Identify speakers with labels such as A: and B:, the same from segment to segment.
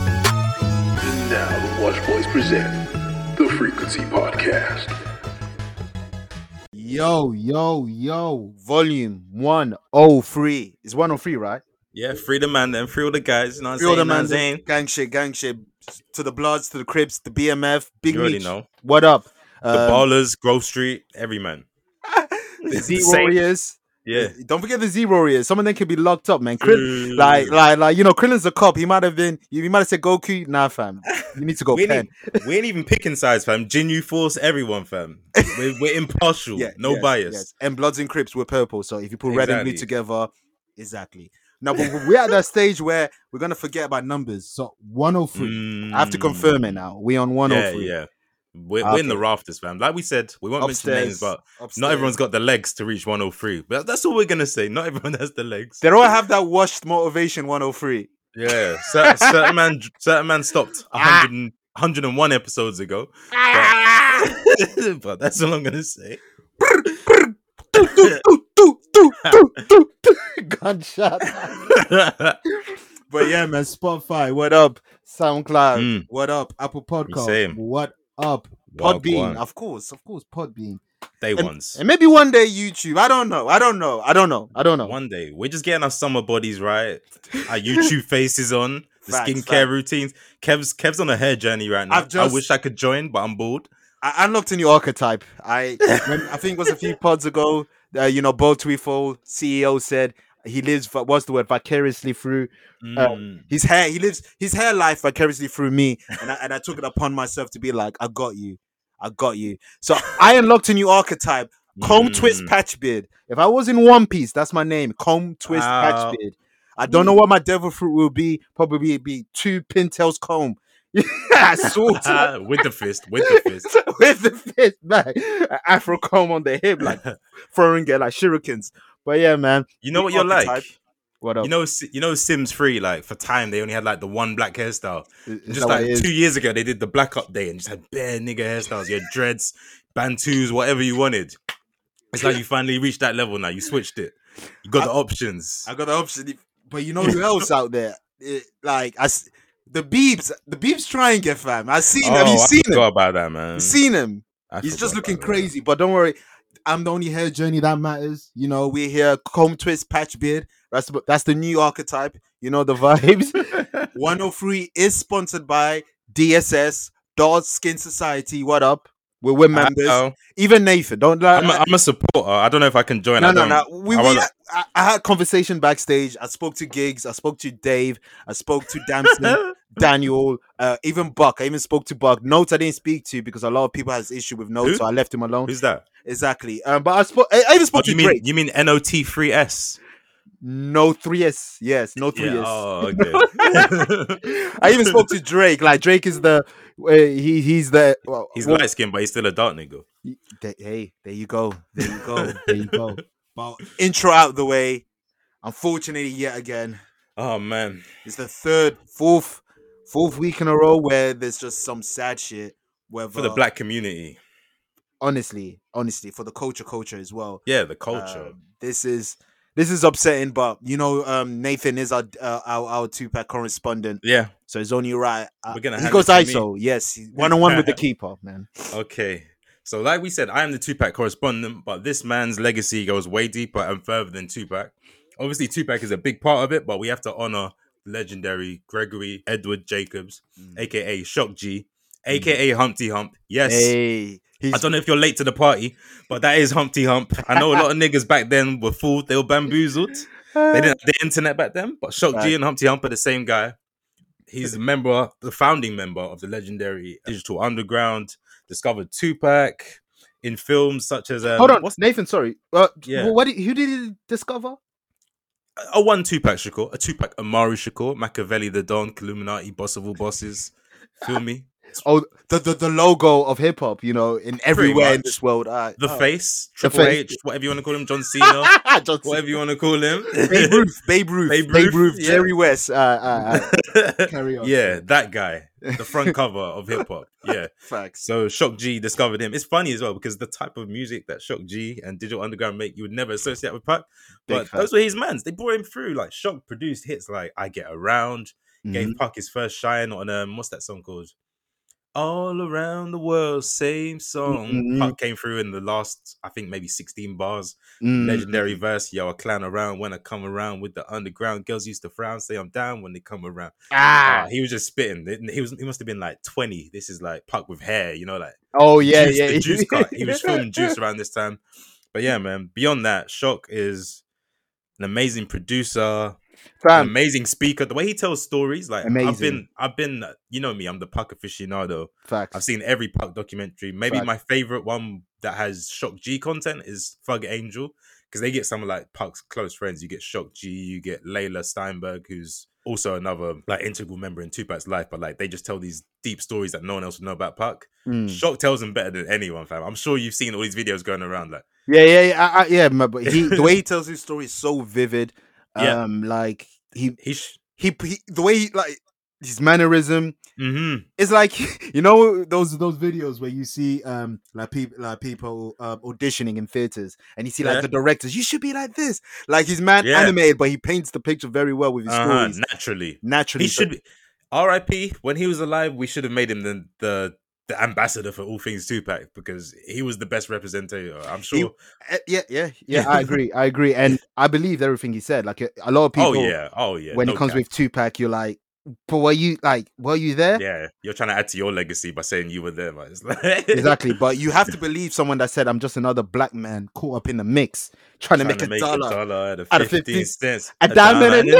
A: And now the Watch Boys present the Frequency Podcast.
B: Yo, yo, yo, volume 103. It's 103, right?
C: Yeah, free the man then, free all the guys. You know what I'm
B: Real
C: saying?
B: the
C: You know what I'm
B: man,
C: saying?
B: gang shit, gang shit. To the Bloods, to the Crips, the BMF, Big
C: You already
B: Meech.
C: know.
B: What up?
C: The
B: Um,
C: ballers, Grove Street, every man.
B: the
C: It's
B: Z
C: the same.
B: Warriors.
C: Yeah. Mm.
B: Don't forget the Z Warriors. Some of them could be locked up, man. Krill-
C: True.
B: like, like, like, you know, Krillin's a cop. He might have been, you might have said Goku. Nah, fam. You need to go
C: We
B: pen.
C: ain't, we ain't even picking sides, fam. Genu force everyone, fam. We're, we're impartial, no
B: yes,
C: bias.
B: yes. And Bloods and Crips were purple. So if you put red and blue
C: Exactly.
B: together, exactly. Now we- we're at that stage where we're gonna forget about numbers. So 103. I have to
C: Mm.
B: confirm it now. We on
C: Yeah,
B: 103.
C: yeah. We're,
B: Ah,
C: we're in
B: okay.
C: the rafters, fam. Like we said, we won't mention names,
B: Upstairs,
C: but
B: upstairs.
C: not everyone's got the legs to reach 103. But that's all we're gonna say. Not everyone has the legs.
B: They don't have that washed motivation 103.
C: Yeah, cer- certain man, certain man stopped 100 and, 101 episodes ago.
B: Ah!
C: But, but that's all I'm gonna say.
B: Doo, doo, doo, doo, doo, doo. Gunshot. But yeah, man, Spotify, what up? SoundCloud,
C: Mm.
B: what up? Apple Podcast,
C: Same.
B: what up?
C: Wild
B: Podbean,
C: one.
B: of course, of course, Podbean.
C: day
B: And-
C: ones.
B: And maybe one day YouTube. I don't know. I don't know. I don't know. I don't know.
C: One day we're just getting our summer bodies right, our YouTube faces on, the
B: Facts,
C: skincare
B: facts.
C: routines. Kev's Kev's on a hair journey right now.
B: I've just-
C: I wish I could join, but I'm bored.
B: I unlocked a new archetype. I when, I think it was a few pods ago. Uh, you know, Bo Tweefel, CEO, said he lives. vi- What's the word? Vicariously through
C: Mm.
B: his hair. He lives his hair life vicariously through me, and I, and I took it upon myself to be like, I got you, I got you. So I unlocked a new archetype. Comb twist
C: Mm.
B: patch beard. If I was in One Piece, that's my name. Comb twist
C: Wow. Hmm.
B: patch beard. I don't know what my devil fruit will be. Probably it'd be two pintails comb. Yeah, sword.
C: with the fist, with the fist.
B: with the fist back, a afro comb on the hip, like foreign girl, like shurikens. But yeah, man,
C: You know
B: The
C: what you're like.
B: archetype. what up?
C: You know, S- you know, Sims Three. Like for time, they only had like the one black hairstyle.
B: Is- is
C: Just
B: that what
C: like
B: it is?
C: two years ago, they did the black up day and just had bare nigga hairstyles. You had dreads, bantus, whatever you wanted. It's like you finally reached that level now. You switched it. You got the options.
B: I got the option, if- but you know who else out there? It- like I, s- the Beebs, the Beebs trying get fam. I seen. have you
C: Oh, I
B: seen him?
C: forgot about that, man.
B: You seen him?
C: I
B: He's
C: forgot
B: just looking
C: about that.
B: crazy, but don't worry. I'm the only hair journey that matters. You know, we're here, comb twist, patch beard. That's that's the new archetype. You know the vibes. 103 is sponsored by DSS, Dodge Skin Society. What up? We're, we're members.
C: I,
B: Even Nathan, don't lie.
C: am a, I'm a supporter. I don't know if I can join.
B: no,
C: I
B: no,
C: don't,
B: no. We,
C: I
B: we,
C: wanna-
B: I, I had conversation backstage. I spoke to Gigs. I spoke to Dave. I spoke to Damson, Daniel, uh, even Buck. I even spoke to Buck. Notes I didn't speak to because a lot of people has issue with notes,
C: Who?
B: so I left him alone.
C: Who's that?
B: Exactly. Um, but I spoke. I, I even
C: Oh,
B: spoke
C: you
B: to
C: mean
B: Drake.
C: you mean NOT3S?
B: No three S. Yes, no three
C: Yeah.
B: S.
C: Oh, okay.
B: I even spoke to Drake. Like Drake is the uh, he he's the well,
C: He's
B: well,
C: light skinned, but he's still a dark nigga.
B: Y- th- hey, there you go. There you go. There you go. Well, intro out the way. Unfortunately, yet again,
C: Oh man.
B: it's the third, fourth, fourth week in a row where there's just some sad shit. Whether
C: For the black community.
B: honestly, honestly, for the culture, culture as well.
C: Yeah, the culture.
B: Um, this is this is upsetting, but you know, um, Nathan is our uh, our, our two pack correspondent,
C: yeah.
B: so it's only right. Uh,
C: We're gonna
B: he
C: hand
B: goes
C: it to me.
B: ISO. Yes, one on one with the keeper, man.
C: Okay. So like we said, I am the Tupac correspondent, but this man's legacy goes way deeper and further than Tupac. Obviously, Tupac is a big part of it, but we have to honor legendary Gregory Edward Jacobs,
B: Mm.
C: aka Shock G, aka Humpty Hump. Yes.
B: Hey, he's
C: I don't know if you're late to the party, but that is Humpty Hump. I know a lot of niggas back then were fooled, they were bamboozled. They didn't have the internet back then, but Shock
B: Right.
C: G and Humpty Hump are the same guy. He's a member, the founding member of the legendary Digital Underground, discovered Tupac in films such as um,
B: Hold on,
C: what's
B: Nathan. Sorry. Uh,
C: Yeah.
B: yeah. What? Did, who did he discover?
C: a one Tupac Shakur, a Tupac Amari Shakur, Machiavelli the Don, Illuminati, Boss of all bosses. Feel me?
B: oh the the, the logo of hip hop, you know, in everywhere in
C: much.
B: this world. Alright,
C: The
B: alright.
C: face, Triple
B: Oh. face.
C: H, whatever you want to call him, John Cena,
B: John Cena.
C: whatever you want to call him.
B: Babe Ruth, Babe Ruth,
C: Babe
B: Babe
C: Ruth,
B: Ruth,
C: yeah.
B: Jerry West. Uh, uh, uh, carry on.
C: yeah, that guy, the front cover of hip hop. Yeah.
B: facts.
C: So Shock G discovered him. It's funny as well because the type of music that Shock G and Digital Underground make, you would never associate with Puck. But
B: Big
C: those were his mans. They brought him through. Like Shock produced hits like "I Get Around,"
B: Mhm.
C: gave Puck his first shine on um, what's that song called? All around the world, same song.
B: Mhm.
C: Puck came through in the last, I think maybe sixteen bars.
B: Mm.
C: Legendary verse, yo, I clown around when I come around with the underground. Girls used to frown, say I'm down when they come around. Ah,
B: Ah.
C: he was just spitting. Th- He was. He must have been like twenty. This is like Puck with hair, you know, like
B: Oh yeah,
C: Juice-
B: yeah.
C: the Juice cut. He was filming Juice around this time. But yeah, man. Beyond that, Shock is an amazing producer, an
B: Fam,
C: amazing speaker. The way he tells stories, like I've been,
B: Amazing.
C: I've been, you know me, I'm the Puck aficionado.
B: facts.
C: I've seen every Puck documentary. Maybe
B: Facts.
C: my favorite one that has Shock G content is Thug Angel because they get some of like Puck's close friends. You get Shock G, you get Layla Steinberg, who's also another like integral member in Tupac's life. But like they just tell these deep stories that no one else would know about Puck.
B: Mm.
C: Shock tells them better than anyone, fam. I'm sure you've seen all these videos going around. Like,
B: Yeah, yeah, yeah. I, I, yeah, man, but he the way he tells his story is so vivid.
C: Yeah.
B: Um, like he
C: he, sh-
B: he, he the way he, like his mannerism
C: hmm
B: it's like you know those those videos where you see um like people like people um, auditioning in theaters and you see like
C: Yeah.
B: the directors you should be like this like he's man
C: Yeah.
B: animated but he paints the picture very well with his
C: uh-huh,
B: stories
C: naturally.
B: naturally
C: He
B: so-
C: should be. R.I.P. When he was alive, we should have made him the the, the ambassador for all things Tupac because he was the best representative. uh, I'm sure. Oh,
B: eh, yeah yeah yeah I agree I agree and I believe everything he said like a, a lot of people
C: oh yeah. Oh yeah.
B: when
C: no
B: it comes
C: cap.
B: with Tupac you're like but were you like were you there
C: yeah, you're trying to add to your legacy by saying you were there, man. It's like-
B: exactly but you have to believe someone that said I'm just another black man caught up in the mix trying,
C: Trying
B: to make a dollar
C: out of
B: out of
C: 15,
B: 15
C: cents.
B: a dime and a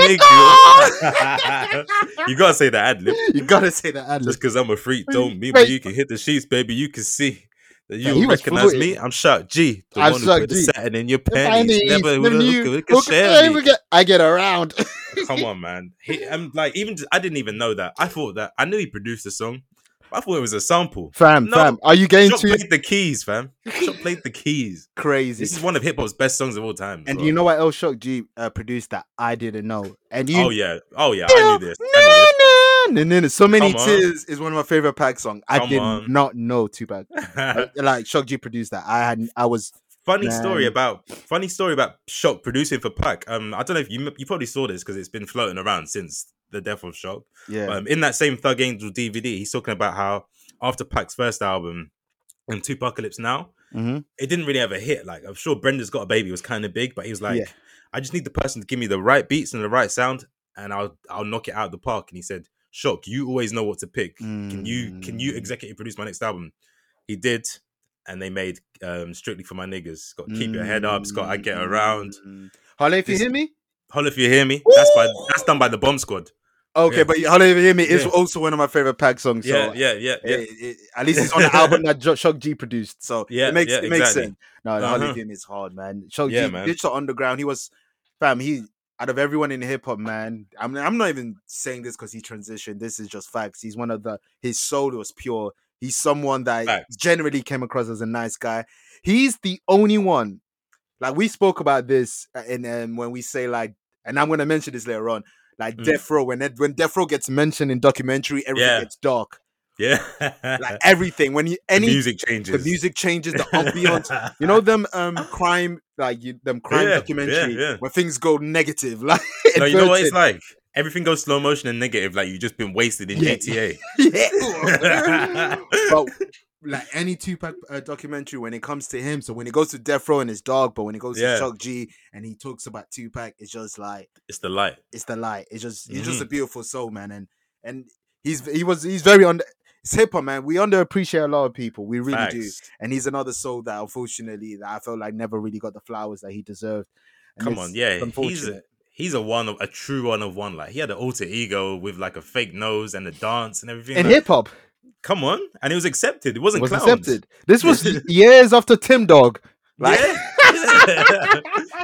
C: nickel. you gotta say the ad lib.
B: you gotta say that ad
C: Just because I'm a freak don't mean
B: Wait.
C: you can hit the sheets, baby. You can see that
B: Yeah,
C: you
B: he was
C: recognize
B: fluid.
C: me. I'm Shark G, the
B: I'm
C: one who
B: Shark
C: put the
B: G.
C: satin in your
B: If I
C: panties.
B: need
C: Never
B: the
C: would
B: new-
C: look
B: look- hey,
C: share
B: we
C: me.
B: get- I get around.
C: Come on, man. He, I'm like even just, I didn't even know that. I thought that I knew he produced the song. But I thought it was a sample.
B: Fam,
C: No,
B: fam, are you getting
C: Shot
B: too
C: played the keys, fam. Shot played the keys. This
B: crazy?
C: is one of hip hop's best songs of all time. as
B: And
C: well.
B: you know what El Shock G uh, produced that I didn't know. And you
C: oh yeah, oh yeah, I knew this. I knew this.
B: Na, na, na, na. So many
C: Come on.
B: tears is one of my favorite pack songs. I
C: Come
B: did
C: on.
B: not know too bad. like Shock G produced that. I had I was
C: funny story
B: Man.
C: about funny story about Shock producing for Pac. Um, I don't know if you you probably saw this because it's been floating around since the death of Shock.
B: yeah.
C: Um, in that same Thug Angel DVD, he's talking about how after Pac's first album and Tupacalypse Now,
B: Mhm.
C: it didn't really have a hit. Like I'm sure Brenda's Got a Baby was kind of big, but he was like,
B: Yeah.
C: I just need the person to give me the right beats and the right sound, and I'll I'll knock it out of the park. And he said, Shock, you always know what to pick. Can you can you
B: Mm.
C: executive produce my next album? He did, and they made um strictly for my niggas. Got keep your head up, Scott. I get around.
B: Mm. Mm-hmm. Harley, if you
C: This-
B: hear me,
C: Holla if you hear me. That's by
B: Ooh.
C: that's done by the Bomb Squad.
B: okay,
C: Yeah.
B: but Harley, if you hear me, it's
C: Yeah.
B: also one of my favorite pack songs.
C: Yeah,
B: so
C: yeah, yeah, yeah.
B: it- it- at least it's on the album that Jo- Shock G produced, so
C: Yeah,
B: it makes
C: yeah,
B: it makes
C: exactly.
B: sense. No,
C: Uh-huh.
B: Harley Vim is hard, man. Shock
C: Yeah,
B: G,
C: man.
B: Digital Underground, he was, fam. He out of everyone in hip hop, man. I mean, I'm not even saying this because he transitioned. This is just facts. He's one of the his soul was pure. He's someone that
C: Facts.
B: generally came across as a nice guy. He's the only one. Like we spoke about this, uh, and um, when we say like, and I'm gonna mention this later on, like
C: Mm.
B: Death Row. When it, when Death Row gets mentioned in documentary, everything
C: Yeah.
B: gets dark
C: Yeah.
B: like everything. When you
C: the
B: any the music,
C: music
B: changes,
C: changes.
B: the ambiance. You know them um crime like you, them crime
C: Ah. Yeah, yeah,
B: documentary
C: yeah.
B: where things go negative. Like
C: no, you know what it's
B: inverted.
C: like? Everything goes slow motion and negative, like you've just been wasted in
B: Yeah.
C: GTA.
B: Yeah. but like any Tupac uh, documentary, when it comes to him, so when it goes to Death Row and his dog, but when it goes
C: Yeah.
B: to Chuck G and he talks about Tupac, it's just like
C: It's the light.
B: it's the light. It's just he's
C: Mm-hmm.
B: just a beautiful soul, man. And and he's he was he's very under. It's hip hop, man. We underappreciate a lot of people. We really do.
C: Facts.
B: and he's another soul that unfortunately that I felt like never really got the flowers that he deserved. And
C: Come
B: it's
C: on, yeah. He's a,
B: unfortunate.
C: he's a one of a true one of one. Like he had an alter ego with like a fake nose and a dance and everything.
B: in
C: like,
B: hip hop
C: come on. And it was accepted. It wasn't
B: was
C: clowns.
B: accepted. This was years after Tim Dog. Like
C: yeah.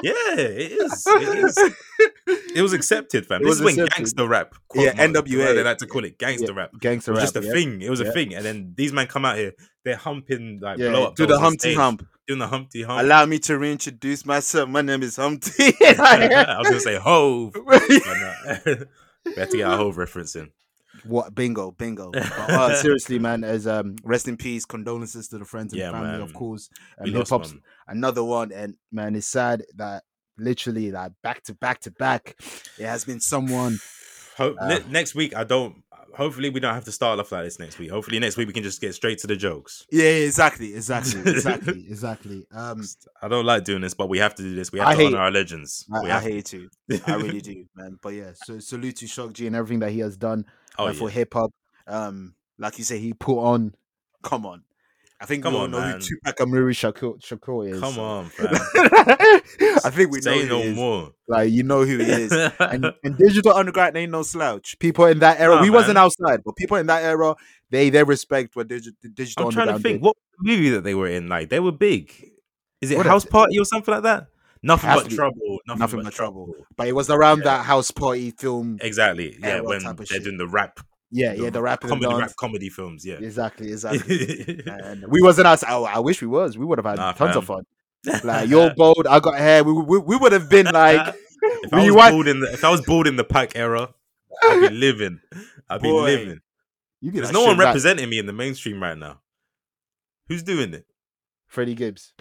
C: yeah, it is. It is. It was accepted, fam.
B: It
C: this
B: was
C: is when
B: accepted.
C: gangster rap.
B: Yeah,
C: marks, the way
B: NWA.
C: They like to call it gangster rap. It
B: Gangster
C: was
B: rap.
C: just a
B: yeah.
C: thing. It was a
B: yeah.
C: thing. And then these men come out here, they're humping like
B: Yeah,
C: blow up.
B: do the
C: dolls on
B: Humpty
C: stage,
B: Hump.
C: Doing the Humpty Hump.
B: Allow me to reintroduce myself. My name is Humpty.
C: I was gonna say Hove. but no. we have to get our Hove reference in.
B: What bingo, bingo. But, uh, seriously, man, as um rest in peace, condolences to the friends and
C: Yeah,
B: family,
C: man.
B: of course.
C: We
B: And hip
C: lost
B: hop's
C: one.
B: another one. And man, it's sad that literally like back to back to back, it has been someone
C: Hope,
B: Uh,
C: ne- next week, I don't. Hopefully, we don't have to start off like this next week. Hopefully, next week we can just get straight to the jokes.
B: Yeah, yeah, exactly, exactly, exactly, exactly. Um
C: I don't like doing this, but we have to do this. We have
B: I
C: to
B: hate
C: honor our legends.
B: I,
C: we
B: I
C: have
B: hate to. I really do, man. But yeah, so salute to Shock G and everything that he has done
C: Oh,
B: uh,
C: yeah.
B: for hip hop. Um, like you say, he put on. Come on, I think
C: Come
B: we all
C: on,
B: know
C: man.
B: who Tupac Amaru Shakur, Shakur is.
C: Come
B: so-
C: on, fam.
B: I think we
C: Say
B: know who
C: no
B: he is.
C: more.
B: Like you know who he is. And, and digital underground ain't no slouch. People in that era,
C: Nah,
B: we wasn't
C: man.
B: outside, but people in that era, they they respect what digi- the digital
C: I'm trying
B: underground
C: to think
B: did.
C: what movie that they were in. Like they were big. Is it
B: What
C: House
B: is it?
C: Party or something like that? Nothing
B: Has
C: but
B: to be.
C: trouble. Nothing,
B: Nothing
C: but,
B: but
C: trouble.
B: trouble. But it was around
C: Yeah.
B: that house party film.
C: Exactly. Yeah,
B: Era
C: when
B: type of
C: they're
B: shit.
C: doing the rap,
B: Yeah, yeah, the rap and
C: comedy,
B: dance.
C: rap comedy films. Yeah.
B: Exactly, exactly. And we wasn't us. I, I wish we was. We would have had
C: Nah,
B: tons of fun. Like you're bold. I got hair. We we, we would have been like,
C: if I
B: You
C: was
B: want-
C: bald in the if I was bald in the pack era, I'd be living. I'd be
B: Boy.
C: living.
B: you be
C: There's
B: like,
C: no one
B: "Shit, right,
C: representing me in the mainstream right now. Who's doing it?
B: Freddie Gibbs.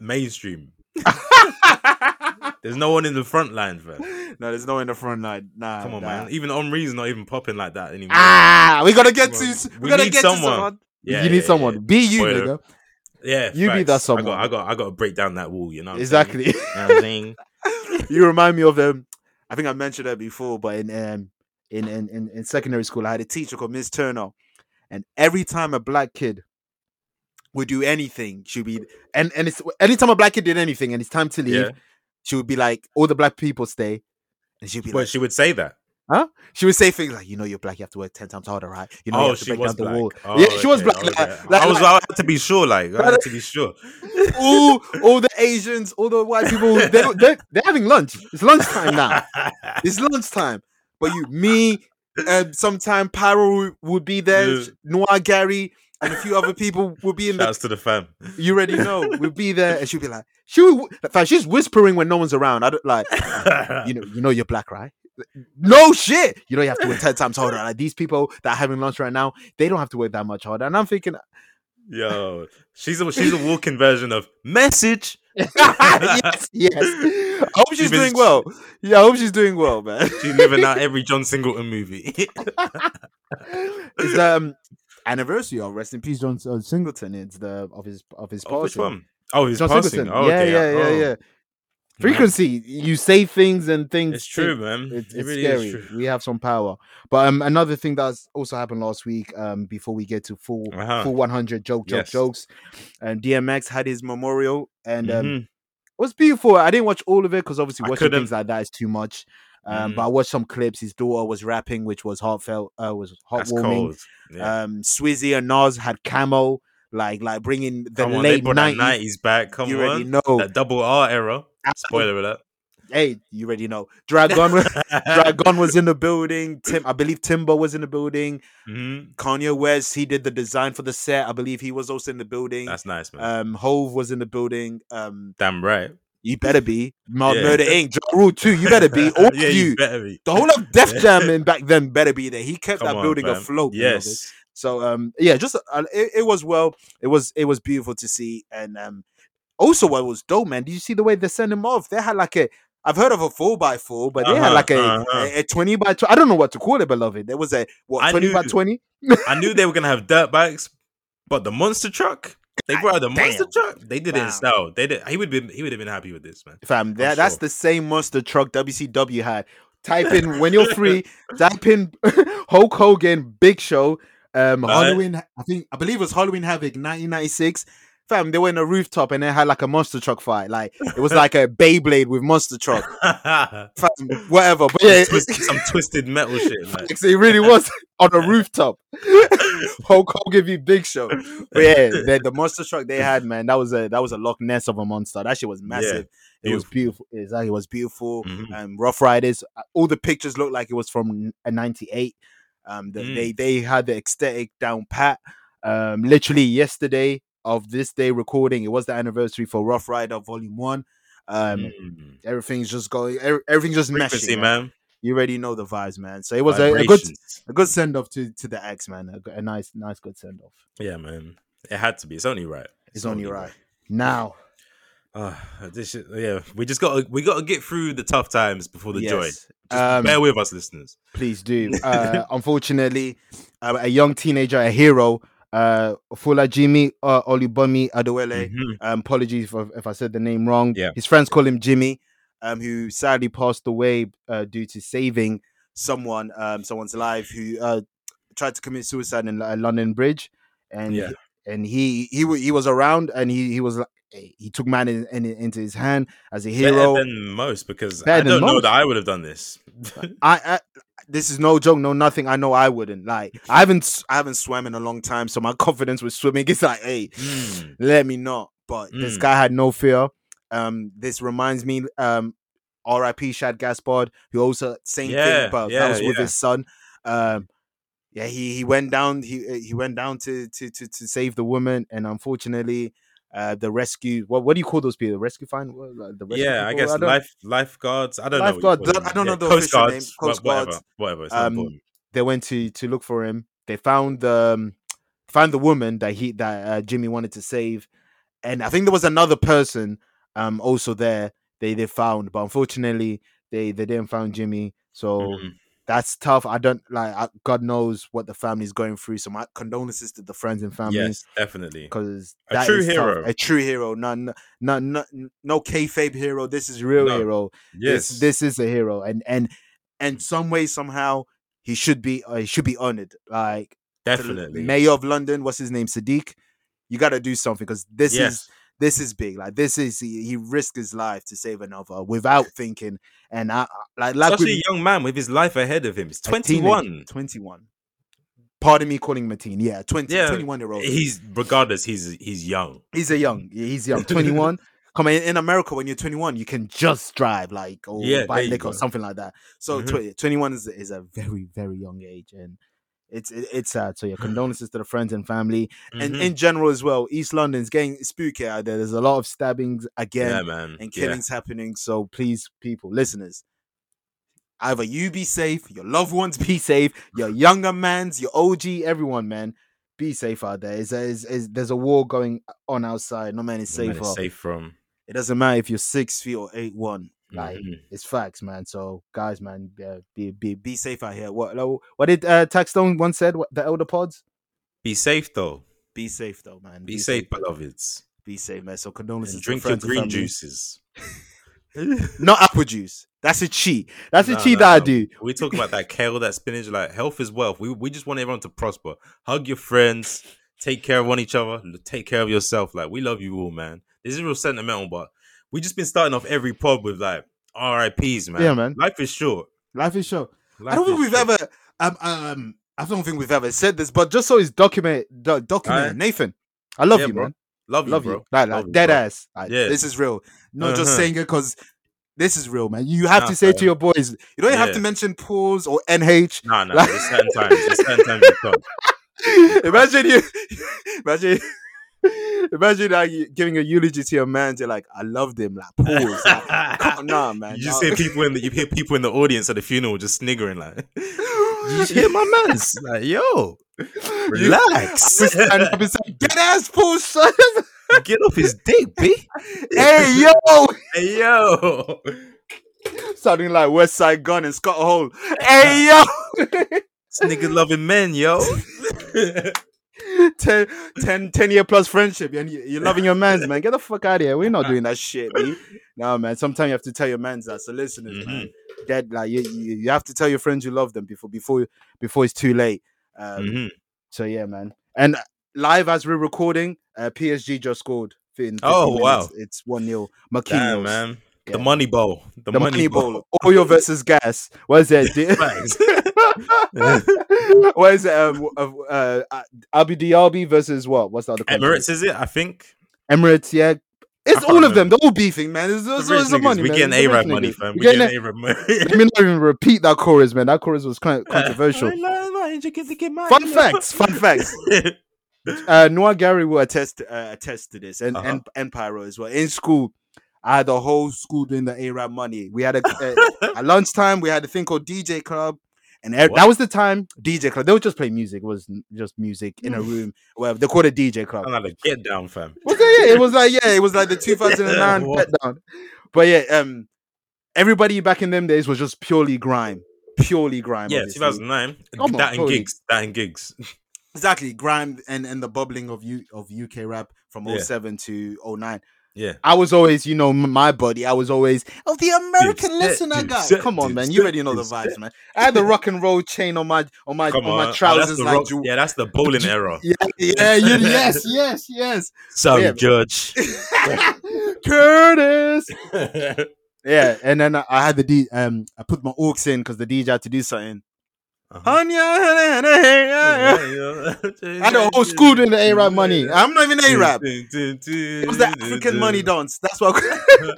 C: Mainstream. There's no one in the front line, fam.
B: no, there's no in the front line. Nah,
C: Come on,
B: nah.
C: man. Even Omri's not even popping like that anymore.
B: Ah, we gotta get
C: Come
B: to.
C: on.
B: We,
C: We
B: gotta
C: need
B: get to
C: someone.
B: someone.
C: Yeah,
B: you need
C: yeah,
B: someone. Be you,
C: Spoiler.
B: nigga.
C: Yeah,
B: You be
C: facts.
B: that someone.
C: I got, I got, I got to break down that wall. You know, what I'm saying?
B: Exactly.
C: You know what I'm saying?
B: you remind me of them. I think I mentioned that before, but in um in in, in, in secondary school, I had a teacher called Miss Turner, and every time a black kid would do anything, she'd be and and it's anytime a black kid did anything and it's time to leave,
C: Yeah.
B: she would be like, all the black people stay. And she'd be
C: But
B: like,
C: she would say that.
B: she would say things like, you know, you're black, you have to work ten times harder, right? You know, you
C: oh,
B: have to
C: she
B: break
C: was
B: down
C: black.
B: the wall.
C: Oh,
B: yeah, she was
C: okay,
B: black.
C: okay.
B: like- like-
C: I was.
B: like,
C: I had to be sure. Like, I had to be sure.
B: all all the Asians, all the white people, they don't- they're, they're having lunch. It's lunchtime now. It's lunchtime. But you, me, um, sometime Pyro would be there,
C: Yeah.
B: Noir Gary, and a few other people would be in the.
C: Shouts to the fam.
B: You already know, we'd be there, and she'd be like, she would, in fact, she's whispering when no one's around. I don't like, you know, you know, you're black, right? No shit. You know, you have to work ten times harder. Like these people that are having lunch right now, they don't have to work that much harder. And I'm thinking,
C: Yo, she's a she's a walking version of message.
B: yes, yes. I hope she's,
C: She's been-
B: doing well. Yeah, I hope she's doing well, man.
C: She's living out every John Singleton movie.
B: it's the um, anniversary of rest in peace John uh, Singleton. It's the of his of his
C: oh, which
B: passing.
C: one? Oh, he's
B: John
C: passing.
B: Singleton.
C: Oh,
B: yeah,
C: okay.
B: yeah, yeah,
C: Oh,
B: yeah.
C: man.
B: Frequency. You say things and things.
C: It's true,
B: stick.
C: man.
B: It's,
C: It
B: it's
C: really
B: scary.
C: is true.
B: We have some power. But um, another thing that's also happened last week. Um, before we get to full
C: Uh-huh.
B: full 100 joke joke
C: Yes.
B: jokes, and DMX had his memorial, and um,
C: Mhm.
B: it was beautiful. I didn't watch all of it because obviously
C: I
B: watching
C: couldn't.
B: things like that is too much. Um,
C: Mm.
B: But I watched some clips. His daughter was rapping, which was heartfelt. Uh, was
C: That's
B: heartwarming.
C: cold. Yeah.
B: Um, Swizzy and Nas had Camo, like like bringing the
C: Come on, they
B: late
C: brought that
B: 90s.
C: 90s back. Come
B: you already
C: on.
B: know.
C: That double R era.
B: Ab-
C: Spoiler alert.
B: Hey, you already know. Dragon, Dragon was in the building. Tim, I believe Timbo was in the building.
C: Mhm.
B: Kanye West, he did the design for the set. I believe he was also in the building.
C: That's nice, man.
B: Um, Hove was in the building. Um,
C: Damn right.
B: you better be. Mar-
C: Yeah.
B: Murder Inc. Ja Rule too. You better be. All of
C: yeah,
B: you.
C: better be.
B: The whole of Def Jam in back then better be there. He kept
C: Come
B: that
C: on,
B: building
C: fam.
B: afloat. you know, this.
C: Yes.
B: So um, yeah, just uh, it, it was well. It was it was beautiful to see, and um, also what was dope, man. Did you see the way they sent him off? They had like a. I've heard of a four by four, but they had
C: Uh-huh,
B: like a,
C: uh-huh.
B: a, a twenty by. Tw- I don't know what to call it, beloved. There was a what
C: I
B: twenty by
C: knew.
B: twenty.
C: I knew they were gonna have dirt bikes, but the monster truck. They brought out the monster truck. They did it
B: Wow.
C: in style. They did. He would been. He would have been happy with this, man.
B: Fam, that, that's the
C: sure.
B: same monster truck WCW had. Type in when you're free. type in Hulk Hogan, Big Show, um,
C: Right.
B: Halloween. I think I believe it was Halloween Havoc 1996. Fam, they were in a rooftop and they had like a monster truck fight. Like it was like a Beyblade with monster truck. Fam, whatever, but yeah,
C: Twist- some twisted metal shit. Like.
B: it really was on a rooftop. Hulk Hogan v Big Show. But yeah, the, the monster truck they had, man, that was a that was a Loch Ness of a monster. That shit was massive. It was beautiful.
C: Beautiful.
B: Exactly, it was beautiful.
C: Mhm.
B: Um, Rough Riders. uh, All the pictures looked like it was from a '98. Um, the,
C: Mm.
B: they they had the aesthetic down pat. Um, literally yesterday of this day recording, it was the anniversary for Rough Rider Volume One. Um,
C: Mm.
B: everything's just going. every- Everything's just
C: Frequency,
B: meshing. Man.
C: man.
B: You already know the vibes, man. So it was a, a good
C: Vibrations.
B: a good send off to to the X man. A, g- a nice nice good send off.
C: Yeah, man. It had to be. It's only right.
B: It's only right. Now,
C: Ah, this shit, yeah, we just got to we got to get through the tough times before the joy.
B: yes.
C: Just
B: Um,
C: bear with us, listeners.
B: Please do. Uh, unfortunately, uh, a young teenager, a hero, uh, Fulajimi uh, Olubami Adewale.
C: Mhm.
B: Um, apologies for, if I said the name wrong.
C: Yeah.
B: His friends call him Jimmy, um, who sadly passed away uh, due to saving someone, um, someone's life, who uh, tried to commit suicide in uh, London Bridge, and
C: Yeah.
B: and he he wa- he was around, and he he was like, he took man in, in, into his hand as a hero.
C: Better than most because
B: Better
C: I
B: than
C: don't know
B: most.
C: that I would have done this.
B: I, I this is no joke, no nothing. I know I wouldn't like. I haven't s- I haven't swam in a long time, so my confidence with swimming is like, hey,
C: Mm.
B: let me not. But this
C: Mm.
B: guy had no fear. Um, this reminds me, um, R.I.P. Shad Gaspard, who also same
C: Yeah,
B: thing, but
C: yeah,
B: that was with
C: yeah.
B: his son. Um, yeah, he he went down. He uh, he went down to to to, to save the woman, and unfortunately. Uh, the rescue. What what do you call those people? The rescue find. What, like, the rescue
C: Yeah, I
B: people?
C: guess
B: don't-
C: life lifeguards. I don't know. what
B: Lifeguards,
C: you call them.
B: I don't know the
C: Coast
B: official name,
C: guards.
B: Coast
C: wha- whatever,
B: guards.
C: whatever. It's not
B: Um,
C: important.
B: they went to to look for him. They found the um, found the woman that he that uh, Jimmy wanted to save, and I think there was another person um also there. They they found, but unfortunately they they didn't find Jimmy. So
C: Mhm.
B: that's tough. I don't like. I, God knows what the family's going through. So my condolences to the friends and family
C: Yes, definitely.
B: because
C: A
B: that
C: true
B: is tough.
C: hero.
B: a true hero, no no no no, no kayfabe hero. This is real
C: No.
B: hero
C: Yes,
B: this this is a hero and and and some way somehow he should be uh, he should be honored like the l-
C: definitely.
B: mayor of london what's his name sadiq you got to do something because this is
C: yes,
B: this is big like this is he, he risked his life to save another without thinking and i I- like like
C: such a
B: with
C: young man with his life ahead of him. He's
B: a teenager,
C: twenty-one.
B: 21 pardon me calling him a teen yeah 20
C: Yeah,
B: 21 year old
C: He's regardless. He's he's young.
B: he's a young he's young 21 come on, in, in america when you're 21 you can just drive like or
C: Yeah,
B: buy
C: there you
B: liquor or
C: go.
B: something like that so
C: Mhm.
B: tw- 21 is, is a very very young age and it's it, it's sad so yeah condolences to the friends and family and
C: Mhm.
B: in general as well east london's getting spooky out there there's a lot of stabbings again
C: yeah, man.
B: and
C: yeah.
B: killings happening so please people listeners either you be safe your loved ones be safe your younger mans your og everyone man be safe out there. It's, it's, it's, there's a war going on outside. No man is
C: The man
B: safe.
C: is safe from.
B: It doesn't matter if you're six feet or eight one. Like
C: Mhm.
B: it's facts, man. So guys, man, uh, be be be safe out here. What lo- what did uh, Taxstone once said? What, the elder pods.
C: Be safe though.
B: Be safe though, man.
C: Be safe, beloveds.
B: Be safe, man. So
C: And
B: condolences. to
C: drink your
B: friends and
C: green
B: family.
C: juices.
B: not apple juice. That's a cheat. That's a
C: No,
B: cheat
C: no,
B: that I
C: no.
B: do.
C: We talk about that kale, that spinach. Like health is wealth. We we just want everyone to prosper. Hug your friends. Take care of one each other. l- Take care of yourself. Like we love you all, man. This is real sentimental, but we just been starting off every pod with like R.I.P.s, man.
B: Yeah, man.
C: Life is short.
B: Life is short.
C: Life
B: I don't
C: is
B: think we've
C: short.
B: ever um um. I don't think we've ever said this, but just so it's document do- documented.
C: Aye.
B: Nathan, I love
C: Yeah,
B: you,
C: bro.
B: man.
C: love you,
B: love
C: bro.
B: you. Like, like
C: Love you,
B: dead
C: bro.
B: ass. Like,
C: Yeah.
B: This is real. Not just
C: Uh-huh.
B: saying it because this is real, man. You have
C: Nah,
B: to say to
C: fam.
B: your boys, you don't have
C: Yeah.
B: to mention pools or NH.
C: Nah, nah.
B: Like-
C: There's certain times. There's certain times you can't.
B: imagine you, imagine, imagine like you giving a eulogy to your man. You're like, I loved him. Like pools. Like, come on, nah, man.
C: you just
B: nah.
C: hear people in the you hear people in the audience at the funeral just sniggering like you just hear my man's like yo relax
B: You stand up and say, dead ass pools, son.
C: get off his dick b
B: hey yo,
C: hey yo
B: sounding like West Side Gun and Scott Hall. Hey yo.
C: this nigga loving men yo
B: 10, 10, 10 year plus friendship and you- you're loving your mans, man. Get the fuck out of here. We're not doing that shit, B. No, man. Sometimes you have to tell your mans that. So listeners, man,
C: Mm-hmm.
B: that like you, you, you have to tell your friends you love them before before before it's too late. Um,
C: Mhm.
B: So yeah, man. And uh, live as we're recording, uh, PSG just scored. In 15
C: Oh,
B: minutes.
C: wow.
B: It's one 0 Marquinhos,
C: damn man
B: Yeah.
C: the money bowl the,
B: The
C: money,
B: money
C: bowl,
B: ball. Oil versus gas. What is that?
C: Thanks.
B: what is it? Um, uh, uh, Abu Dhabi versus what? What's the other? country?
C: Emirates is it I think
B: Emirates, yeah, It's
C: I
B: all of
C: can't
B: them. They're all beefing, man. It's,
C: The
B: it's,
C: rich
B: it's the
C: niggas,
B: money.
C: we
B: man.
C: getting
B: It's the
C: A-Rap
B: rich
C: money,
B: niggas.
C: fam.
B: We
C: We getting
B: getting
C: A-Rap money.
B: A- Let me not even repeat that chorus, man. That chorus was kind controversial. Fun facts. Fun facts. Uh, Noah Gary will attest uh, attest to this, and,
C: Uh-huh.
B: and and Pyro as well. In school, I had the whole school doing the A-Rap money. We had a uh, at lunchtime we had a thing called DJ club, and e- that
C: What?
B: was the time DJ club. They would just play music. It was n- just music in a room. Whatever they called it DJ club.
C: I'm like, get down, fam.
B: Was it? Yeah, it was like yeah, it was like the 2009
C: What?
B: pet down. But yeah, um, everybody back in them days was just purely grime, purely grime.
C: Yeah,
B: obviously.
C: 2009.
B: Come on,
C: that and
B: totally.
C: gigs. That and gigs.
B: exactly grime and and the bubbling of you of UK rap from
C: Yeah.
B: 07 to 09.
C: Yeah.
B: I was always, you know, m- my buddy. I was always of the American
C: Dude,
B: listener
C: dude,
B: guy.
C: dude,
B: Come on,
C: dude,
B: man, you
C: dude,
B: already know the
C: dude,
B: vibes, man. I had the rock and roll chain on my on my
C: Come
B: on
C: on.
B: my
C: Oh, that's
B: trousers,
C: the
B: like
C: rock-
B: Ju-
C: yeah, that's the bowling era.
B: yeah, yeah, you- yes, yes, yes.
C: Sam
B: Yeah, but-
C: Judge.
B: Curtis.
C: oh,
B: Yeah, and then I I had the D. Um, I put my aux in because the DJ had to do something. I had a whole school doing the A rap money. I'm not even A rap. It
C: It
B: was the African money dance. That's what.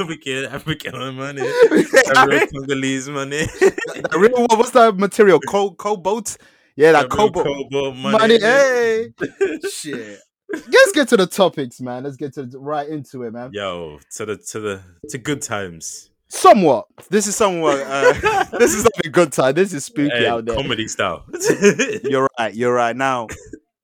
C: African, African money.
B: I
C: Real Congolese money.
B: That real one, what's that material? Co- cobalt? Yeah, that
C: Real
B: cobalt
C: Cobalt
B: money. eh? Hey, shit. Let's get to the topics, man. Let's get to right into it, man.
C: Yo, to the to the to good times.
B: Somewhat. This is somewhat. Uh, this is not a good time. This is spooky
C: Hey,
B: out there.
C: Eh, comedy style. Mm.
B: You're right. You're right. Now,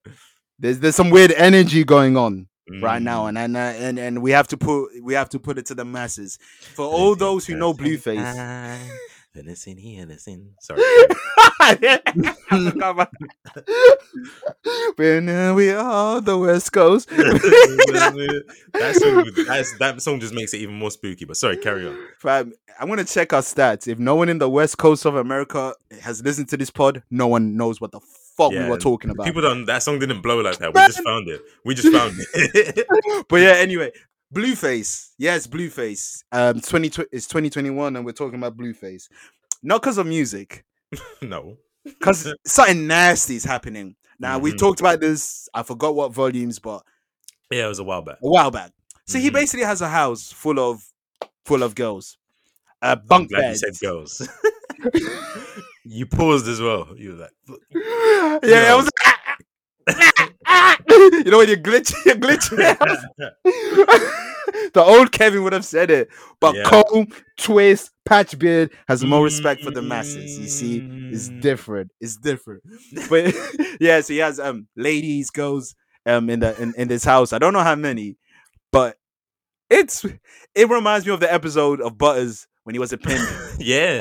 B: there's there's some weird energy going on right now, and and uh, and and we have to put we have to put it to the masses. For all those who know Blueface,
C: Innocent, he innocent. Sorry.
B: when uh, we are the West Coast.
C: that, song, that's, that song just makes it even more spooky. But sorry, carry on.
B: Fam, I'm gonna check our stats. If no one in the West Coast of America has listened to this pod, no one knows what the fuck
C: Yeah,
B: we were talking about.
C: People don't. That song didn't blow like that. We just found it. We just found it.
B: But yeah, anyway, Blueface. Yes, Blueface. Um, 20 it's 2021, and we're talking about Blueface. Not because of music,
C: no.
B: because something nasty is happening. Now we
C: Mhm.
B: talked about this. I forgot what volumes, but
C: Yeah, it was a while back.
B: a while back. So he
C: Mhm.
B: basically has a house full of full of girls, uh, bunk
C: I'm glad
B: beds.
C: you said girls. you paused as well. You were like, "Look,
B: yeah, I was. ah, you know when you glitch, you glitch. the old Kevin would have said it, but
C: Yeah.
B: comb, twist, patch beard has more respect for the masses. You see, it's
C: Mm.
B: different. It's different. But yeah, so he has um ladies, girls, um in the in, in this house. I don't know how many, but it's it reminds me of the episode of Butters when he was a pimp
C: Yeah,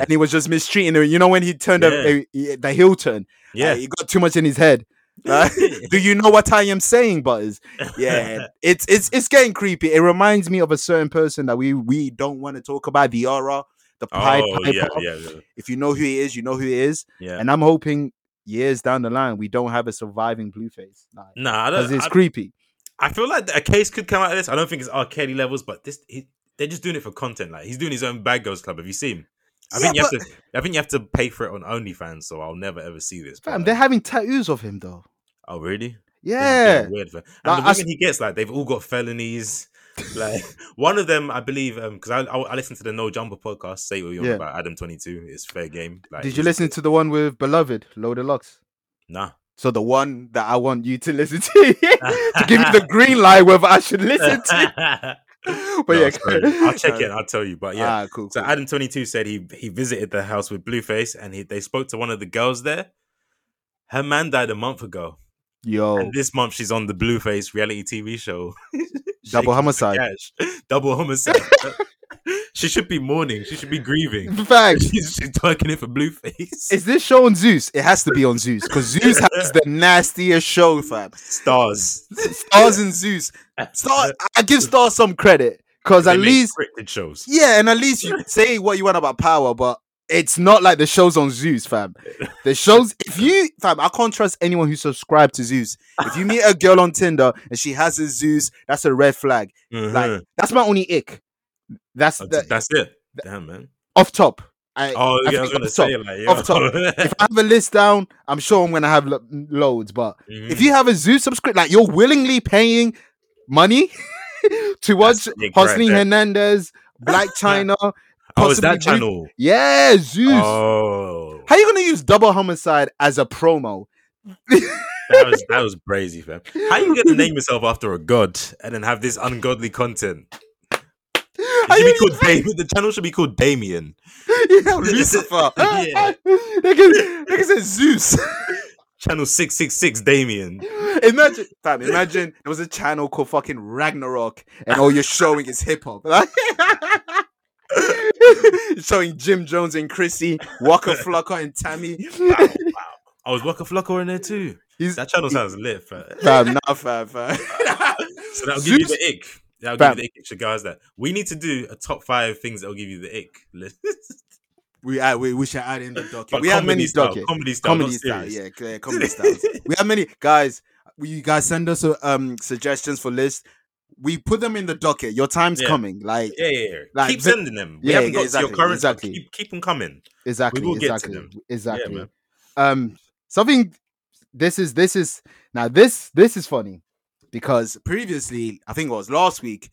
B: and he was just mistreating her. You know when he turned
C: Yeah.
B: a, a, the heel turn. Yeah,
C: yeah.
B: he got too much in his head. Like, do you know what I am saying, Butters? Yeah, it's it's it's getting creepy. It reminds me of a certain person that we we don't want to talk about, the aura, the Pied
C: oh,
B: Piper.
C: yeah, yeah, yeah,
B: If you know who he is, you know who he is.
C: yeah.
B: And I'm hoping years down the line we don't have a surviving Blueface
C: nah, I
B: because
C: don't.
B: it's
C: I,
B: creepy.
C: I feel like a case could come out of this. I don't think it's R. Kelly levels, but this he, they're just doing it for content. Like he's doing his own Bad Girls Club. Have you seen? him? I think
B: Yeah,
C: you have to. I think you have to pay for it on OnlyFans. So I'll never ever see this. but,
B: Fam,
C: like,
B: they're having tattoos of him though.
C: oh really? This is
B: Yeah,
C: getting Weird. fam. And
B: Like,
C: the
B: I
C: women
B: s-
C: he gets, like they've all got felonies. Like one of them, I believe, because I, I I listened to the No Jumper podcast. Say what you want
B: Yeah.
C: about Adam Twenty Two. It's fair game. Like,
B: did you listen to the one with Beloved Loaded Lux?
C: Nah.
B: So the one that I want you to listen to to give me the green light whether I should listen to. But
C: No,
B: yeah,
C: sorry. I'll check
B: no.
C: it. I'll tell you. But yeah,
B: Ah, cool.
C: So
B: cool.
C: Adam Twenty Two said he he visited the house with Blueface and he, they spoke to one of the girls there. Her man died a month ago,
B: Yo,
C: and this month she's on the Blueface reality TV show. Shaking
B: double
C: for
B: homicide.
C: cash. double homicide. she should be mourning. She should be grieving.
B: In fact,
C: She's, she's working it for Blueface.
B: is this show on Zeus? It has to be on Zeus because Zeus has the nastiest show, fam.
C: Stars.
B: Stars and Zeus. Star, I give Stars some credit because
C: They
B: at
C: make
B: least,
C: scripted shows.
B: yeah, and at least you say what you want about power, but it's not like the shows on Zeus, fam. The shows, if you, fam, I can't trust anyone who subscribed to Zeus. If you meet a girl on Tinder and she has a Zeus, that's a red flag. Like,
C: Mhm.
B: that's my only ick. That's
C: that's,
B: the,
C: that's it. Damn man.
B: off top. I,
C: Oh
B: I
C: yeah, I was
B: think
C: gonna
B: off top.
C: say like
B: Off top. if I have a list down, I'm sure I'm gonna have lo-
C: Mm-hmm. Mm.
B: loads. But if you have a zoo subscription, like you're willingly paying money to watch
C: sick right
B: Hosni
C: there.
B: Hernandez,
C: Hernandez,
B: Black China.
C: Oh, is that
B: possibly Zeus.
C: channel?
B: Yeah, Zeus.
C: Oh,
B: How you gonna use double homicide as a promo?
C: that was that was crazy, fam. How you gonna name yourself after a god and then have this ungodly content? It
B: How
C: should
B: you
C: be called Damien. The channel should be called Damien.
B: you know, Lucifer.
C: Yeah.
B: they can, they can say Zeus.
C: Channel six six six Damien.
B: imagine, fam, imagine there was a channel called fucking Ragnarok, and all you're showing is hip hop. showing Jim Jones and Chrissy, Walker Flocka and Tammy.
C: I was Oh, Waka Flocka in there too.
B: He's
C: That channel sounds lit, fam.
B: fam, nah, fam, fam.
C: So that'll give you
B: Zeus-
C: the ick. That'll
B: Fam.
C: give you the ick. Cigars that we need to do a top five things that'll give you the ick list.
B: We, add, we we should add in the docket.
C: But
B: We have
C: comedy
B: many
C: style,
B: docket.
C: Comedy style.
B: comedy style, yeah, yeah, comedy styles. We have many guys. will You guys send us uh, um suggestions for lists. We put them in the docket. Your time's
C: Yeah.
B: coming. Like
C: Yeah, yeah, yeah.
B: Like,
C: keep
B: vi-
C: sending them. We
B: yeah,
C: haven't got
B: exactly,
C: to your current.
B: exactly.
C: Keep, keep them coming.
B: exactly,
C: will get to
B: exactly,
C: them.
B: exactly.
C: man.
B: um, something. This is this is now this this is funny because previously I think it was last week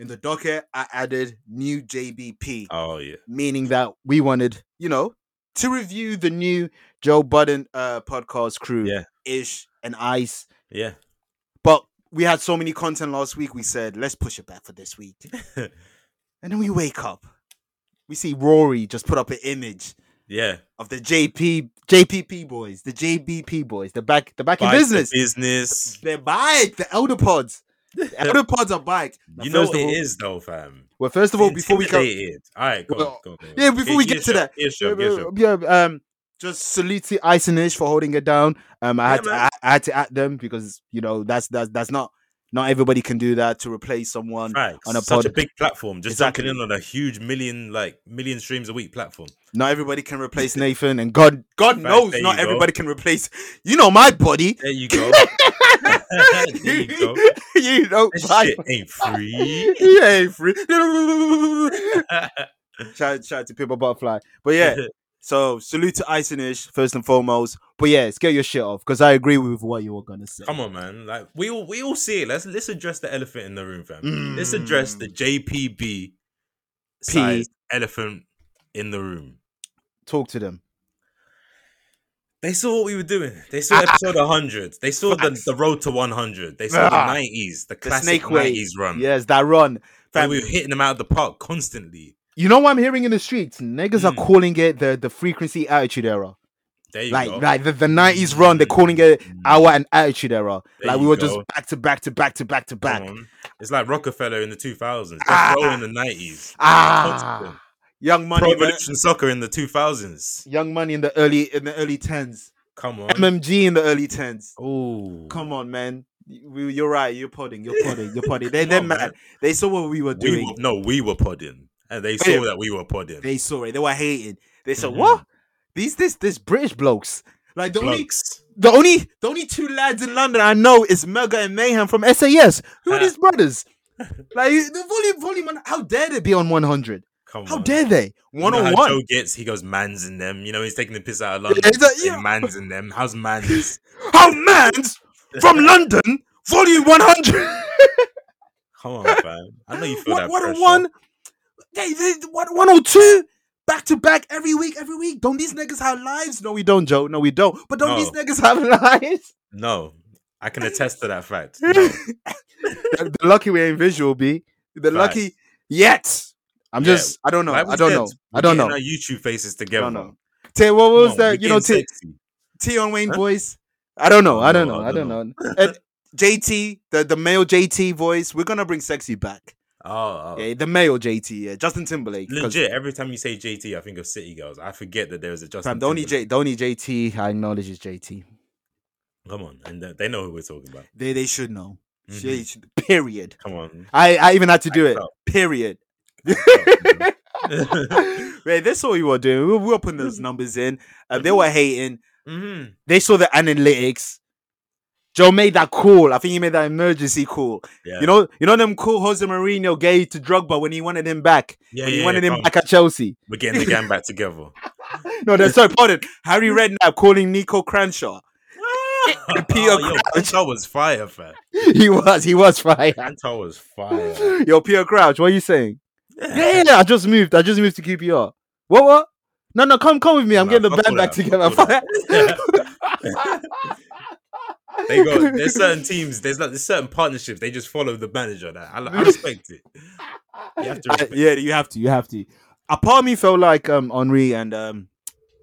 B: in the docket I added new JBP.
C: Oh yeah.
B: meaning that we wanted, you know, to review the new Joe Budden uh, podcast crew,
C: Yeah.
B: ish and ice.
C: Yeah.
B: But we had so many content last week. We said let's push it back for this week, and then we wake up, we see Rory just put up an image
C: Yeah.
B: of the JP JPP boys, the JBP boys, the back the back in
C: Bike to
B: business.
C: Business.
B: They're bike, the elder pods. The elder pods are bike. Now,
C: You know
B: first
C: what
B: of
C: it
B: all-
C: is though, fam.
B: Well, first of all, before we go,
C: All right, go on,
B: Well,
C: go on, go on.
B: yeah, before we
C: Gear
B: get to
C: shop,
B: that-
C: gear shop, gear shop.
B: yeah, um, just salute to Ice and Ish for holding it down. Um, I had
C: Yeah,
B: to,
C: man.
B: I, I had to at them because you know that's that's that's not not everybody can do that to replace someone.
C: Facts.
B: on a
C: Such a
B: pod.
C: big platform, just
B: Exactly.
C: dunking in on a huge million, like million streams a week platform.
B: Not everybody can replace Nathan, and God, God
C: Right,
B: knows,
C: there
B: not
C: you go.
B: everybody can replace. You know my body.
C: There you go. there you go.
B: you know
C: This
B: my.
C: shit ain't free.
B: He ain't free. shout, shout out to Pippa Butterfly, but yeah. So salute to Ice and Ish first and foremost. But yeah, let's get your shit off because I agree with what you were gonna say.
C: Come on, man. Like we all we all see it. Let's let's address the elephant in the room, fam. Let's
B: Mm.
C: address the JPB size elephant in the room.
B: Talk to them.
C: They saw what we were doing. They saw episode 100. They saw the,
B: Ah. Facts.
C: the road to 100. They saw
B: Ah.
C: the 90s, the
B: The
C: classic
B: snake way.
C: 90s run.
B: Yes, that run.
C: Fam,
B: Fam,
C: we were hitting them out of the park constantly.
B: You know what I'm hearing in the streets? Niggas are
C: Mm.
B: calling it the, the frequency attitude era.
C: There you
B: Like
C: go. Hmm.
B: like the, the 90s run, they're calling it our and attitude era.
C: There
B: like we
C: you
B: were
C: go.
B: just back to back to back to back to
C: Come
B: back.
C: on. It's like Rockefeller in the 2000s, Death
B: Ah.
C: Row in the 90s,
B: Ah,
C: Constant.
B: young money,
C: Pro
B: in the-
C: Evolution Soccer in the 2000s.
B: young money in the early in the early tens.
C: Come on.
B: MMG in the early tens.
C: Oh,
B: Come on, man. You- You're right. You're podding. You're podding. You're podding. They
C: Come
B: they're
C: on,
B: mad.
C: man.
B: They saw what we were
C: We
B: doing.
C: were, no, we were podding, and they saw
B: Yeah.
C: that we were podding.
B: They saw it. They were hating. They said,
C: Mhm.
B: "What? These this this British blokes." Like the only
C: Blokes.
B: The only the only two lads in London I know is Mega and Mayhem from SAS. Who are these brothers? Like the volume, volume. on- How dare they be on one hundred?
C: Come
B: How
C: on.
B: dare they?
C: You know
B: One on
C: how
B: one.
C: Joe gets, he goes, man's in them. You know, he's taking the piss out of London.
B: Is that-
C: saying
B: yeah.
C: Man's in them. How's man's?
B: How man's from London? Volume one hundred.
C: Come on, fam. I know you feel
B: One
C: that
B: one
C: pressure.
B: on one. They they one one on two. Back to back every week, every week. Don't these niggas have lives? No, we don't, Joe. No, we don't. But don't these
C: No.
B: niggas have lives?
C: No, I can attest to that fact. No.
B: They're they're lucky we ain't visual, B. They're
C: Facts.
B: lucky yet. I'm
C: Yeah,
B: just. I don't know.
C: Like we
B: I don't
C: said,
B: know. I
C: we're
B: don't
C: getting
B: know.
C: Our YouTube faces together.
B: don't know. Tay, what was
C: Come on, we're
B: that? You know,
C: getting
B: Tay,
C: sexy.
B: T on Wayne
C: Huh? Oh,
B: voice. I don't know. I don't know. I don't
C: know.
B: know. And JT, the, the male JT voice. We're gonna bring sexy back.
C: Oh, oh.
B: Yeah, the male JT. Yeah, Justin Timberlake. 'cause,
C: legit. Every time you say JT, I think of City Girls. I forget that there is a Justin.
B: fam, the only
C: Timberlake.
B: J, the only JT I acknowledge is JT.
C: Come on, and uh, they- they know who we're talking about.
B: They they should know.
C: Mhm.
B: They should- period.
C: Come on.
B: Mm-hmm. I I even had to do
C: Act
B: it.
C: up.
B: Period. Wait, they saw what you were doing. We were, we were putting those numbers in. Uh, they were hating.
C: Mhm.
B: They saw the analytics. Joe made that call. I think he made that emergency call.
C: Yeah.
B: You know, you know them cool Jose Mourinho gave to Drogba when he wanted him back.
C: yeah,
B: when
C: yeah,
B: he wanted
C: yeah,
B: him
C: come
B: back at Chelsea.
C: on. We're getting the gang back together.
B: No, that's so important. Harry Redknapp calling Nico Cranshaw. The Peter
C: yo,
B: Crouch.
C: Antar was fire, fam.
B: he was, he was fire.
C: Antar was fire.
B: Yo, Peter Crouch, what are you saying? Yeah, yeah, yeah, I just moved. I just moved to QPR. What? What? No, no, come, come with me. I'm
C: Nah,
B: getting the
C: fuck
B: band
C: all
B: back
C: that,
B: together.
C: fuck They go.
B: got
C: There's certain teams. There's like there's certain partnerships. They just follow the manager. That I, I respect it. You have to
B: I-
C: respect.
B: yeah, you have to. You have to. A part of me felt like um Henri and um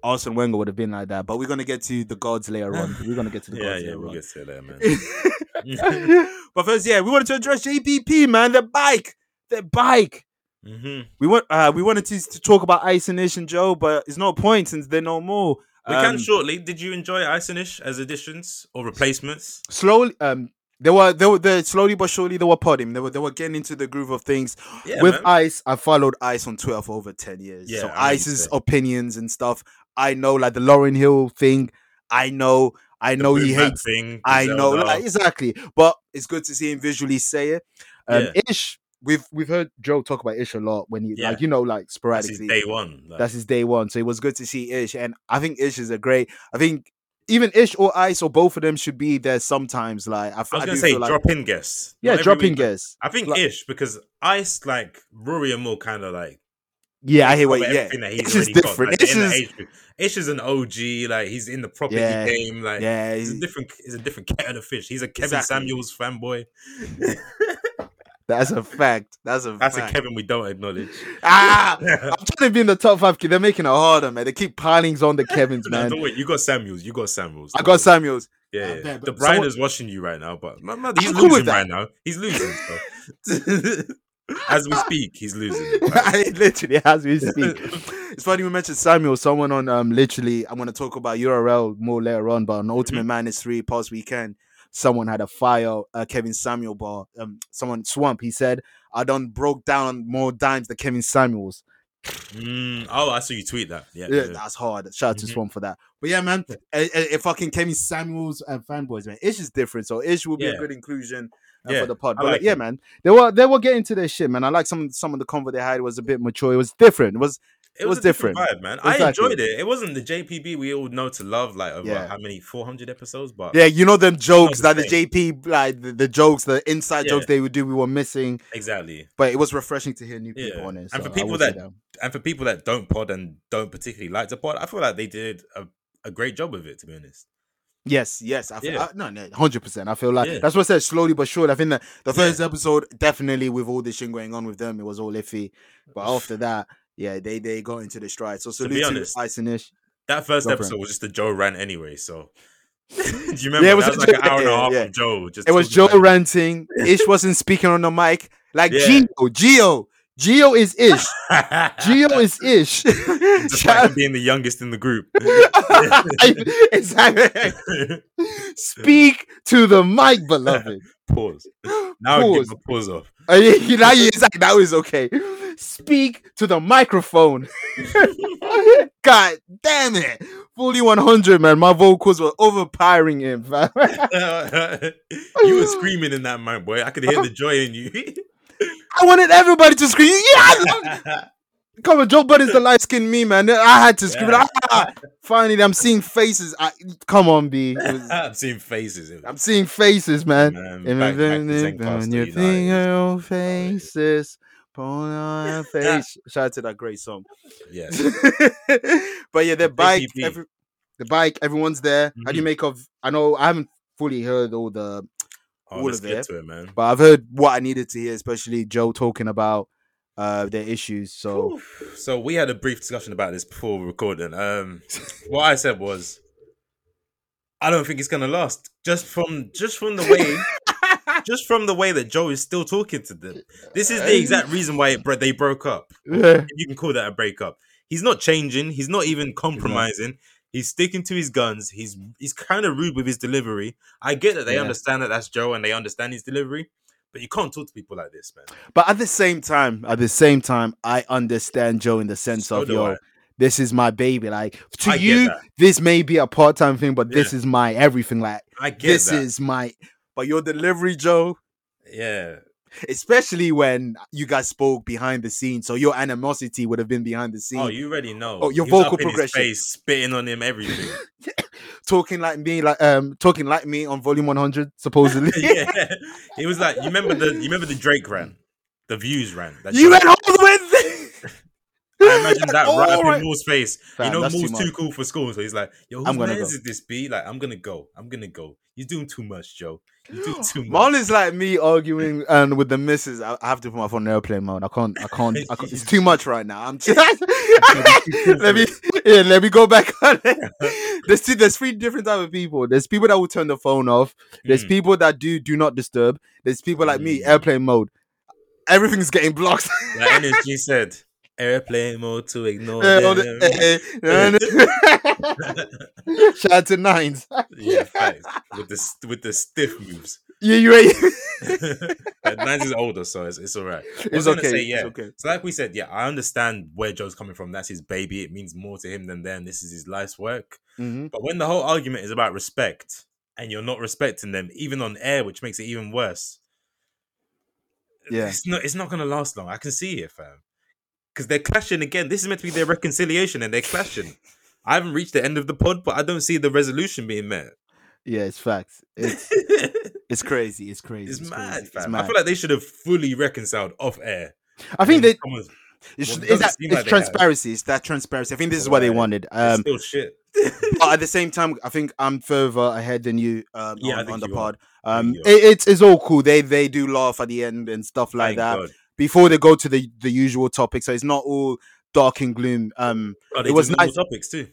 B: Arsene Wenger would have been like that, but we're gonna get to the gods later on. We're gonna get to the
C: Yeah,
B: gods
C: yeah,
B: later
C: we'll
B: on.
C: get to that, man.
B: but first, yeah, we wanted to address JPP, man. The bike, the bike.
C: hmm
B: We want, uh, we wanted to, to talk about Ice and Ish and Joe, but it's no point since they're no more.
C: We can
B: Um,
C: shortly. Did you enjoy Isonish as additions or replacements?
B: slowly. Um, they were, they were, they slowly but surely they were podding. They were, they were getting into the groove of things.
C: Yeah,
B: with
C: man.
B: Ice, I followed Ice on Twitter for over ten years.
C: Yeah,
B: so
C: I mean,
B: Ice's
C: same.
B: opinions and stuff, I know. Like the Lauren Hill thing, I know. I know he
C: Boom Bap
B: hates.
C: Thing,
B: I know
C: Griselda.
B: like, exactly. But it's good to see him visually say it. Um,
C: Yeah.
B: Ish, we've we've heard Joe talk about Ish a lot when he
C: Yeah.
B: like you know like
C: That's his
B: sporadically.
C: day one. Like,
B: That's his day one. So it was good to see Ish, and I think Ish is a great. I think. Even Ish or Ice or both of them should be there sometimes. Like I, f-
C: I was
B: I
C: gonna
B: do
C: say
B: feel like,
C: drop in guests.
B: yeah,
C: Not every
B: dropping
C: week, but
B: guests.
C: I think
B: Like-
C: ish because Ice like Rory and Will kind of like
B: Yeah, I hear what.
C: cover
B: Yeah,
C: everything that he's
B: Ish is
C: already got,
B: different.
C: like,
B: Ish
C: in the
B: is-
C: age group. Ish is an OG. Like he's in the property
B: Yeah.
C: game. Like
B: yeah,
C: He's a
B: he's-
C: different. He's a different cat of fish. He's a Kevin
B: Exactly.
C: Samuels fanboy.
B: That's a fact. That's a
C: That's a
B: fact.
C: Kevin we don't acknowledge.
B: ah,
C: no,
B: I'm trying to be in the top five. They're making it harder, man. They keep piling on the Kevin's, man.
C: don't worry. You got Samuels. You got Samuels.
B: I got Samuels.
C: Samuels. Yeah, yeah.
B: I bet,
C: the
B: but
C: Brian
B: someone-
C: is watching you right now, but my mother,
B: I'm
C: he's
B: cool with
C: losing
B: that.
C: right now. He's losing. So. As we speak, he's losing.
B: literally, as we speak. it's funny we mentioned Samuel. Someone on um, literally, I'm gonna talk about URL more later on, but on Ultimate Madness three past weekend, someone had a fire uh, Kevin Samuel bar. Um, someone Swamp. He said, "I done broke down more dimes than Kevin Samuels."
C: Mm, oh, I saw you tweet that. Yeah,
B: yeah,
C: yeah.
B: that's hard. Shout out to
C: Mhm.
B: Swamp for that. But yeah, man, it, fucking Kevin Samuels and fanboys, man. Ish is different, so Ish will be a
C: Yeah.
B: good inclusion uh,
C: Yeah,
B: for the pod.
C: I
B: But like,
C: like
B: yeah,
C: it.
B: man, they were they were getting to their shit, man. I like some some of the convo they had was a bit mature. It was different. It was
C: It was,
B: was
C: a different,
B: different.
C: vibe, man. I
B: Exactly.
C: enjoyed it. It wasn't the JPB we all know to love, like over
B: Yeah.
C: how many four hundred episodes, but
B: yeah, you know them jokes
C: the
B: that the
C: same.
B: JP like the, the jokes, the inside
C: Yeah.
B: jokes they would do we were missing.
C: exactly.
B: But it was refreshing to hear new people
C: Yeah.
B: on it.
C: And for
B: so I
C: people
B: will say
C: that And for people that don't pod and don't particularly like to pod, I feel like they did a, a great job with it. To be honest,
B: Yes, yes. I feel,
C: Yeah.
B: I- no, no, hundred percent. I feel like
C: Yeah.
B: that's what I said. Slowly but surely. I think that the
C: Yeah.
B: first episode definitely with all this shit going on with them, it was all iffy. But after that, yeah, they they got into the stride. So
C: be
B: salute to,
C: honest,
B: Ice and Ish.
C: that first
B: Go for it.
C: episode was just a Joe rant anyway. So do you remember?
B: it
C: it
B: was a
C: was that was like an
B: Joe-
C: hour and a
B: yeah,
C: half
B: yeah.
C: of Joe. Just
B: It was
C: talking
B: Joe
C: about-
B: ranting. Ish wasn't speaking on the mic like
C: Yeah.
B: Geo. Geo. Geo is Ish. Geo is Ish.
C: Despite
B: Shout
C: him being the youngest in the group.
B: out- exactly. Speak to the mic, beloved.
C: pause. Now I'll
B: Pause.
C: give my pause off.
B: Uh, yeah, you know, you- it's like, now it's okay. Speak to the microphone. God damn it. Fully 100, man. My vocals were overpowering him, fam.
C: you were screaming in that man, boy. I could hear the joy in you.
B: I wanted everybody to scream. Yeah, I love- come on. Joe Budden's the light skinned me, man. I had to scream.
C: Yeah.
B: "Ah!" Finally, I'm seeing faces. I, come on, B. It was-
C: I'm seeing faces. It was-
B: I'm seeing faces, man.
C: man,
B: And
C: back- back to
B: everything
C: Zencastr
B: on your
C: United.
B: finger, your faces. Upon our face. Shout out to that great song.
C: Yeah.
B: but yeah, their
C: The Mm-hmm.
B: bike,
C: JPP.
B: every, the bike, everyone's there. How do you make of? I know I haven't fully heard all the,
C: Oh,
B: All
C: let's
B: of
C: get
B: it.
C: to it, man.
B: but I've heard what I needed to hear, especially Joe talking about uh their issues. So
C: Oof. So we had a brief discussion about this before recording. Um, what I said was, I don't think it's gonna last. Just from just from the way, just from the way that Joe is still talking to them. This is the exact reason why it, bro- they broke up.
B: yeah,
C: If you can call that a breakup. He's not changing. He's not even compromising. He's sticking to his guns. He's he's kind of rude with his delivery. I get that they
B: Yeah.
C: understand that that's Joe and they understand his delivery, but you can't talk to people like this, man.
B: but at the same time, at the same time, I understand Joe in the sense
C: So
B: of
C: do
B: yo.
C: I.
B: This is my baby. Like to
C: I get
B: you,
C: that.
B: this may be a part-time thing, but this is my everything. Like
C: I get
B: this
C: that.
B: is my. But your delivery, Joe,
C: yeah.
B: especially when you guys spoke behind the scenes. So your animosity would have been behind the scenes.
C: Oh, you already know.
B: Oh, your
C: He was
B: vocal
C: up in his
B: progression.
C: face, spitting on him, everything.
B: talking like me, like um talking like me on volume 100, supposedly.
C: yeah, it was like you remember the you remember the Drake ran, the views ran. That
B: you
C: shit?
B: went home with.
C: I imagine that
B: All
C: right up
B: right.
C: in Moore's face.
B: Fam,
C: you know
B: that's too
C: Moore's too,
B: much.
C: cool for school, so he's like, "Yo, whose
B: I'm gonna
C: man
B: go.
C: is this be? Like, I'm gonna go. I'm gonna go. You're doing too much, Joe. You're doing too much."
B: Mine is like me arguing and with the missus. I, I have to put my phone in airplane mode. I can't. I can't. I can't it's too much right now. I'm just. let me. Yeah, let me go back on it. There's two, there's three different type of people. There's people that will turn the phone off. There's
C: Mm.
B: people that do do not disturb. There's people like me,
C: Mm.
B: airplane mode. Everything's getting blocked.
C: Like NSG said, airplane mode to ignore.
B: Eh, all
C: them."
B: the- eh, eh. Shout out to nines.
C: yeah, facts. with the st- with the stiff moves.
B: Yeah, you ain't.
C: But Nines is older, so it's, it's all right. I was
B: It's
C: gonna
B: okay.
C: say, yeah.
B: It's okay.
C: So, like we said, yeah, I understand where Joe's coming from. That's his baby. It means more to him than them. This is his life's work.
B: hmm
C: But when the whole argument is about respect and you're not respecting them, even on air, which makes it even worse,
B: Yeah.
C: it's not it's not gonna last long. I can see it, fam. Because they're clashing again. This is meant to be their reconciliation, and they're clashing. I haven't reached the end of the pod, but I don't see the resolution being met.
B: Yeah, it's facts. It's it's
C: it's
B: crazy. It's crazy.
C: mad,
B: crazy,
C: fam. I feel like they should have fully reconciled off air.
B: I think
C: And
B: they
C: then come with-
B: it's,
C: Well,
B: it's,
C: it doesn't
B: that, it's
C: seem like they have.
B: transparency. It's that transparency. I think this is what they
C: Right.
B: wanted.
C: it's
B: Um,
C: still shit.
B: but at the same time, I think I'm further ahead than you. Um,
C: Yeah, I
B: on,
C: think
B: on the
C: you are.
B: pod.
C: I
B: Um,
C: think you
B: it, it's it's all cool. They they do laugh at the end and stuff like
C: Thank
B: that
C: God.
B: before they go to the the usual topic. So it's not all dark and gloom. Um,
C: Oh,
B: It
C: they
B: was
C: was nice
B: nice-
C: topics too.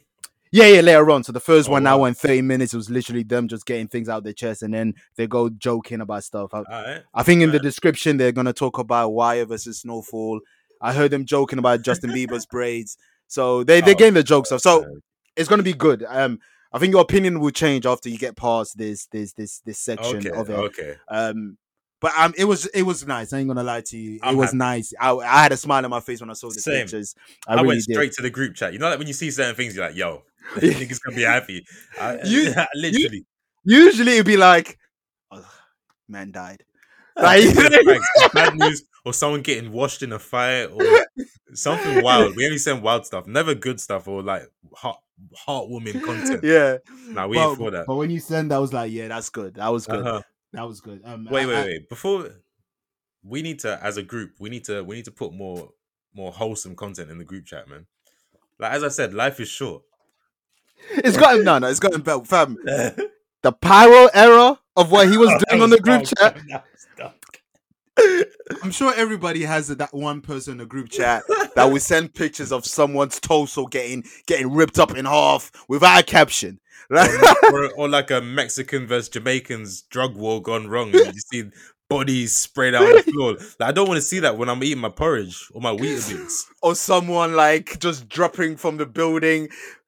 B: yeah, yeah. Later on, so the first
C: Oh,
B: one
C: wow.
B: hour and thirty minutes was literally them just getting things out their chest, and then they go joking about stuff. I,
C: All right.
B: I think in the description they're gonna talk about Wire versus Snowfall. I heard them joking about Justin Bieber's braids, so they they're
C: Oh,
B: getting the jokes off. So
C: man.
B: it's gonna be good. Um, I think your opinion will change after you get past this this this this section
C: Okay.
B: of it.
C: Okay.
B: Um, but um, it was it was nice. I ain't gonna lie to you. It
C: I'm
B: was
C: happy.
B: nice. I, I had a smile on my face when I saw the
C: Same.
B: pictures. I,
C: I,
B: really
C: went
B: did.
C: straight to the group chat. You know, like when you see certain things, you're like, "Yo, niggas gonna be happy." I,
B: You-
C: literally.
B: Usually it'd be like, oh, man died. Like,
C: like bad news or someone getting washed in a fire or something wild. We only send wild stuff, never good stuff or like heart heartwarming content.
B: yeah.
C: Now we
B: but,
C: ain't for that.
B: but when you send, I was like, yeah, that's good. That was good.
C: Uh-huh.
B: That was good. Um,
C: Wait,
B: I-
C: wait,
B: I-
C: wait. Before we need to, as a group, we need to we need to put more more wholesome content in the group chat, man. Like as I said, life is short.
B: It's gotten no, no. It's gotten better, fam. The pyro era of what he was doing on the group chat. I'm sure everybody has that one person in the group chat that will send pictures of someone's torso getting getting ripped up in half without a caption.
C: Oh,
B: Like,
C: or, or like a Mexican versus Jamaicans drug war gone wrong, and you just see bodies sprayed out on the floor. Like, I don't want to see that when I'm eating my porridge or my Weetabix.
B: or someone like just dropping from the building.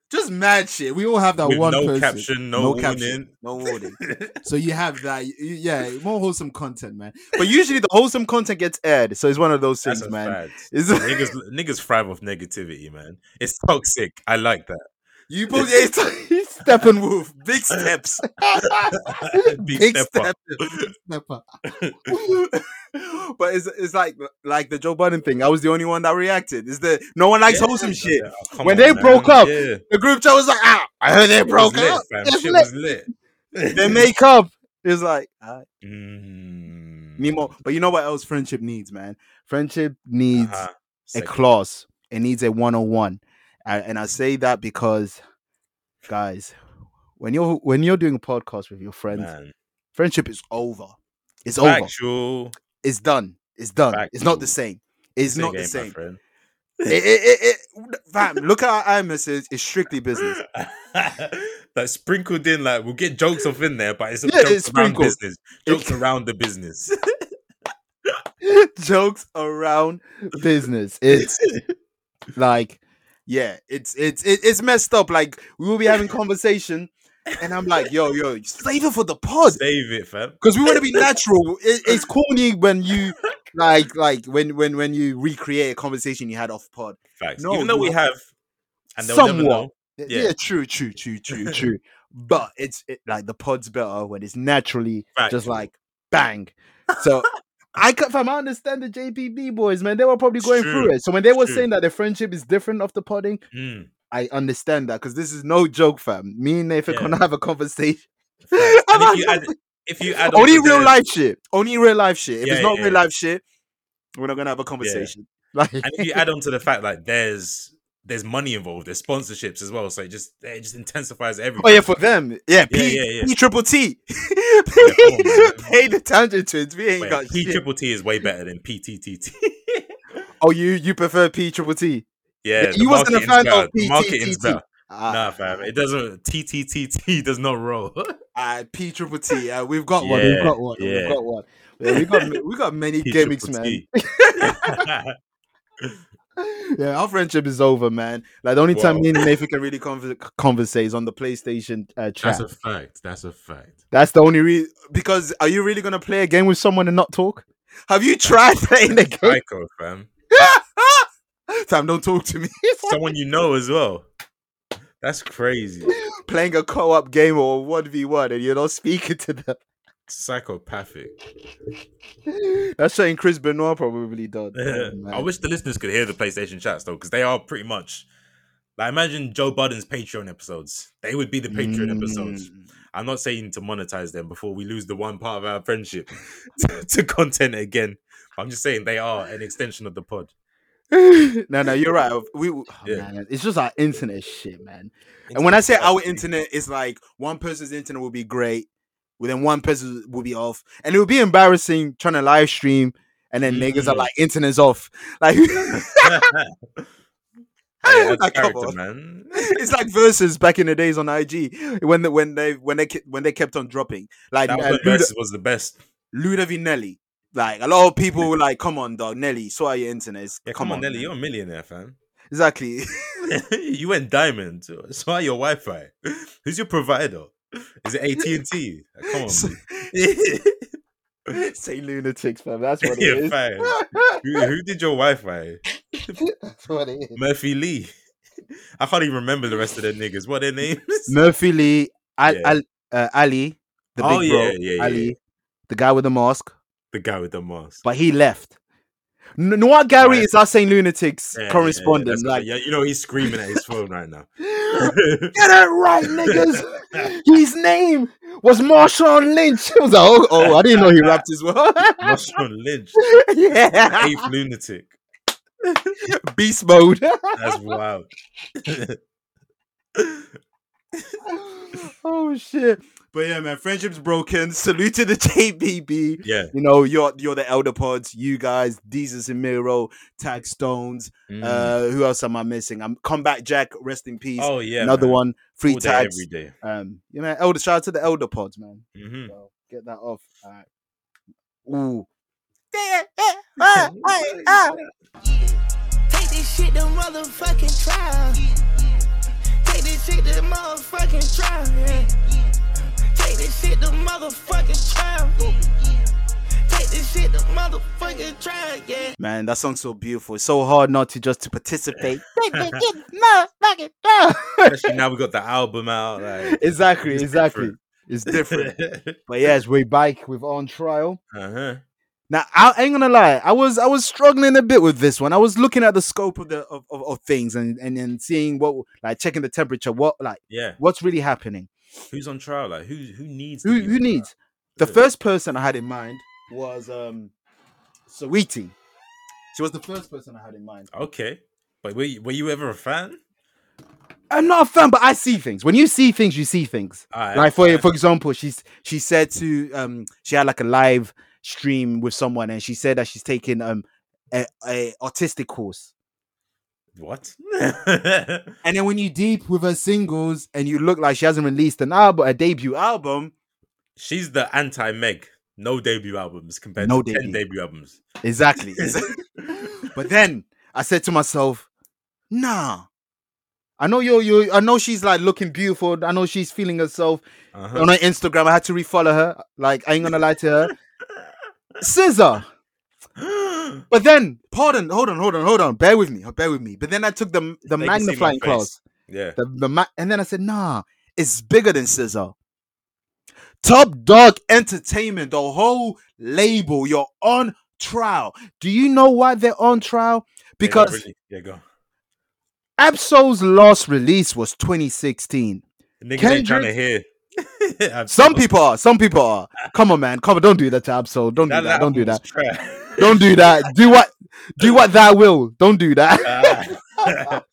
B: Just mad shit. We all have that
C: With
B: one
C: no
B: person.
C: caption, no, warning.
B: no warning. so you have that. y- Yeah, more wholesome content, man. But usually the wholesome content gets aired, so it's one of those
C: That's
B: things,
C: a
B: man.
C: fact.
B: It's,
C: niggas, niggas thrive off negativity, man. It's toxic. I like that.
B: you put it's, it's Steppenwolf, big steps.
C: Big,
B: Big
C: step, up.
B: Never. but it's, it's like like the Joe Budden thing. I was the only one that reacted. Is the no one likes
C: Yeah,
B: wholesome
C: yeah,
B: shit.
C: yeah. Come
B: When they broke up,
C: yeah.
B: The group chat was like, ah, I heard they
C: It was
B: broke
C: lit,
B: up.
C: fam.
B: It's
C: Shit
B: lit.
C: was lit.
B: They make up. It's like ah,
C: Mm.
B: need more. But you know what else friendship needs, man? Friendship needs
C: Uh-huh.
B: a
C: Second.
B: class. It needs a one on one. And I say that because guys, when you're when you're doing a podcast with your friends,
C: Man.
B: friendship is over. It's over.
C: Factual.
B: It's done. It's done. It's not the
C: Factual.
B: same. It's not the
C: Same
B: same.
C: game, my friend.
B: it, it, it, it, fam, look at our iMessage. It's strictly business.
C: like sprinkled in, like we'll get jokes off in there, but it's
B: Yeah,
C: jokes
B: it's
C: around
B: sprinkled.
C: business. Jokes around the business.
B: Jokes around business. It's like, yeah, it's it's it, it's messed up. Like we will be having conversation, and I'm like, yo, yo, save it for the pod
C: Save it, fam.
B: because we want to be natural. It, it's corny when you like like when when when you recreate a conversation you had off pod.
C: Facts.
B: No,
C: Even though we
B: no.
C: have, and they'll never
B: Somewhat.
C: know.
B: Yeah,
C: Yeah.
B: true, true, true, true, true. but it's it, like the pod's better when it's naturally just
C: Factual.
B: like bang. So I can fam, I understand the JPB boys, man. They were probably
C: It's
B: going through
C: true.
B: it. So when they were
C: It's true.
B: saying that the friendship is different off the podding,
C: Mm.
B: I understand that because this is no joke, fam. Me and Nathan
C: Yeah.
B: gonna have a conversation.
C: Facts. And
B: About
C: if you add, if you add
B: Only
C: on to
B: real
C: the-
B: life shit. Only real life shit. If
C: Yeah,
B: it's not
C: yeah,
B: real
C: yeah.
B: life shit, we're not gonna have a conversation. Like,
C: and if you add on to the fact like there's there's money involved, there's sponsorships as well, so it just it just intensifies everything.
B: oh yeah, for them, yeah, P,
C: yeah, yeah.
B: P triple T.
C: oh my God.
B: Pay the tangent twins. We ain't
C: Wait,
B: got
C: P
B: shit.
C: triple T is way better than PTTT.
B: Oh, you you prefer P triple T?
C: yeah,
B: you wasn't a
C: marketing's
B: fan of
C: better. The Marketing's
B: PTTT.
C: better.
B: Ah,
C: Nah, fam, it doesn't. TTTT does not roll.
B: ah, P triple T. Uh, we've got one. We've
C: Yeah,
B: got one. We've
C: yeah.
B: got one. Yeah, we got we got many gimmicks, man.
C: man.
B: yeah, our friendship is over, man. Like the only time
C: Wow.
B: me and Nathan can really conver- conversate is on the PlayStation uh, chat.
C: That's a
B: That's,
C: fact. That's a fact.
B: the only reason. Because are you really gonna play a game with someone and not talk? Have you tried playing a game?
C: Psycho, fam.
B: Sam, don't talk to me.
C: Someone you know as well. That's crazy.
B: playing a co-op game or one v one, and you're not speaking to them.
C: Psychopathic.
B: That's something Chris Benoit probably done. Oh,
C: I wish the listeners could hear the PlayStation chats though, because they are pretty much like imagine Joe Budden's Patreon episodes. They would be the Patreon
B: Mm.
C: episodes. I'm not saying to monetize them before we lose the one part of our friendship to, to content again. I'm just saying they are an extension of the pod.
B: Mm. no, no, you're right. We, oh,
C: Yeah.
B: man, it's just our internet shit, man. And when I say our internet, it's like one person's internet will be great, well, then one person will be off, and it would be embarrassing trying to live stream, and then niggas are
C: Mm.
B: like, internet's off. Like,
C: Hey, that's
B: Like, come
C: character,
B: on.
C: man.
B: it's like versus back in the days on IG when the, when they when they ke- when they kept on dropping. Like
C: That was,
B: uh,
C: the
B: Luda,
C: best, was the best.
B: Luda Vinelli. Like a lot of people were like, "Come on, dog, Nelly, so are your internet? It's-
C: Yeah, come, on, Nelly,
B: man."
C: you're a millionaire, fam.
B: Exactly.
C: you went diamond. So are your Wi-Fi. Who's your provider? Is it AT and T? Come on,
B: So-
C: man.
B: Say lunatics, man. That's what it
C: Yeah,
B: is.
C: fine. who, who did your Wi-Fi?
B: That's what it is.
C: Murphy Lee. I can't even remember the rest of their niggas. What are their names?
B: Murphy Lee, Al,
C: Yeah.
B: Al, uh, Ali, the
C: Oh,
B: big bro,
C: yeah, yeah, yeah,
B: Ali,
C: yeah.
B: the guy with the mask,
C: the guy with the mask.
B: but he left. N- Noir Gary
C: Right.
B: is our St. Lunatics
C: Yeah, yeah, yeah,
B: correspondent.
C: that's
B: like,
C: correct. yeah, you know he's screaming at his phone right now.
B: get it right, niggas. His name was Marshawn Lynch. I was like, oh, oh, I didn't know he rapped as well.
C: Marshawn Lynch,
B: yeah,
C: eighth lunatic.
B: beast mode.
C: That's wild.
B: oh shit! But yeah, man, friendship's broken. Salute to the JBB.
C: Yeah.
B: You know, you're you're the elder pods. You guys, Jesus and Miro, Tag Stones.
C: Mm.
B: Uh, who else am I missing? I'm Combat Jack. Rest in peace.
C: oh yeah,
B: Another
C: man.
B: one. Free
C: All day,
B: tags.
C: every day.
B: Um, you know, elder shout out to the elder pods, man.
C: Mhm.
B: So get that off. All right. Ooh.
D: Take this shit to motherfucking trial. Take this shit to motherfucking trial. yeah. Take this shit to motherfucking trial. Take this shit to motherfucking trial, yeah.
B: Man, that song's so beautiful. It's so hard not to just to participate.
C: Especially now we got the album out. Like,
B: exactly,
C: It's
B: exactly.
C: different.
B: It's different. But yes, we bike with on trial.
C: uh-huh.
B: Now I ain't gonna lie, I was I was struggling a bit with this one. I was looking at the scope of the of, of, of things and, and and seeing what like checking the temperature, what like
C: Yeah,
B: what's really happening.
C: who's on trial? Like, who who needs? to
B: Who
C: be
B: who
C: on
B: needs? The first person I had in mind was um Sawiti. She was the first person I had in mind.
C: trial? Okay, but were you, were you ever a fan?
B: I'm not a fan, but I see things. When you see things, you see things.
C: All right,
B: Like for
C: fine.
B: for example, she's she said to um she had like a live stream with someone and she said that she's taking um a, a autistic course.
C: what?
B: And then when you deep with her singles and you look like she hasn't released an album, a debut album,
C: She's the anti Meg. No debut albums compared
B: No
C: to
B: debut.
C: ten debut albums.
B: exactly. but then I said to myself, nah. I know you're you I know she's like looking beautiful. I know she's feeling herself.
C: Uh-huh.
B: On her Instagram, I had to refollow her. Like I ain't gonna lie to her. Scissor. But then, pardon, hold on, hold on, hold on. Bear with me, oh, bear with me. But then I took the the
C: They can see my
B: magnifying
C: face.
B: glass,
C: yeah.
B: the, the ma- and then I said, nah, it's bigger than Scissor. Top Dog Entertainment, the whole label, you're on trial. Do you know why they're on trial?
C: They don't
B: Because
C: really- yeah, go.
B: Absol's last release was 2016.
C: Niggas ain't
B: Kendrick-
C: trying to hear. Absol.
B: Some people are. Some people are. Come on, man. Come on. Don't do that to Absol. Don't do that.
C: album
B: Don't do
C: was
B: that.
C: trash.
B: Don't do that. Do what? Do what thou will. Don't do that.
C: Ah.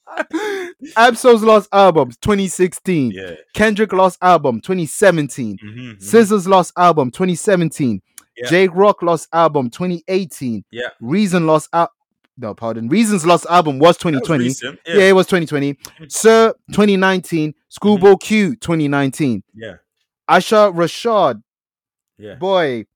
B: Absol's last album, 2016.
C: yeah.
B: Kendrick last album, 2017.
C: Mhm, mhm.
B: Scissors last album 2017.
C: Yeah.
B: Jake Rock lost album 2018.
C: Yeah.
B: Reason lost out. no, pardon. Reason's lost album was
C: That was
B: 2020.
C: recent. Mm-hmm.
B: yeah. it was 2020. Sir 2019. Schoolboy Q 2019.
C: Yeah.
B: Asha Rashad
C: Yeah.
B: boy.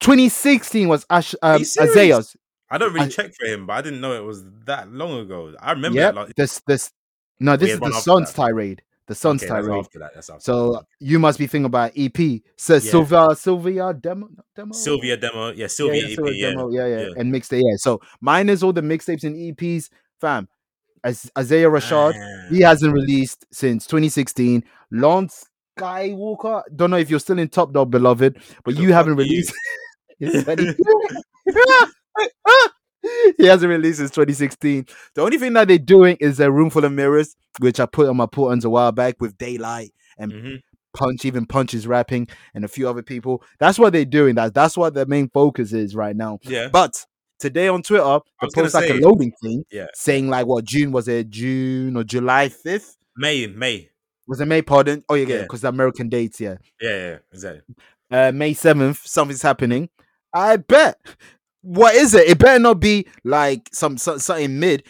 B: 2016 was Ash um,
C: you serious?
B: Isaiah's.
C: I don't really
B: I-
C: check for him, but I didn't know it was that long ago. I remember
B: Yeah.
C: that. Like,
B: This this no, this
C: Yeah,
B: is
C: one
B: the
C: after
B: Suns
C: that.
B: tirade. The Suns
C: okay, that's
B: tirade.
C: after that. That's after
B: So uh,
C: that.
B: you must be thinking about E EP. Says
C: Yeah.
B: Sylvia Sylvia demo demo
C: Sylvia demo. Yeah,
B: yeah,
C: Sylvia
B: yeah,
C: EP.
B: still a
C: yeah.
B: demo, yeah, yeah,
C: yeah.
B: and mixtape. Yeah, so mine is all the mixtapes and EPs, fam. As Isaiah Rashad, he
C: Ah.
B: hasn't released since 2016. Lance Skywalker, don't know if you're still in top dog, beloved, but
C: Who the
B: you
C: fuck
B: haven't
C: are you?
B: released. It's funny. he hasn't released since 2016. The only thing that they're doing is a room full of mirrors, which I put on my portons a while back with daylight
C: Mhm.
B: punch even punch is rapping and a few other people that's what they're doing that that's what their main focus is right now
C: Yeah.
B: but today on twitter the
C: was gonna
B: post like a
C: say-
B: loading thing
C: Yeah.
B: saying like what june was it june or july 5th
C: May. May.
B: was it may pardon oh yeah
C: Yeah.
B: because the american dates yeah
C: Yeah, yeah, exactly.
B: uh may 7th something's happening i bet what is it it better not be like some, some something mid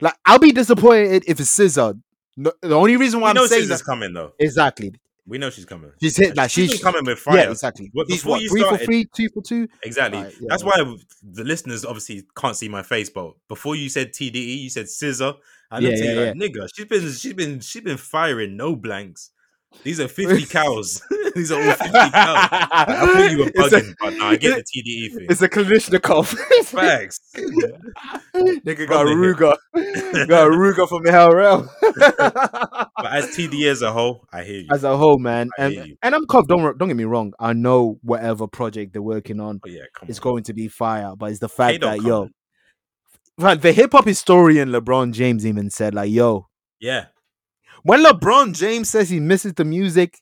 B: like i'll be disappointed if it's scissor no, the only reason why
C: we know
B: i'm saying
C: she's
B: that
C: coming though.
B: exactly
C: We know she's coming.
B: she's hit like she's,
C: been coming with fire.
B: yeah exactly
C: What-
B: She's
C: before
B: what,
C: you
B: three for
C: started-
B: three two for two
C: Exactly.
B: Right, yeah.
C: That's why the listeners obviously can't see my face, but before you said TDE, you said Scissor.
B: Yeah,
C: I looked at you
B: yeah,
C: like nigga. She's been she's been she's been firing no blanks. These are fifty cows. These are all fifty cows. Like, I thought you were
B: It's a-
C: bugging, but nah, I get the E TDE thing.
B: It's a conditioner cough.
C: Facts.
B: Nigga got
C: Brother here.
B: Ruger. got Ruger from the LRL.
C: But as TDE as a whole, I hear you.
B: As a whole, man.
C: I hear
B: And,
C: you.
B: and I'm cough. Don't, wor- don't get me wrong. I know whatever project they're working on
C: oh, yeah, come
B: is
C: on.
B: going to be fire, but it's the
C: They
B: fact
C: don't
B: that,
C: come
B: yo,
C: in.
B: right, the hip hop historian LeBron James even said, like, yo,
C: Yeah,
B: when LeBron James says he misses the music,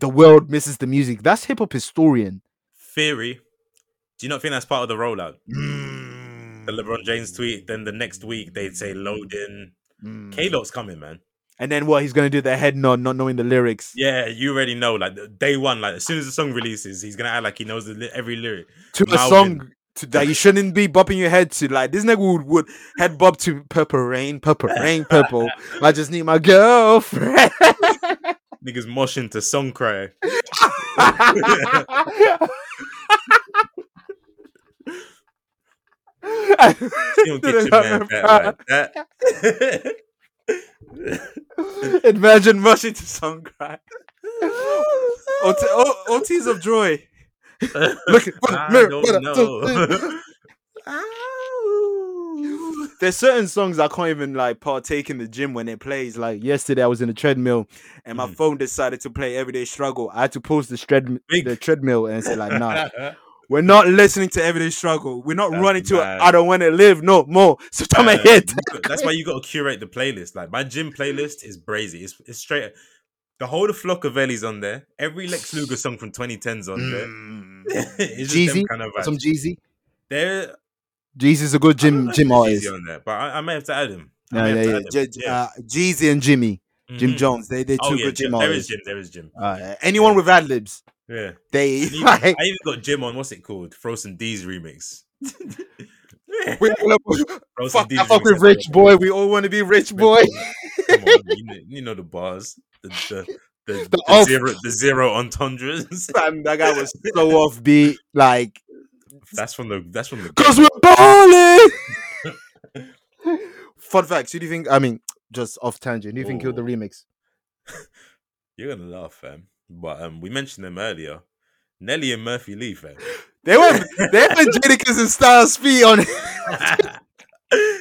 B: the world misses the music. That's hip hop historian.
C: theory. Do you not think that's part of the rollout? The LeBron James tweet. Then the next week they'd say loading.
B: Mm.
C: K Lot's coming, man.
B: And then what? He's gonna do the head nod, not knowing the lyrics.
C: Yeah, you already know. Like the- day one, like as soon as the song releases, he's gonna act like he knows the, li- every lyric.
B: to a
C: Malvin.
B: song to, that you shouldn't be bopping your head to. Like this nigga would, would head bob to "Purple Rain," "Purple Rain," "Purple." I just need my girlfriend.
C: Niggas moshing to song cry. You don't get your man back like that.
B: Imagine rushing to song cry. Ot- O- Otis of Joy. Look, at-
C: I
B: mirror, uh,
C: don't
B: mirror, two, three.
C: know.
B: There's certain songs I can't even like partake in the gym when it plays. Like yesterday, I was in the treadmill and my
C: Mhm.
B: phone decided to play "Everyday Struggle." I had to pause the, shred-
C: Big.
B: the treadmill and say, "Like, nah, we're not listening to Everyday Struggle. We're not
C: That's
B: running to.
C: mad.
B: I don't want to live no more. So tell my
C: Uh,
B: head.
C: you got- That's why you got to curate the playlist. Like my gym playlist is brazy. It's, it's straight. The whole of Flock of Elli's on there. Every Lex Luger song from 2010s on there. it's just
B: Mm. Jeezy,
C: them kind of
B: Some
C: vibes.
B: Jeezy.
C: There,
B: Jeezy's a good
C: I
B: gym
C: don't know if
B: gym
C: there's
B: artist.
C: Jeezy on there, but I, I may have to add him. I
B: Yeah,
C: may
B: yeah,
C: have
B: yeah.
C: to add him.
B: Je- Je-
C: Yeah.
B: uh, Jeezy and Jimmy, Jim
C: Mhm.
B: Jones. They they two
C: Oh yeah,
B: good
C: Jim.
B: gym
C: There is
B: artists.
C: Jim. There is Jim.
B: Uh, anyone with ad libs,
C: Yeah.
B: they
C: I even,
B: like,
C: I even got Jim on what's it called? Frozen D's remix.
B: we,
C: Frozen
B: fuck,
C: D's
B: I fuck with
C: remix has a lot
B: Rich
C: of-
B: Boy. We all want to be Rich Boy.
C: Come on, you, know, you know the bars. The the, the, the,
B: off-
C: zero the zero entendres.
B: Fam, that guy was so offbeat, like
C: That's from the that's from the
B: cause we're balling. Fun facts. Who do you think? I mean, just off tangent. Who do you think killed the
C: Ooh.
B: remix?
C: You're gonna laugh, fam. But um we mentioned them earlier. Nelly and Murphy Lee, fam.
B: They were they were Jadakiss and Styles feet on.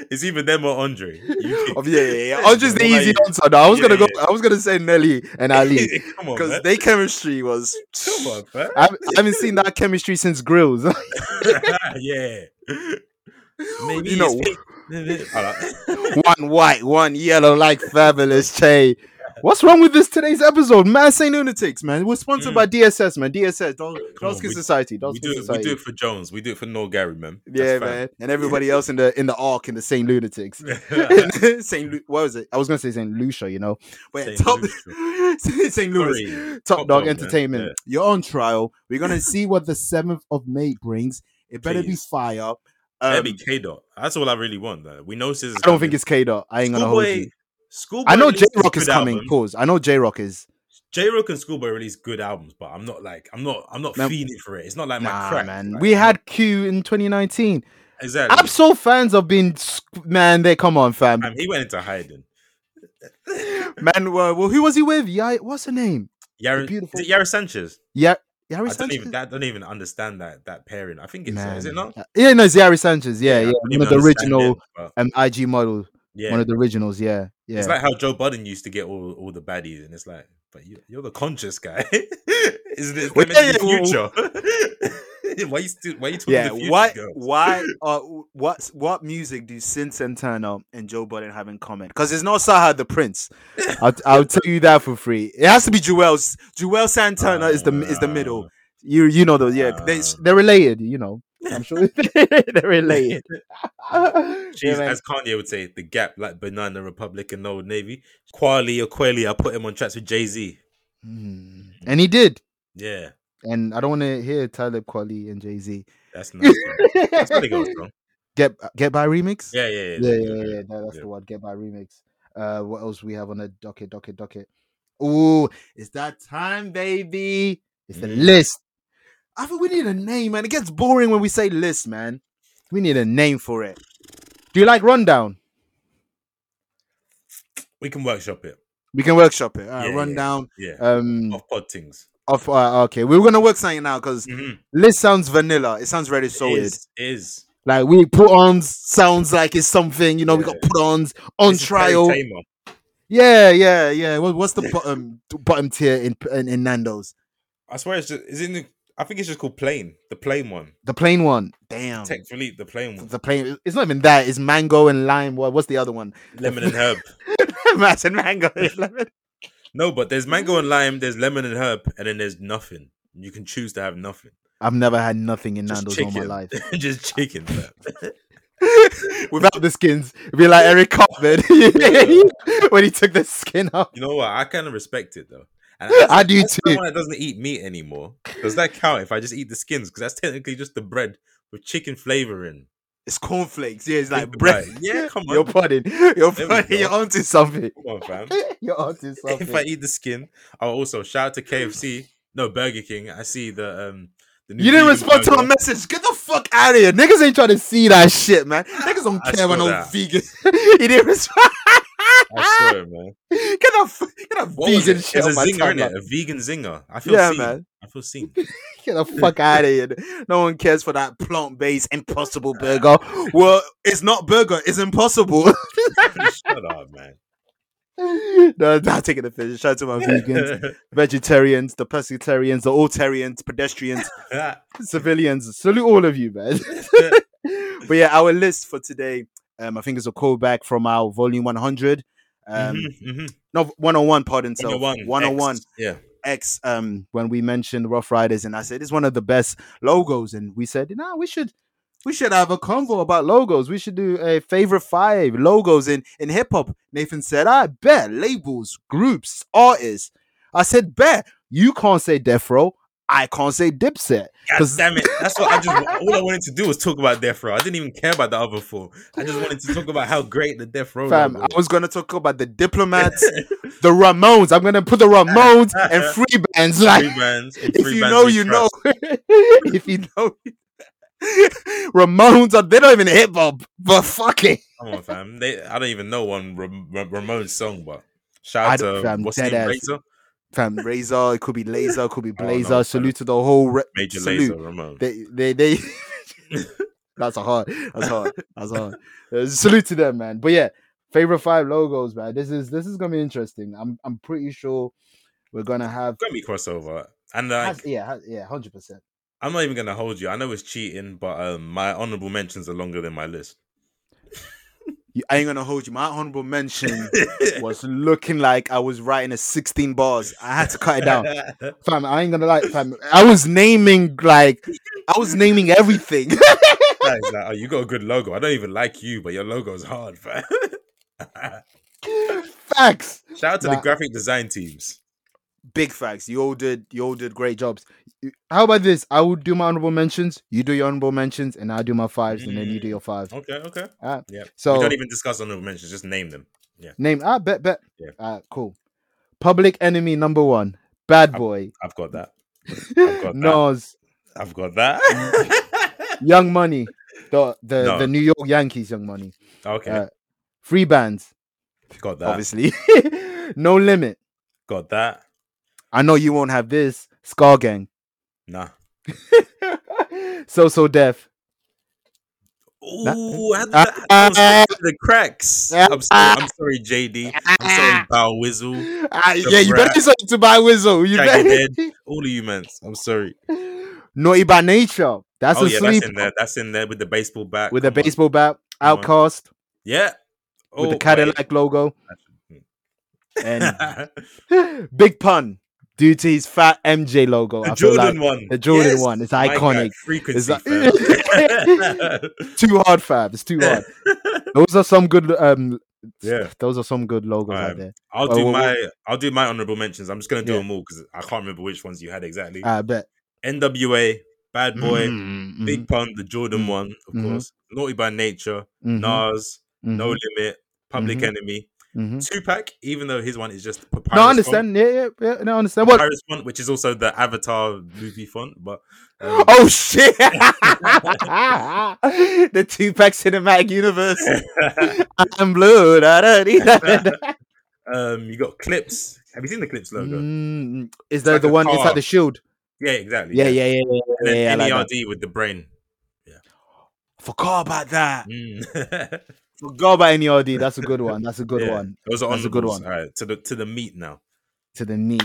C: it's either them or Andre. You pick.
B: Oh, yeah, yeah, yeah. Oh, just the
C: What about
B: easy
C: you?
B: answer. No, I was
C: Yeah,
B: gonna go.
C: yeah.
B: I was gonna say Nelly and Ali
C: Come on,
B: because
C: man.
B: their chemistry was.
C: Come on, fam.
B: I haven't- I haven't seen that chemistry since Grills.
C: yeah. Maybe
B: Ah, know-
C: it's pink.
B: one white, one yellow, like fabulous Che. What's wrong with this today's episode, man? Saint Lunatics, man. We're sponsored
C: Mm.
B: by DSS, man. DSS, Dol-
C: Come on,
B: Dolsky
C: we-
B: Society,
C: we
B: Dolsky
C: do it. We
B: Society.
C: do it for Jones. We do it for Noel Gary, man.
B: yeah, man, and everybody else in the in the arc in the Saint Lunatics. Saint Lu- what was it? I was gonna say Saint Lucia, you know, but
C: Saint
B: top Saint Louis. Top, Dog,
C: Top Dog, man.
B: Entertainment.
C: Yeah.
B: You're on trial. We're gonna see what the seventh of May brings. It better be
C: Please.
B: fire. Um,
C: Maybe K dot. That's all I really want. Though. We know Scissors.
B: I don't think it's K dot. I ain't gonna hold you.
C: Schoolboy.
B: I know J
C: released
B: Rock is
C: good
B: coming.
C: albums.
B: Pause. I know J Rock is.
C: J Rock and Schoolboy release good albums, but I'm not like I'm not I'm not
B: Man.
C: feeling for it. It's not like my
B: Nah,
C: crack.
B: man.
C: Like,
B: we had Q in 2019.
C: exactly.
B: Absol fans have been, sc- man. They come on, fam.
C: Man, he went into hiding.
B: Man, well, well, who was he with? Yeah, what's her name?
C: Yara, is
B: beautiful-
C: it Yara Sanchez.
B: Yeah,
C: I
B: Yari
C: don't
B: Sanchez.
C: even I don't even understand that that pairing. I think it's uh, is it
B: Man.
C: not?
B: Yeah, no, it's Yari Sanchez. Yeah,
C: I
B: yeah,
C: don't
B: one
C: even
B: of the
C: understand
B: original
C: it, but
B: um, IG model.
C: yeah,
B: One of the originals. Yeah, yeah.
C: It's like how Joe Budden used to get all, all the baddies, and it's like, but you, you're the conscious guy. Isn't it?
B: Well,
C: Well, yeah,
B: yeah, yeah, well-
C: future. why you still? Why you talking
B: yeah,
C: to future
B: what,
C: girls?
B: why, uh, what, what music do Sin Santana and Joe Budden have in common? Because it's not Saha the Prince. I'll, I'll tell you that for free. It has to be Joel's. Joel Santana is the is
C: Ah.
B: the middle. You you know those. Yeah, they,
C: Uh.
B: they're related. You know, I'm sure they're related.
C: She's,
B: Yeah, man.
C: as Kanye would say, the gap like Banana Republic and Old Navy. Quali or Quelly, I put him on tracks with Jay Z.
B: Mm. And he did.
C: Yeah,
B: And I don't want to hear Tyler Quali and Jay Z.
C: that's nice. that's what they go strong.
B: Get get by remix.
C: Yeah, yeah, yeah.
B: yeah, yeah, yeah. No, that's
C: yeah.
B: the one. Get by remix. Uh, what else we have on the docket? Docket, docket. Ooh, it's that time, baby. It's the
C: Mm.
B: list. I think we need a name, man. It gets boring when we say list, man. We need a name for it. Do you like rundown?
C: We can workshop it.
B: We can workshop it. All right,
C: Yeah, Oh. yeah.
B: rundown.
C: Yeah,
B: Um,
C: off pod things.
B: of uh, okay, we were gonna work something out because
C: Mhm.
B: list sounds vanilla. It sounds very
C: It
B: solid.
C: is, it is.
B: Like we put on sounds like it's something. You know, we got put ons on
C: This is Terry
B: trial.
C: Tamer.
B: Yeah, yeah, yeah. What, what's the bottom bottom tier in, in in Nando's?
C: I swear it's just is in the I think it's just called plain, the plain one.
B: The plain one. Damn.
C: Tech Philippe, the plain one.
B: The plain. It's not even that. It's mango and lime. What, what's the other one?
C: Lemon and herb.
B: Mass and mango. and lemon.
C: No, but there's mango and lime, there's lemon and herb, and then there's nothing. You can choose to have nothing.
B: I've never had nothing in
C: Just
B: Nando's all my
C: chicken.
B: life
C: just chicken. fam.
B: without the skins. It'd be like Eric Copman when he took the skin off.
C: you know what? I kind of respect it though. And
B: I do
C: as
B: too.
C: someone that doesn't eat meat anymore, does that count if I just eat the skins? Because that's technically just the bread with chicken flavoring.
B: It's cornflakes. Yeah, it's like
C: Think
B: bread.
C: about it. Yeah, come on.
B: You're pudding. You're
C: There we
B: pudding.
C: go.
B: You're onto something.
C: Come on, fam.
B: You're onto something.
C: if I eat the skin, I'll also shout out to KFC. No, Burger King. I see the um. The new
B: You didn't
C: vegan
B: respond to
C: burger.
B: my message. Get the fuck out of here. Niggas ain't trying to see that shit, man. Niggas don't
C: I
B: care when
C: saw
B: I'm
C: that.
B: vegan. he didn't respond.
C: I swear, man.
B: Get the f- get the
C: What was
B: Ah! vegan
C: it?
B: shit
C: It's
B: on
C: a
B: my
C: zinger, innit?
B: timeline.
C: A vegan zinger. I feel
B: Yeah,
C: seen.
B: man.
C: I feel seen.
B: Get the fuck out of here. No one cares for that plant based impossible burger. Well, it's not burger. It's impossible.
C: Shut up, man.
B: no, I'm taking the fish. Shout out to my vegans, vegetarians, the pescatarians, the altarians, pedestrians.
C: Um,
B: civilians. Salute all of you, man. but yeah, our list for today, um, I think it's a callback from our volume 100. Um,
C: Mhm, mhm.
B: no, 101, pardon. So
C: 101,
B: 101 X.
C: X. Yeah.
B: um, when we mentioned Rough Riders, and I said it's one of the best logos, and we said, nah, we should. We should have a convo about logos. We should do a favorite five logos in, in hip hop. Nathan said, I bet labels, groups, artists. I said, bet you can't say Death Row. I can't say Dipset.
C: God
B: 'Cause-
C: damn it. That's what I just all I wanted to do was talk about Death Row. I didn't even care about the other four. I just wanted to talk about how great the Death Row
B: Fam,
C: number
B: I was gonna talk about the diplomats, the Ramones. I'm gonna put the Ramones and free bands. Like,
C: three bands. and
B: if
C: three
B: you
C: bands
B: know,
C: we
B: you
C: trust.
B: know. if you know, Ramones are they don't even hip hop, but fuck it.
C: Come on, fam. They, I don't even know one Ram- Ram- Ramones song, but
B: I
C: shout
B: don't-
C: out to
B: fam,
C: what's
B: dead
C: his name?
B: ass.
C: Razor?
B: Fam, Razor, it could be Laser, it could be
C: Oh, no,
B: Blazer.
C: fam.
B: Salute to the whole re-
C: Major
B: salute.
C: Lazer Ramones.
B: They, they, they. That's a hard. That's hard. That's hard. Uh, salute to them, man. But yeah, favorite five logos, man. This is this is gonna be interesting. I'm I'm pretty sure we're gonna have.
C: Grammy crossover. And like
B: has- yeah, has- yeah, hundred percent.
C: I'm not even gonna hold you. I know it's cheating, but um, my honorable mentions are longer than my list.
B: you- I ain't gonna hold you. My honorable mention was looking like I was writing a 16 bars. I had to cut it down. Fam, I ain't gonna lie, fam. I was naming like I was naming everything.
C: That is like, oh, you got a good logo. I don't even like you, but your logo's hard, fam.
B: Facts.
C: Shout out to the
B: Nah.
C: graphic design teams.
B: Big facts. You all did you all did great jobs. You- How about this? I will do my honorable mentions, you do your honorable mentions, and I do my fives, and then you do your fives.
C: Okay, okay.
B: Ah,
C: yeah. we
B: So
C: don't even discuss honorable mentions. Just name them.
B: name ah bet bet.
C: Yeah.
B: Ah, cool. Public enemy number one. Bad boy.
C: I've got that. I've got
B: Nas.
C: that. I've got that.
B: Young Money, the the,
C: No.
B: the New York Yankees, Young Money,
C: okay,
B: Uh, free bands,
C: got that.
B: obviously, no limit.
C: Got that.
B: I know you won't have this. Scar Gang,
C: Nah.
B: so so deaf.
C: Ooh, I had that- I was
B: Ah.
C: the cracks. I'm sorry, I'm sorry, JD. I'm sorry, Bow Wizzle.
B: Ah, yeah, you better
C: brat.
B: say to buy Wizzo. You
C: Shaggy
B: better.
C: All of you, man. I'm sorry.
B: Naughty by Nature. That's
C: oh
B: a
C: yeah,
B: sleep
C: that's in there. That's in there with the baseball bat.
B: with a
C: Come on.
B: baseball bat.
C: Come on.
B: Outcast
C: Yeah. Oh,
B: with the
C: wait.
B: Cadillac logo and
C: the
B: big pun due to his fat MJ logo. I feel
C: Jordan
B: like
C: one.
B: the Jordan
C: Yes.
B: one. It's
C: My guy,
B: iconic.
C: frequency.
B: It's like-
C: fam.
B: too hard, Fab. It's too hard. those are some good. Um,
C: Yeah.
B: those are some good logos
C: Alright.
B: out there.
C: I'll
B: Well,
C: do
B: well,
C: my
B: well-
C: I'll do my honorable mentions. I'm just gonna do
B: Yeah. Uh,
C: them all because I can't remember which ones you had exactly.
B: I bet.
C: NWA, Bad Boy,
B: Mhm,
C: Big Pun, the Jordan
B: mhm,
C: one, of
B: mhm.
C: course. Naughty by Nature,
B: mhm,
C: Nas,
B: mhm,
C: No Limit, Public
B: Mhm.
C: Enemy,
B: mhm.
C: Tupac. Even though his one is just papyrus
B: No, I
C: font-
B: understand. Yeah, yeah, yeah. No, I understand. What?
C: papyrus font, which is also the Avatar movie font, but um,
B: Oh shit! the two pack cinematic universe. I'm blue. Da, da, dee, da, da, da.
C: um, you got clips. Have you seen the clips logo?
B: Mm, is that
C: like
B: the
C: a
B: one? It's
C: car.
B: like the shield.
C: Yeah, exactly.
B: Yeah, yeah, yeah, yeah. yeah,
C: And then
B: yeah, I like that.
C: NERD with the brain.
B: Forgot about that.
C: Mm.
B: Forgot about NERD. That's a good one. That's a good
C: Yeah,
B: one.
C: Those are
B: That's a good
C: honorables.
B: one.
C: All right, to the to the meat now.
B: To the knee.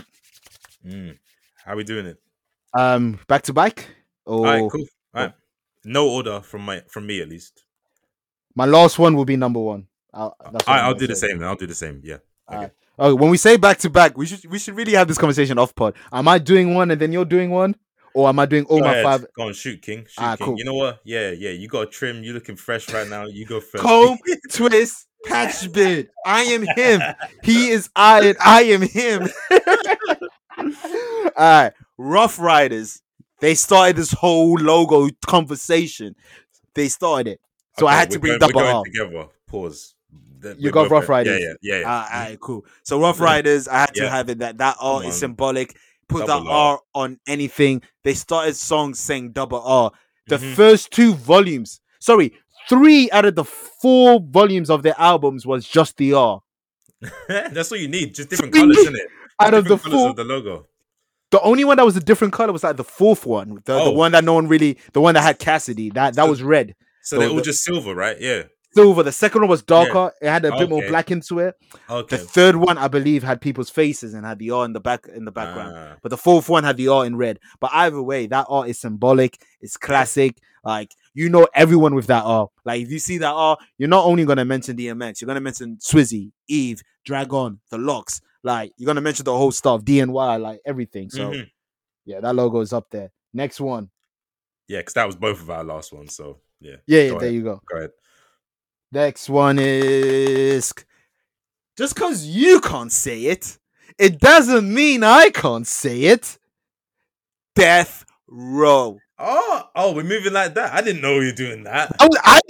C: Mm. How we doing it?
B: Um, back to bike. Oh,
C: All right, cool. All right. No order from my from me at least.
B: my last one will be number one. I'll, that's what
C: I,
B: I'm
C: I'll
B: gonna
C: do the
B: say.
C: same. Then. I'll do the same. Yeah. Okay.
B: Alright. Oh, when we say back to back, we should we should really have this conversation off pod. Am I doing one and then you're doing one, or am I doing all
C: Go
B: my
C: ahead.
B: five?
C: Go on, shoot, King. Shoot,
B: Ah,
C: King.
B: cool.
C: You know what? Yeah, yeah. You got a trim. You looking fresh right now. You go first.
B: Comb, twist, patch bid. I am him. He is I, and I am him. all right, Rough Riders. They started this whole logo conversation. They started it, so I
C: Okay,
B: had to
C: we're
B: bring
C: going,
B: double
C: we're going
B: R.
C: together. Pause. Th-
B: You
C: we're
B: got
C: both
B: Rough
C: right.
B: Riders.
C: Yeah, yeah, yeah.
B: Ah, alright, cool. So Rough
C: Yeah.
B: Riders, I had to
C: Yeah.
B: have it that that R
C: Come
B: is
C: on.
B: symbolic. Put
C: Double
B: that
C: R.
B: R on anything. They started songs saying double R. The
C: Mhm.
B: first two volumes, sorry, three out of the four volumes of their albums was just the R.
C: That's all you need. Just different
B: Three
C: colors, isn't it?
B: Ah. Out of the
C: Different colours
B: four,
C: of the logo.
B: the only one that was a different color was like the fourth one, the,
C: Oh.
B: the one that no one really, the one that had Cassidy. That that
C: So-
B: was red,
C: So
B: So
C: they're all
B: the-
C: just silver, right? Yeah.
B: silver. The second one was darker. It had a bit more
C: Okay.
B: black into it. The
C: Okay.
B: third one, I believe, had people's faces and had the R in the back in the background.
C: Ah.
B: but the fourth one had the art in red. But either way, that art is symbolic. It's classic. Like you know, everyone with that art. Like if you see that art, you're not only gonna mention DMX, you're gonna mention Swizzy, Eve, Dragon, The Locks. Like you're gonna mention the whole stuff, DNY, like everything. So
C: Mhm.
B: yeah, that logo is up there. Next one.
C: Yeah, because that was both of our last ones. So yeah,
B: Yeah, yeah,
C: Go
B: there
C: ahead.
B: you go.
C: go ahead.
B: Next one is just because you can't say it, it doesn't mean I can't say it. Death row.
C: Oh, oh, we're moving like that. I didn't know you were doing that.
B: I, I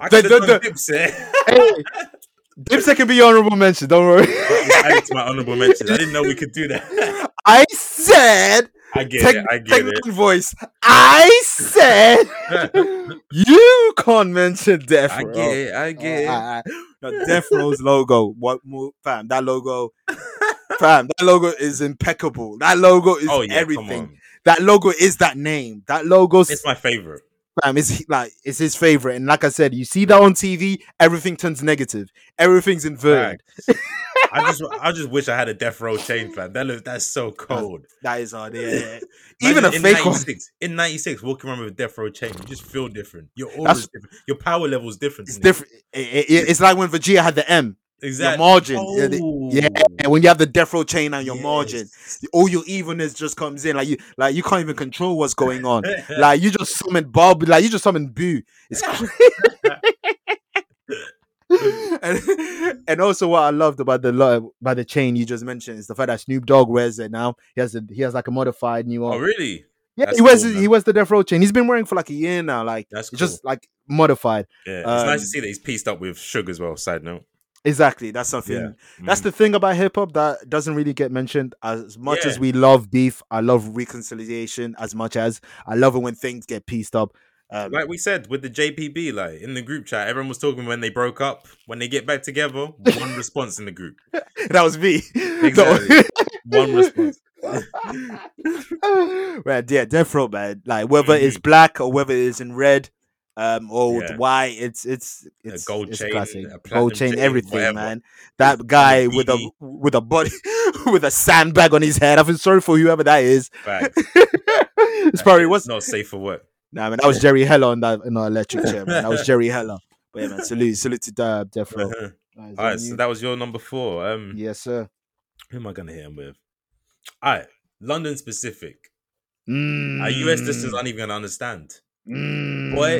C: I
B: the-
C: could have
B: the-
C: done
B: the-
C: Dipset.
B: hey, Dipset can be your honorable mention. Don't worry.
C: Add to my honorable mentions. I didn't know we could do that.
B: I said,
C: I get
B: take,
C: it. I get
B: take
C: it.
B: my voice. I said, you can't mention Death
C: I
B: Row.
C: get it. Oh, I get it.
B: Alright, alright. No, Death Row's logo. What more, fam? That logo, fam. That logo is impeccable. That logo is
C: oh yeah, come
B: everything.
C: on.
B: That logo is that name. That logo,
C: It's my favorite.
B: fam, is he- like it's his favorite. And like I said, you see that on TV, everything turns negative. Everything's inverted.
C: Facts. I just, I just wish I had a death row chain, fam. That looks, that's so cold.
B: That is hard. Yeah, yeah. Even a
C: Imagine
B: fake
C: in
B: one.
C: 96, In '96, walking around with a death row chain, you just feel different. Your
B: That's-
C: aura's different. Your power level's different.
B: It's
C: isn't it?
B: different. It- it- it's like when Vegeta had the M,
C: Exactly.
B: your margin. Yeah, the- yeah,
C: Oh.
B: and when you have the death row chain and your
C: Yes.
B: margin, all your evilness just comes in. Like you, like you can't even control what's going on. like you just summoned Bob. Like you just summoned Boo. It's crazy. and, and also, what I loved about the lo- about the chain you just mentioned is the fact that Snoop Dogg wears it now. He has a, he has like a modified new one.
C: oh, really?
B: Yeah,
C: That's
B: he wears
C: cool,
B: his-
C: man.
B: he wears the death row chain. He's been wearing for like a year now. Like
C: That's
B: it's just like modified.
C: Yeah, it's nice
B: Um,
C: to see that he's pieced up with Suge as well. Side note.
B: Exactly. That's something. That's
C: Mm.
B: the thing about hip hop that doesn't really get mentioned. As much as
C: Yeah.
B: we love beef, I love reconciliation. As much as I love it when things get pieced up. Um,
C: Mm. like we said with the JPB, like in the group chat, everyone was talking when they broke up. When they get back together, one response in the group.
B: that was me. No.
C: Exactly. One response.
B: right, yeah, death row, man. Like whether it's black or whether it's in red, um, or
C: Mm-hmm. Yeah.
B: white, it's it's it's
C: gold
B: it's
C: chain,
B: classic.
C: a
B: gold
C: platinum
B: chain,
C: chain,
B: everything,
C: whatever.
B: man. That guy with a
C: beanie.
B: with a body with a sandbag on his head. I feel sorry for whoever that is.
C: Fact.
B: it's probably what's
C: not safe for work.
B: nah, man. That was Jerry Heller on that in our electric chair, man. That was Jerry Heller. But yeah, man, salute, salute to uh, Death Row.
C: All
B: Alright, is
C: right,
B: that
C: so
B: you?
C: that was your number four. Um,
B: yes, sir.
C: who am I gonna hit him with? All right, London specific. Our US
B: Mm,
C: listeners aren't even gonna understand. Boy,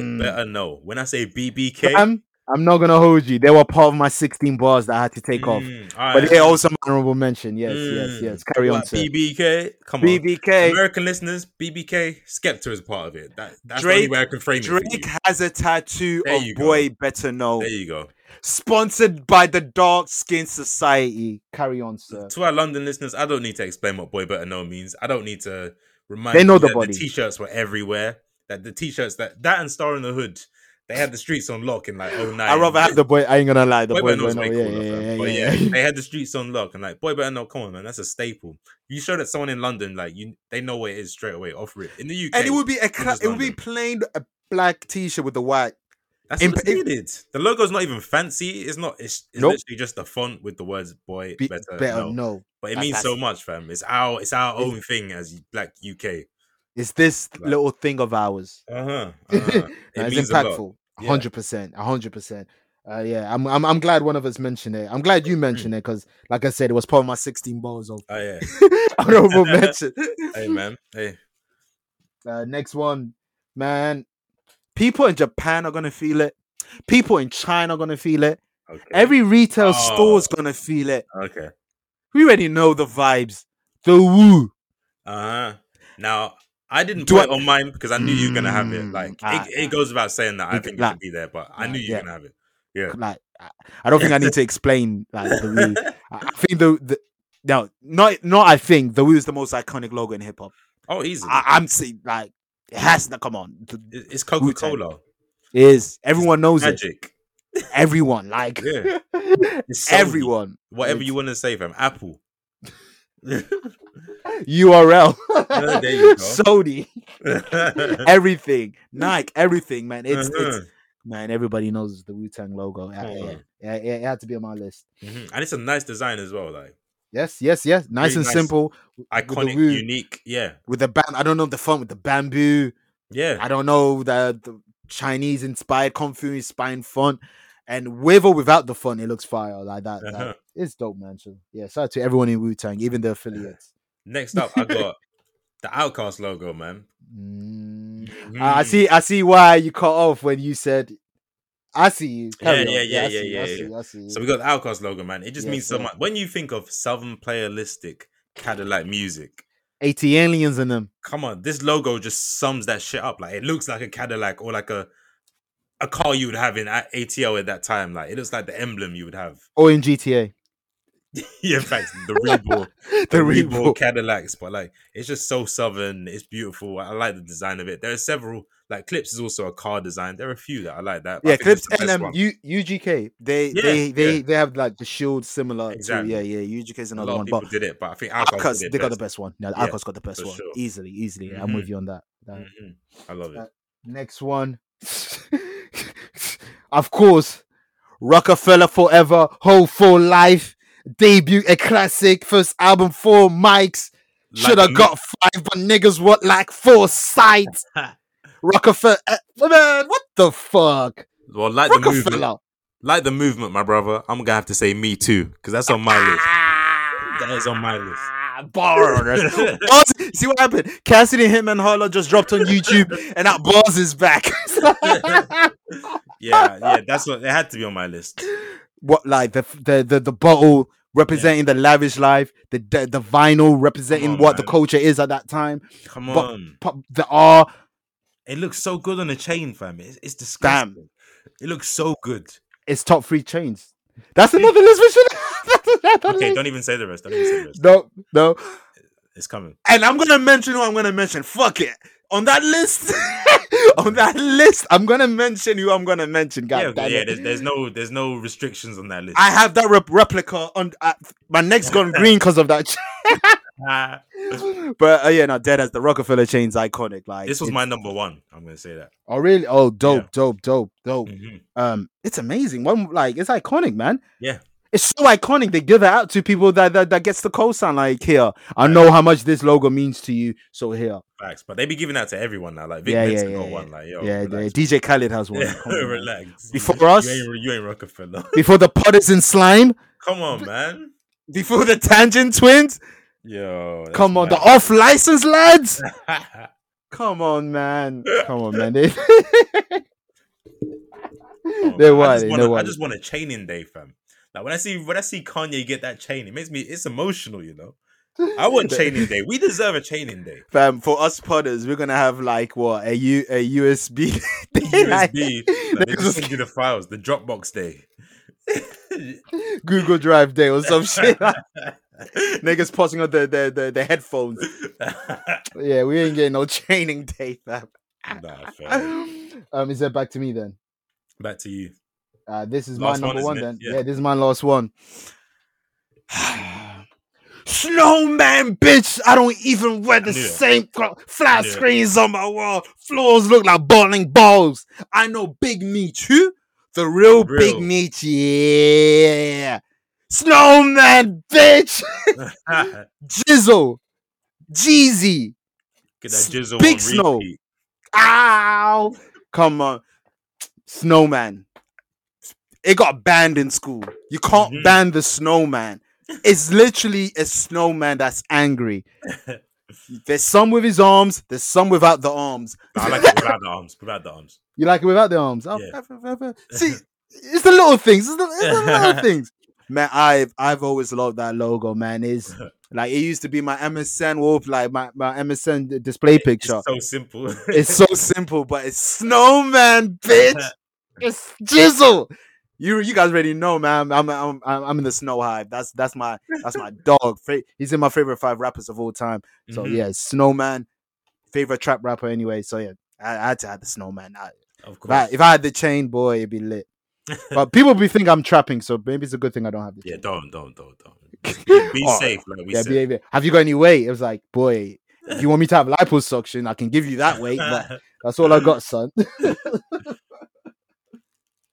B: mm.
C: better know. When I say BBK,
B: I'm, I'm not gonna hold you. They were part of my 16 bars that I had to take off.
C: mm, all
B: But
C: right.
B: they also my honorable mention. Yes, yes,
C: Mm.
B: yes. Carry on,
C: What,
B: sir.
C: BBK, come on.
B: BBK.
C: American listeners, BBK, Skepta is part of it. That, that's the only
B: Drake-
C: way I can frame it. For you.
B: Drake has a tattoo
C: There
B: of
C: you go.
B: Boy Better Know,
C: There you go.
B: sponsored by the Dark Skin Society. Carry on, sir.
C: To our London listeners, I don't need to explain what Boy Better Know means. I don't need to remind
B: They know
C: you
B: the
C: that
B: body.
C: t-shirts were everywhere. That the t-shirts that that and Star in the Hood, they had the streets on lock in like oh nine.
B: I rather have the boy. I ain't gonna lie, the
C: Boy
B: boy.
C: Better Know's
B: Better
C: way
B: Know,
C: cooler,
B: yeah,
C: fam.
B: yeah,
C: But
B: yeah,
C: yeah,
B: yeah.
C: they had the streets on lock and like Boy Better Know, come on man, that's a staple. You show that someone in London, like you, they know what it is straight away. Offer it in the UK,
B: And it would be a cla-
C: just
B: it would be
C: London.
B: plain a black T-shirt with the white.
C: that's
B: imp-
C: what it's needed. The logo's not even fancy. It's not. It's, it's
B: Nope.
C: literally just the font with the words "Boy
B: Be-
C: Better,
B: better
C: Know."
B: know.
C: But it
B: That-
C: means so
B: that's-
C: much, fam. It's our it's our own thing as black UK.
B: It's this
C: Right.
B: little thing of ours.
C: Uh huh.
B: Nah,
C: It
B: it's
C: means a lot.
B: impactful.
C: Yeah.
B: hundred percent. hundred percent. Uh, yeah, I'm, I'm. I'm glad one of us mentioned it. I'm
C: Mm.
B: glad you mentioned it because, like I said, it was part of my 16 bowls of
C: Oh yeah.
B: honorable mention.
C: Hey man. Hey.
B: Uh, next one, man. People in Japan are gonna feel it. People in China are gonna feel it.
C: Okay.
B: Every retail store's
C: Oh.
B: gonna feel it.
C: okay.
B: We already know the vibes. The woo.
C: Uh huh. Now I didn't
B: Do
C: put it
B: I-
C: on mine because I knew you were gonna have it.
B: Mm,
C: Like
B: ah,
C: it, it goes without saying that I
B: Like-
C: think it
B: like-
C: should be there, but I
B: like,
C: knew you
B: yeah.
C: were gonna have it. Yeah.
B: Like, I- I don't think I need to explain. Like, the woo. I I think the, the no, not not. I think the woo is the most iconic logo in hip hop.
C: Oh, easy.
B: I- I'm saying like it has to come on. Th-
C: It- It's Coca Cola.
B: It is everyone knows it.
C: Magic.
B: Everyone like
C: Yeah. It's Sony.
B: everyone.
C: Whatever you want to say, fam. Apple.
B: URL.
C: there you go.
B: Sony.
C: Mhm.
B: Everything. Nike. Everything, man. It's,
C: Uh-huh.
B: it's
C: Mm-hmm.
B: man. Everybody knows the Wu Tang logo. Yeah,
C: Mhm.
B: yeah, yeah, yeah, It had to be on my list.
C: Mhm. and it's a nice design as well. Like
B: Yes, yes, yes. Nice
C: Really
B: and
C: nice.
B: simple. with the
C: iconic,
B: Wu,
C: unique. Yeah.
B: with the band. I don't know the font with the bamboo.
C: Yeah.
B: I don't know the, the Chinese inspired, Confucian inspired font, and with or without the font, it looks fire like that. that-
C: Uh-huh.
B: it's dope, man. So yeah, shout out to everyone in Wu Tang, even the affiliates.
C: Next up, I got the Outcast logo, man.
B: Mm. I
C: Mm-hmm.
B: I see. I see why you cut off when you said. I see you.
C: Yeah,
B: Carry on.
C: yeah, yeah,
B: I
C: yeah,
B: see you,
C: yeah,
B: I
C: yeah.
B: see you, I see you.
C: Mm. So we got the Outcast logo, man. It just
B: Yes,
C: means so
B: sir.
C: much. When you think of Southern playalistic Cadillac music,
B: Eighty aliens in them.
C: come on, this logo just sums that shit up. Like it looks like a Cadillac or like a a car you would have in at ATL at that time. Like it looks like the emblem you would have.
B: Or in GTA.
C: yeah, in fact, the reborn,
B: The,
C: the reborn
B: Reebok.
C: Cadillacs. But like, it's just so Southern. It's beautiful. I, I like the design of it. There are several. Like Clips is also a car design. There are a few that I like that. but I
B: Yeah,
C: think it's
B: clips
C: the
B: and
C: best
B: um,
C: one.
B: U- UGK. They
C: Yeah,
B: they they
C: yeah.
B: they have like the shield similar. To,
C: Exactly.
B: yeah, yeah. UGK is
C: a
B: another
C: lot
B: one,
C: of
B: but
C: people did it, but I think Outcast,
B: Alcos, they
C: did it
B: got the
C: best.
B: best one. No,
C: Yeah,
B: Alcos got the best
C: for
B: one.
C: sure. Mm-hmm.
B: Easily, easily. I'm with you on that. That-
C: Mhm. I love it.
B: Uh,
C: Mm-hmm.
B: Next one. of course, Rockefeller forever, whole for life. debut a classic, first album four mics.
C: Like
B: Should
C: a
B: have
C: mi-
B: got five, but niggas what like four sides. Rockefeller, eh, man, what the fuck?
C: Well, like the movement,
B: Rockefeller.
C: like the movement, my brother. I'm gonna have to say me too, because that's on my list. That is on my list.
B: Bar
C: Bars.
B: Bars- See what happened? Cassidy, him, and Harlow just dropped on YouTube, and that bars is back.
C: Yeah, yeah, that's what it had to be on my list.
B: what like the the the, the bottle representing the lavish life, the the, the vinyl representing
C: on,
B: what the
C: man.
B: culture is at that time,
C: Come
B: But-
C: on,
B: pop, the R.
C: it looks so good on a chain, fam. It's, it's disgusting.
B: Damn.
C: It looks so good.
B: It's top three chains. That's another list we should. that's another
C: Okay,
B: list.
C: don't even say the rest. Don't even say the rest.
B: No, no.
C: It's coming.
B: And I'm gonna mention who I'm gonna mention. Fuck it. On that list, on that list, I'm gonna mention who I'm gonna mention. God
C: yeah,
B: damn
C: yeah.
B: it.
C: There's, there's no, there's no restrictions on that list.
B: I have that rep- replica on uh, my neck's gone green because of that.
C: Ah,
B: chain. but uh, yeah, no, dead as the Rockefeller chain's iconic. Like
C: this was
B: it's-
C: my number one. I'm gonna say that.
B: Oh really? Oh dope,
C: Yeah.
B: dope, dope, dope.
C: Mhm.
B: Um, it's amazing. One like it's iconic, man.
C: Yeah.
B: It's so iconic. They give it out to people that that, that gets the co-sign. Like here, I know how much this logo means to you. So here,
C: Facts, but they be giving that to everyone now. Like Vic
B: Yeah, yeah,
C: Benson
B: yeah,
C: got
B: yeah.
C: one. Like yo,
B: yeah, yeah,
C: relax.
B: DJ Khaled has one.
C: Yeah,
B: Come on, man.
C: relax.
B: Before
C: You
B: us?
C: ain't- you ain't Rockefeller.
B: Before the Potters and Slime,
C: Come on, man.
B: before the Tangent Twins.
C: Yo, that's
B: Come on, the
C: mad.
B: off license lads. Come on, man. Come on, man. They-
C: Come on,
B: They're
C: man. I
B: wild,
C: just
B: they're
C: want a- I
B: wild.
C: just want a chaining day, fam. Like when I see when I see Kanye get that chain, it makes me it's emotional, you know. I want chaining day. We deserve a chaining day.
B: Fam, for us Potters, we're gonna have like what a U a USB. thing, like,
C: USB, like, they just send you the files, the Dropbox day.
B: Google Drive Day or some shit. like- Niggas posting on their their, their their headphones. Yeah, we ain't getting no training day, fam.
C: nah, fam.
B: Um, is that back to me then?
C: Back to you.
B: Uh, this is
C: Last
B: my
C: one,
B: number
C: isn't
B: one,
C: it?
B: then.
C: Yeah.
B: Yeah. this is my last one. Snowman, bitch! I don't even wear the
C: knew it.
B: same clo- flat
C: knew it.
B: screens on my wall. Floors look like bowling balls. I know Big Meat, who? The real, Big
C: Real.
B: Meat, yeah. Snowman, bitch!
C: Get
B: Jizzle, Jeezy,
C: that jizzle
B: Big
C: on
B: Snow.
C: repeat.
B: ow! Come on, Snowman. It got banned in school. You can't
C: Mhm.
B: ban the snowman. It's literally a snowman that's angry. There's some with his arms, there's some without the arms.
C: Nah, I like it without the arms. Without the arms.
B: You like it without the arms? Oh,
C: Yeah.
B: f- f- f- See, it's the little things. It's the, it's the little things. Man, I've I've always loved that logo, man. Is like it used to be my MSN wolf, like my, my MSN d- display
C: It's
B: picture.
C: so simple.
B: It's so simple, but it's snowman, bitch. It's jizzle. You you guys already know, man. I'm I'm I'm, I'm in the snow hive. That's that's my that's my dog. Fa- He's in my favorite five rappers of all time. So
C: Mhm.
B: yeah, Snowman, favorite trap rapper anyway. So yeah, I, I had to add the Snowman. I,
C: of
B: if,
C: course.
B: I, if I had the chain, boy, it'd be lit. but people be think I'm trapping, so maybe it's a good thing I don't have the
C: Yeah,
B: chain.
C: don't, don't, don't, don't. Be, be
B: Oh,
C: safe, like we
B: Yeah,
C: said.
B: be- be- have you got any weight? It was like, boy, if you want me to have liposuction, I can give you that weight, but that's all I got, son.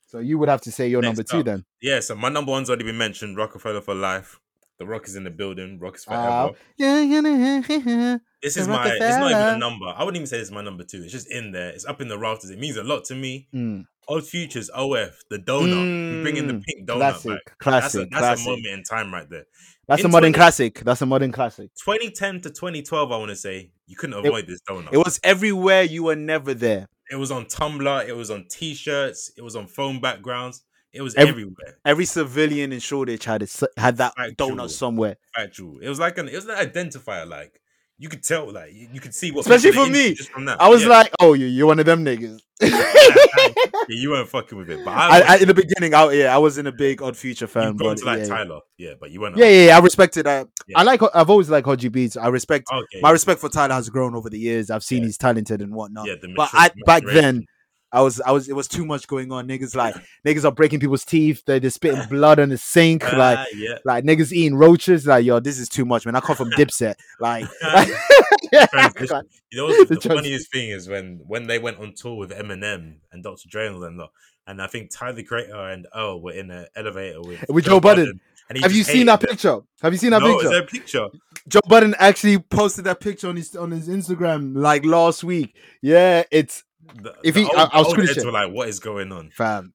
B: so you would have to say your
C: Next
B: number two
C: up.
B: then.
C: yeah, so my number one's already been mentioned, Rockefeller for life. The Rock is in the building, Rock is forever.
B: Uh, yeah,
C: this
B: the
C: is my it's not even
B: Rockefeller.
C: a number. I wouldn't even say it's my number two. It's just in there. It's up in the rafters. It means a lot to me.
B: Mm,
C: Old Futures, OF, the donut. we bring in the
B: Mm,
C: pink donut
B: classic,
C: back. That's, a,
B: classic,
C: that's
B: classic.
C: a moment in time right there.
B: That's a
C: In
B: modern
C: 20
B: classic. That's a modern classic.
C: 2010 to 2012, I want to say, you couldn't
B: It-
C: avoid this donut.
B: It was everywhere. You were never there.
C: it was on Tumblr, it was on t shirts, it was on phone backgrounds, it was
B: Ev-
C: everywhere.
B: Every civilian in Shoreditch had it, had that
C: Factual.
B: donut somewhere.
C: factual. It was like an it was an identifier. Like you could tell, like you, you could see what.
B: Especially
C: people are
B: for
C: into
B: me.
C: just from that.
B: I was
C: Yeah,
B: like, "Oh, you, you're one of them niggas."
C: yeah, you weren't fucking with it, but
B: I,
C: I,
B: I,
C: was.
B: in the beginning, I, yeah, I was in a big Odd Future fan.
C: you've gone
B: But
C: to
B: yeah,
C: like
B: yeah.
C: Tyler, yeah, but you weren't.
B: yeah, yeah, yeah, I respected that.
C: Yeah.
B: I like. I've always liked Hodgie Beats. I respect
C: Okay.
B: my respect for Tyler has grown over the years. I've seen
C: Yeah.
B: he's talented and whatnot.
C: Yeah, the
B: but
C: mature-
B: I, back
C: maturation.
B: then, I was, I was, it was too much going on. Niggas like niggas are breaking people's teeth. They're, they're spitting blood on the sink.
C: Ah,
B: Like,
C: yeah,
B: like niggas eating roaches. Like, yo, this is too much, man. I come from Dipset. Like,
C: Transition. you know what's
B: The
C: the,
B: trans-
C: funniest thing is when when they went on tour with Eminem and Dr. Dre and all them lot, and I think Tyler the Creator and Earl were in an elevator with
B: With Joe Budden.
C: And he
B: Have
C: just
B: you seen
C: hated
B: that
C: them.
B: picture? Have you seen that
C: no,
B: picture?
C: Is there a picture?
B: Joe Budden actually posted that picture on his on his Instagram like last week. Yeah, it's
C: The-
B: If
C: the
B: he-
C: old,
B: I'll- I'll
C: the old
B: screenshot.
C: heads were like, what is going on?
B: fam.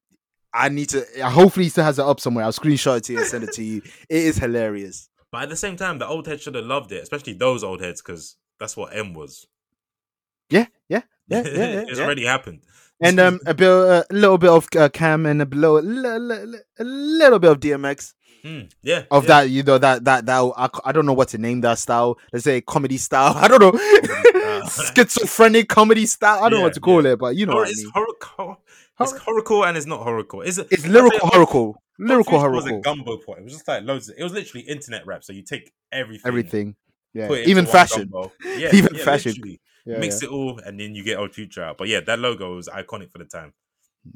B: I need to. Hopefully, he still has it up somewhere. I'll screenshot it to you and send it to you. It is hilarious.
C: But at the same time, the old heads should have loved it, especially those old heads, because that's what M was.
B: Yeah, yeah, yeah, yeah. yeah,
C: it's
B: yeah.
C: already happened.
B: And um, a bit, a little bit of uh, Cam, and a blow, a li- li- li- a little bit of DMX.
C: Mm, yeah.
B: Of
C: yeah.
B: that, you know, that that that I, c- I don't know what to name that style. Let's say comedy style. I don't know,
C: style.
B: schizophrenic comedy style. I don't know
C: Yeah,
B: what to call it, but you know,
C: Hor-
B: what I
C: it's
B: mean.
C: horrical.
B: Hor-
C: It's horrical and it's not horrical. It's,
B: it's lyrical, horrical, lyrical,
C: It was a
B: horrical,
C: gumbo pot. It was just like loads. Of, it was literally internet rap. So you take everything,
B: everything. Yeah,
C: put it into
B: even
C: one
B: fashion.
C: gumbo. Yeah,
B: Even
C: yeah,
B: fashion.
C: literally.
B: Yeah, yeah.
C: Mix it all, and then you get old future out. But yeah, that logo was iconic for the time.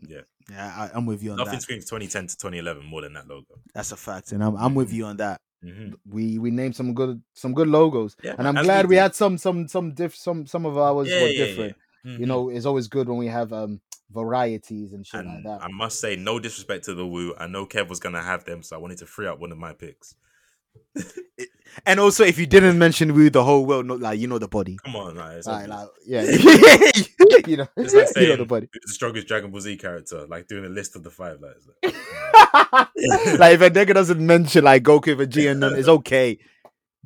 B: Yeah, I, I'm with you on
C: Nothing
B: that.
C: screams 2010 to 2011 more than that logo.
B: That's a fact, and I'm I'm
C: Mm.
B: with you on that.
C: Mhm.
B: We we named some good some good logos,
C: Yeah,
B: and I'm glad we
C: absolutely.
B: had some some some diff some some of ours
C: Yeah,
B: were
C: yeah, yeah.
B: different. You
C: Mhm.
B: know, it's always good when we have um varieties Mm-hmm. and uh, shit like
C: And
B: that.
C: I must say, no disrespect to the Woo. I know Kev was gonna have them, so I wanted to free up one of my picks.
B: and also, if you didn't mention we, the whole world, not like you know the body.
C: Come on, like, it's
B: Like,
C: obvious.
B: like, yeah, you know,
C: It's like
B: you
C: saying
B: know the body.
C: who's the strongest Dragon Ball Z character, like doing a list of the five. Like, it's like,
B: like if a nigga doesn't mention like Goku for G and them, it's okay.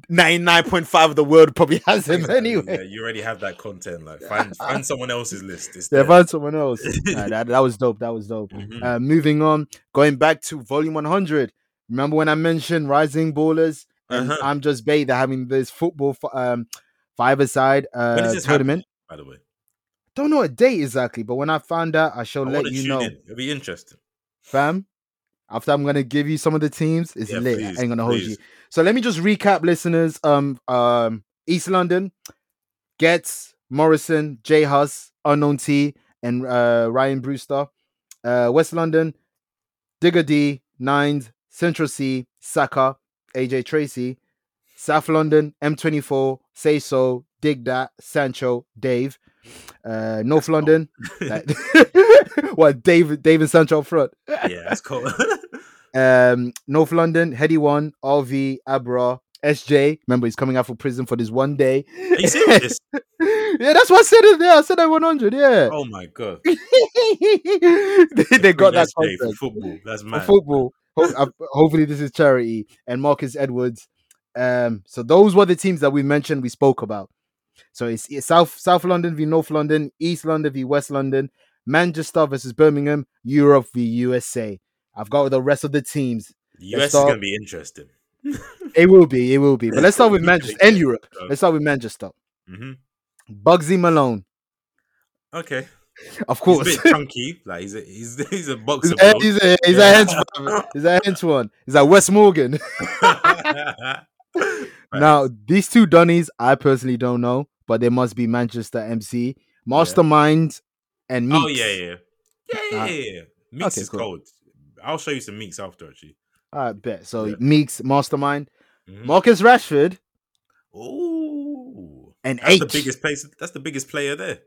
B: Ninety nine point five of the world probably has him
C: Exactly,
B: anyway.
C: yeah, you already have that content. Like, find find someone else's list. It's
B: Yeah,
C: there.
B: find someone else. Nah, that, that was dope. That was dope.
C: Mhm.
B: Uh, moving on, going back to volume 100. Remember when I mentioned Rising Ballers and uh,
C: Uh-huh.
B: I'm Just Bait? They're having this football fi- um, five-a-side
C: When
B: uh,
C: is this
B: tournament.
C: By the way,
B: Don't know a date exactly, but when I find out, I shall
C: I
B: let
C: wanna
B: you
C: tune
B: know,
C: in. It'll be interesting.
B: fam. After I'm gonna give you some of the teams, it's
C: Yeah,
B: lit.
C: please,
B: I ain't gonna hold you.
C: please.
B: So let me just recap, listeners. Um, um, East London, Getz, Morrison, J Huss, Unknown T, and uh, Ryan Brewster. Uh, West London, Digger D, Nines, Central C, Saka, AJ Tracy. South London, M24, Say So, Dig That, Sancho, Dave. Uh, North London, like- what Dave, Dave and Sancho up front.
C: Yeah, that's cool.
B: Um, North London, Heady One, RV, Abra, SJ. Remember, he's coming out for prison for this one day.
C: Are you serious?
B: yeah, that's what I said it there. I said I 100. Yeah,
C: oh my god!
B: they, they got that
C: That's day for
B: contract
C: football. That's
B: for
C: mad.
B: football. Ho- uh, hopefully, this is charity and Marcus Edwards. Um, so those were the teams that we mentioned, we spoke about. So it's, it's South South London v North London, East London v West London, Manchester versus Birmingham, Europe v USA. I've got the rest of the teams.
C: The US is
B: start-
C: gonna be interesting.
B: It will be. It will be. But let's start with Manchester and Europe.
C: So,
B: Let's start with Manchester.
C: mhm.
B: Bugsy Malone,
C: Okay,
B: of course.
C: he's a bit chunky. Like he's a, he's he's
B: He's
C: a boxer.
B: a, he's a, he's a
C: Yeah.
B: hench one. He's a hench one. He's like Wes Morgan.
C: bro.
B: Now, these two Dunnies, I personally don't know, but they must be Manchester MC, Mastermind, and Meeks.
C: Oh yeah, yeah, yeah, yeah.
B: Uh,
C: yeah, yeah. Meeks
B: okay,
C: is
B: cool.
C: cold. I'll show you some Meeks after actually.
B: I bet. So
C: Yeah.
B: Meeks, Mastermind,
C: Mhm.
B: Marcus Rashford,
C: Ooh,
B: and
C: that's
B: H.
C: the biggest place. That's the biggest player there.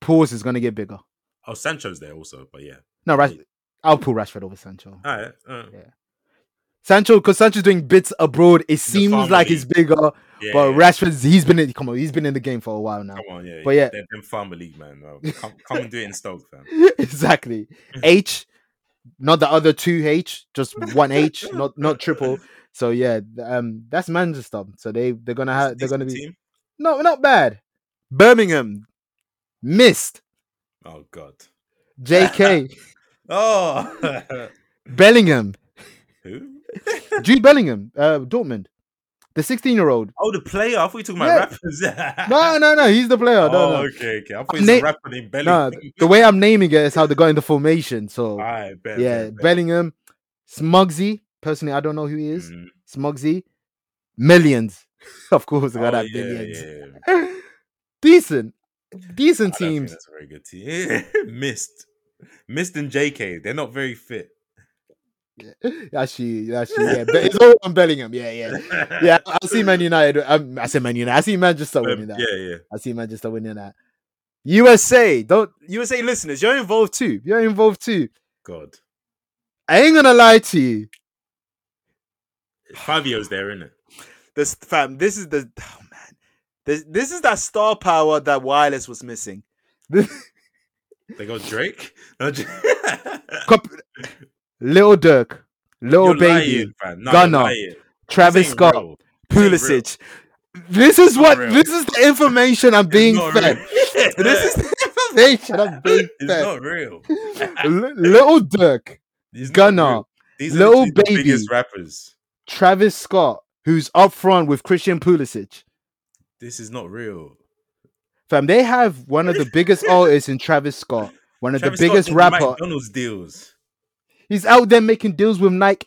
B: Pause is going to get bigger.
C: Oh, Sancho's there also, but yeah.
B: No, Rash- I'll pull Rashford over Sancho.
C: All right. Uh,
B: Yeah. Sancho, because Sancho's doing bits abroad, it seems
C: farmer
B: like it's bigger.
C: yeah,
B: but
C: yeah.
B: Rashford's he's been in, come on, he's been in the game for a while now.
C: come on, yeah.
B: but yeah.
C: them, them farmer league, man. bro. Come, come and do it in Stoke, fam.
B: exactly.
C: Mm-hmm.
B: H, not the other two H, just one H, not not triple. So yeah, th- um, that's Manchester. So they they're gonna
C: It's a
B: have Uh, they're gonna be
C: decent Team.
B: no not bad. Birmingham missed.
C: Oh God.
B: J.K.
C: Oh.
B: Bellingham,
C: Who?
B: Jude Bellingham, uh, Dortmund, the sixteen-year-old.
C: Oh, the player. I thought you talking
B: Yeah.
C: about rappers.
B: No, no, no, he's the player.
C: Oh,
B: No, no.
C: okay, okay. I thought
B: I'm
C: you was
B: na-
C: a rapper named Belly.
B: No, the way I'm naming it is how they got in the formation. So
C: I bet.
B: yeah,
C: bet, bet.
B: Bellingham, Smugsy. Personally, I don't know who he is.
C: Mhm.
B: Smugsy, millions. of course, I got
C: Oh,
B: that
C: yeah,
B: millions.
C: yeah, yeah.
B: decent, decent
E: Oh,
C: I don't think
B: teams.
C: That's a very good team. Mist. Mist and JK. They're not very fit.
B: Actually, actually, yeah, but it's all on Bellingham. Yeah, yeah, yeah. I I see Man United. Um, I see Man United. I see Manchester winning
C: Um,
B: that.
C: yeah, yeah.
B: I see Manchester winning that. USA, don't USA listeners, you're involved too. You're involved too.
C: God.
B: I ain't gonna lie to you.
C: Fabio's there, isn't it?
E: This fam, this is the oh man. This this is that star power that Wireless was missing.
C: They got Drake. No, j-
B: Cop- Little Dirk, Little
C: You're
B: Baby,
C: lying, fam. No, you're
B: Gunner,
C: lying. This
B: Travis
C: ain't
B: Scott,
C: real. This ain't real.
E: Pulisic.
B: This is what
C: real.
B: this is the information I'm
C: It's
B: being
C: not
B: fed.
C: real.
B: This is the information I'm being
C: It's
B: fed.
C: not real.
B: L- Little Dirk,
C: It's not
B: Gunner,
C: real. These are
B: Lil
C: the two
B: Baby.
C: biggest rappers.
B: Travis Scott, who's up front with Christian Pulisic.
C: This is not real.
B: Fam, they have one of the biggest artists in Travis Scott, one of
C: Travis
B: the
C: Scott
B: biggest
C: did
B: rapper.
C: McDonald's deals.
B: He's out there making deals with Nike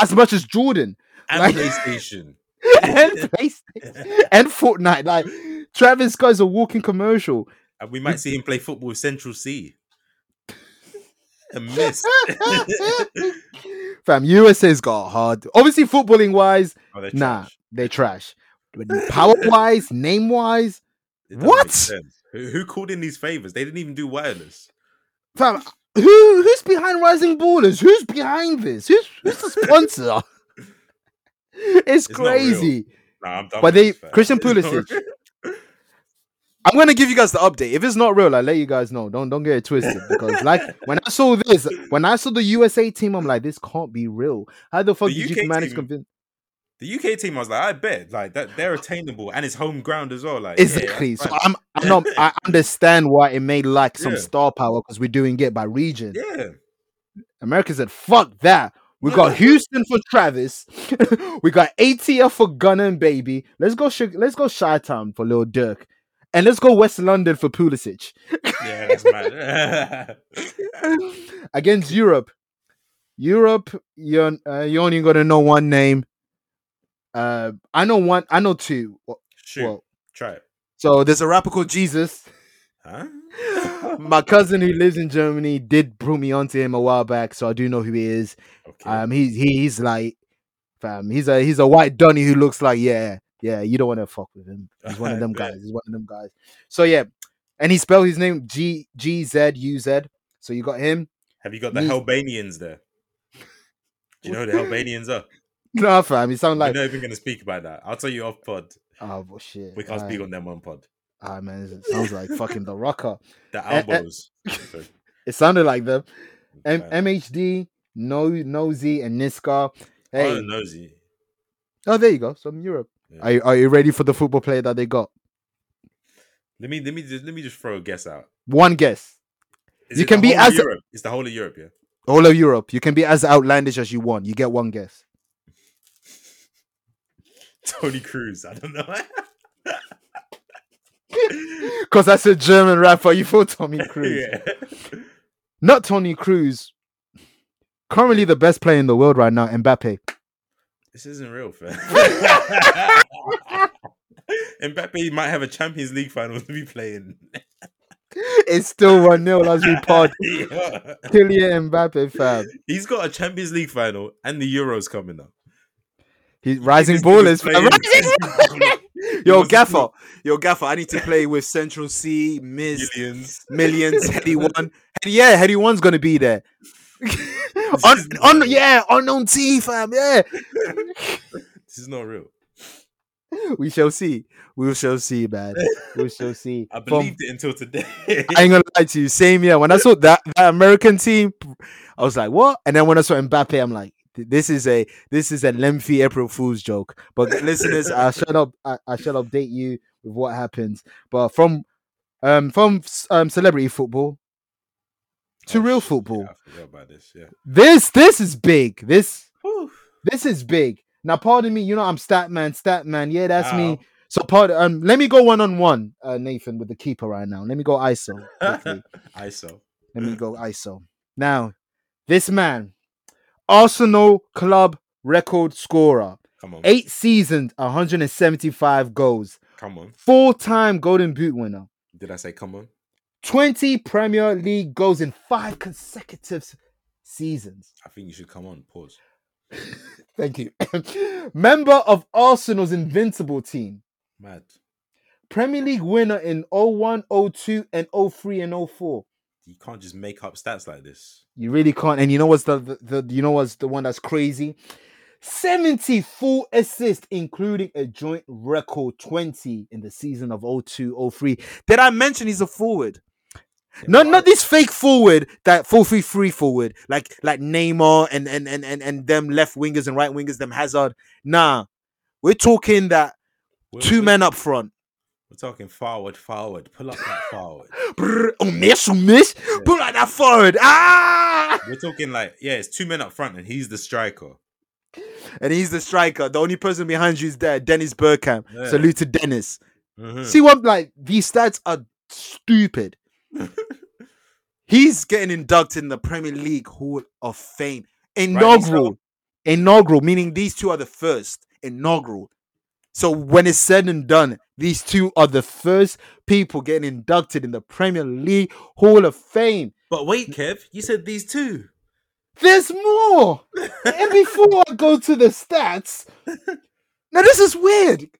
B: as much as Jordan
C: and
B: Like-
C: PlayStation.
B: and PlayStation and Fortnite. Like Travis Scott's a walking commercial.
C: And Uh, we might see him play football with Central C. Oh, And miss.
B: Fam, USA's got hard. Obviously, footballing wise,
C: Oh, they're
B: nah,
C: trash.
B: they trash. Power wise, name wise,
C: It doesn't make
B: What?
C: sense. Who, who called in these favors? They didn't even do wireless.
B: fam, who who's behind Rising Ballers? Who's behind this? Who's who's the sponsor? it's,
C: not real.
B: crazy.
C: Nah, I'm done.
B: But
C: with
B: they-
C: this, fam.
B: Christian
C: It's not
B: Pulisic.
C: real.
B: I'm gonna give you guys the update. If it's not real, I will let you guys know. Don't don't get it twisted because like when I saw this, when I saw the USA team, I'm like, this can't be real. How the fuck
C: The
B: did
C: UK
B: you manage to
C: team-
B: convince?
C: The UK team, I was like, I bet, like that they're attainable and it's home ground as well. Like
B: Exactly.
C: yeah,
B: so
C: that's fine.
B: I'm I'm not I understand why it may lack some
C: Yeah.
B: star power because we're doing it by region.
C: yeah.
B: America said, fuck that. We got Houston for Travis. we got ATF for Gunner and Baby. Let's go Chi- let's go Chi Town for Lil Dirk. And let's go West London for Pulisic.
C: yeah, that's mad.
B: Against Europe. Europe, you're, uh, you only gonna know one name. Uh, I know one, I know two. Well,
C: Shoot,
B: well,
C: try it.
B: so there's a rapper called Jesus.
C: Huh?
B: My cousin who lives in Germany did bring me onto him a while back, so I do know who he is.
C: Okay.
B: Um, he's he, he's like, fam, he's a he's a white Donny who looks like yeah, yeah. You don't want to fuck with him. He's one of
C: I
B: them
C: bet.
B: guys. He's one of them guys. So yeah, and he spelled his name G G Z U Z. So you got him.
C: Have you got the
B: Mus-
C: Albanians there? Do you know who the Albanians are?
B: Nah, fam, you sound like
C: We're not even going to speak about that. I'll tell you off pod.
B: oh well, shit.
C: We can't speak
B: alright,
C: on them on pod.
B: alright, man, it sounds like fucking the rocker.
C: The
B: eh.
C: elbows. So,
B: It sounded like them. M-
C: fam.
B: MHD, no nosy, and Niska. Hey,
C: Oh, the nosy.
B: Oh, there you go. Some Europe.
C: Yeah.
B: Are you, are you ready for the football player that they got?
C: Let me let me just let me just throw a guess out.
B: One guess.
C: Is
B: You
C: it
B: can
C: the
B: be
C: whole of
B: as a-
C: Europe. It's the whole of Europe, yeah.
B: All of Europe. You can be as outlandish as you want. You get one guess.
C: Tony Cruz. I don't know.
B: Because that's a German rapper. You thought Tommy Cruz.
C: yeah.
B: Not Tony Cruz. Currently the best player in the world right now, Mbappe.
C: This isn't real, fam. Mbappe might have a Champions League final to be playing.
B: It's still 1 0 as we pod.
C: Yeah.
B: Kylian Mbappe, fam.
C: He's got a Champions League final and the Euros coming up.
B: He's rising
C: This dude
B: ballers. fam. Rising-
C: playing
E: Yo,
C: wants to
E: Gaffer, yo, Gaffer, I need to play with Central C, Miz,
C: Millions.
E: Millions, Heady One. Heady, yeah, Heady One's gonna be there.
C: is
E: on, on,
C: mad.
E: yeah, unknown T, fam, yeah.
C: This is not real.
B: We shall see. We shall see, man. We shall see.
C: I
B: From-
C: believed it until today.
B: I ain't gonna lie to you. Same year when I saw that, that American team, I was like, "What?" And then when I saw Mbappe, I'm like, "Th- "This is a this is a lengthy April Fool's joke." But listeners, I shall up. I, I shall update you with what happens. But from um from s- um celebrity football to
C: Oh,
B: real
C: shit,
B: football,
C: Yeah, I forgot about this. Yeah.
B: this this is big. This this is big. Now, pardon me. You know I'm Statman. Statman. Yeah, that's me.
C: Wow.
B: So, pardon. Um, let me go one on one, uh, Nathan, with the keeper right now. Let me go ISO quickly.
C: ISO.
B: Let me go ISO. Now, this man, Arsenal club record scorer,
C: Come on.
B: eight seasons, 175 goals,
C: Come on.
B: four time Golden Boot winner,
C: Did I say come on?
B: 20 Premier League goals in five consecutive s- seasons.
C: I think you should come on. Pause.
B: Thank you. Member of Arsenal's invincible team,
C: Mad.
B: Premier League winner in 01, 02, and 03 and 04.
C: You can't just make up stats like this.
B: You really can't. And you know what's the, the, the you know what's the one that's crazy? 70 full assists, including a joint record 20 in the season of 02 03. Did I mention he's a forward? No, not this fake forward that four three three forward like like Neymar and and and and, and them left wingers and right wingers them Hazard. Nah, we're talking that
C: We're-
B: two
C: we're-
B: men up front.
C: We're talking forward, forward. Pull up that forward.
B: Brr, oh miss, oh miss, pull out that forward. Ah,
C: We're talking like yeah, it's two men up front, and he's the striker.
B: and he's the striker. The only person behind you is there, Dennis Burkham.
C: Yeah.
B: Salute to Dennis.
C: Mhm.
B: See what like these stats are stupid. He's getting inducted in the Premier League Hall of Fame. Inaugural. Inaugural, meaning these two are the first. Inaugural. So when it's said and done, these two are the first people getting inducted in the Premier League Hall of Fame.
C: But wait, Kev, you said these two.
B: There's more. and before I go to the stats, now this is weird.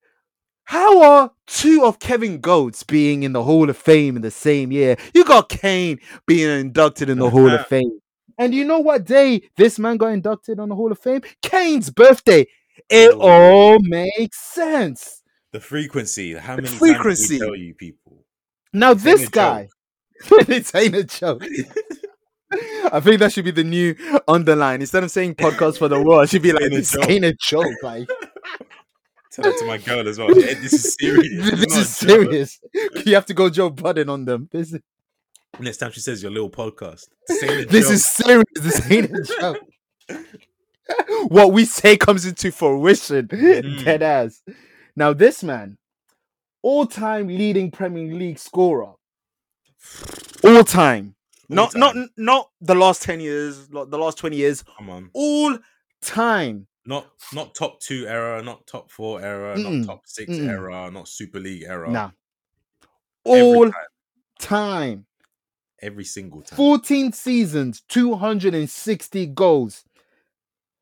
B: How are two of Kevin Goats being in the Hall of Fame in the same year? You got Kane being inducted in the Hall of Fame. And you know what day this man got inducted on the Hall of Fame? Kane's birthday. It
C: Oh.
B: all makes sense.
C: The frequency. How many
B: frequency.
C: frequency? tell you people.
B: Now
C: ain't a
B: this
C: joke.
B: guy, this ain't a joke. I think that should be the new underline. Instead of saying podcast for the world, it should be like
C: Ain't a
B: this
C: joke.
B: ain't a joke. Like
C: Tell that to my girl as well. Yeah, this is serious.
B: this
C: Not
B: is
C: a joke.
B: serious. You have to go Joe Budden on them. This is
C: Next time she says your little podcast. This ain't a
B: this
C: joke.
B: is serious. This ain't a joke. what we say comes into fruition.
C: Mm.
B: Dead ass. Now this man, all-time leading Premier League scorer. All-time. Not
C: time.
B: not not the last 10 years, not the last 20 years.
C: come on.
B: All time.
C: Not not top two era, not top four era,
B: Mm-mm.
C: not top 6
B: Mm-mm.
C: era, not Super League era.
B: Nah.
C: Every
B: All
C: time,
B: time.
C: every single time.
B: 14 seasons, 260 goals,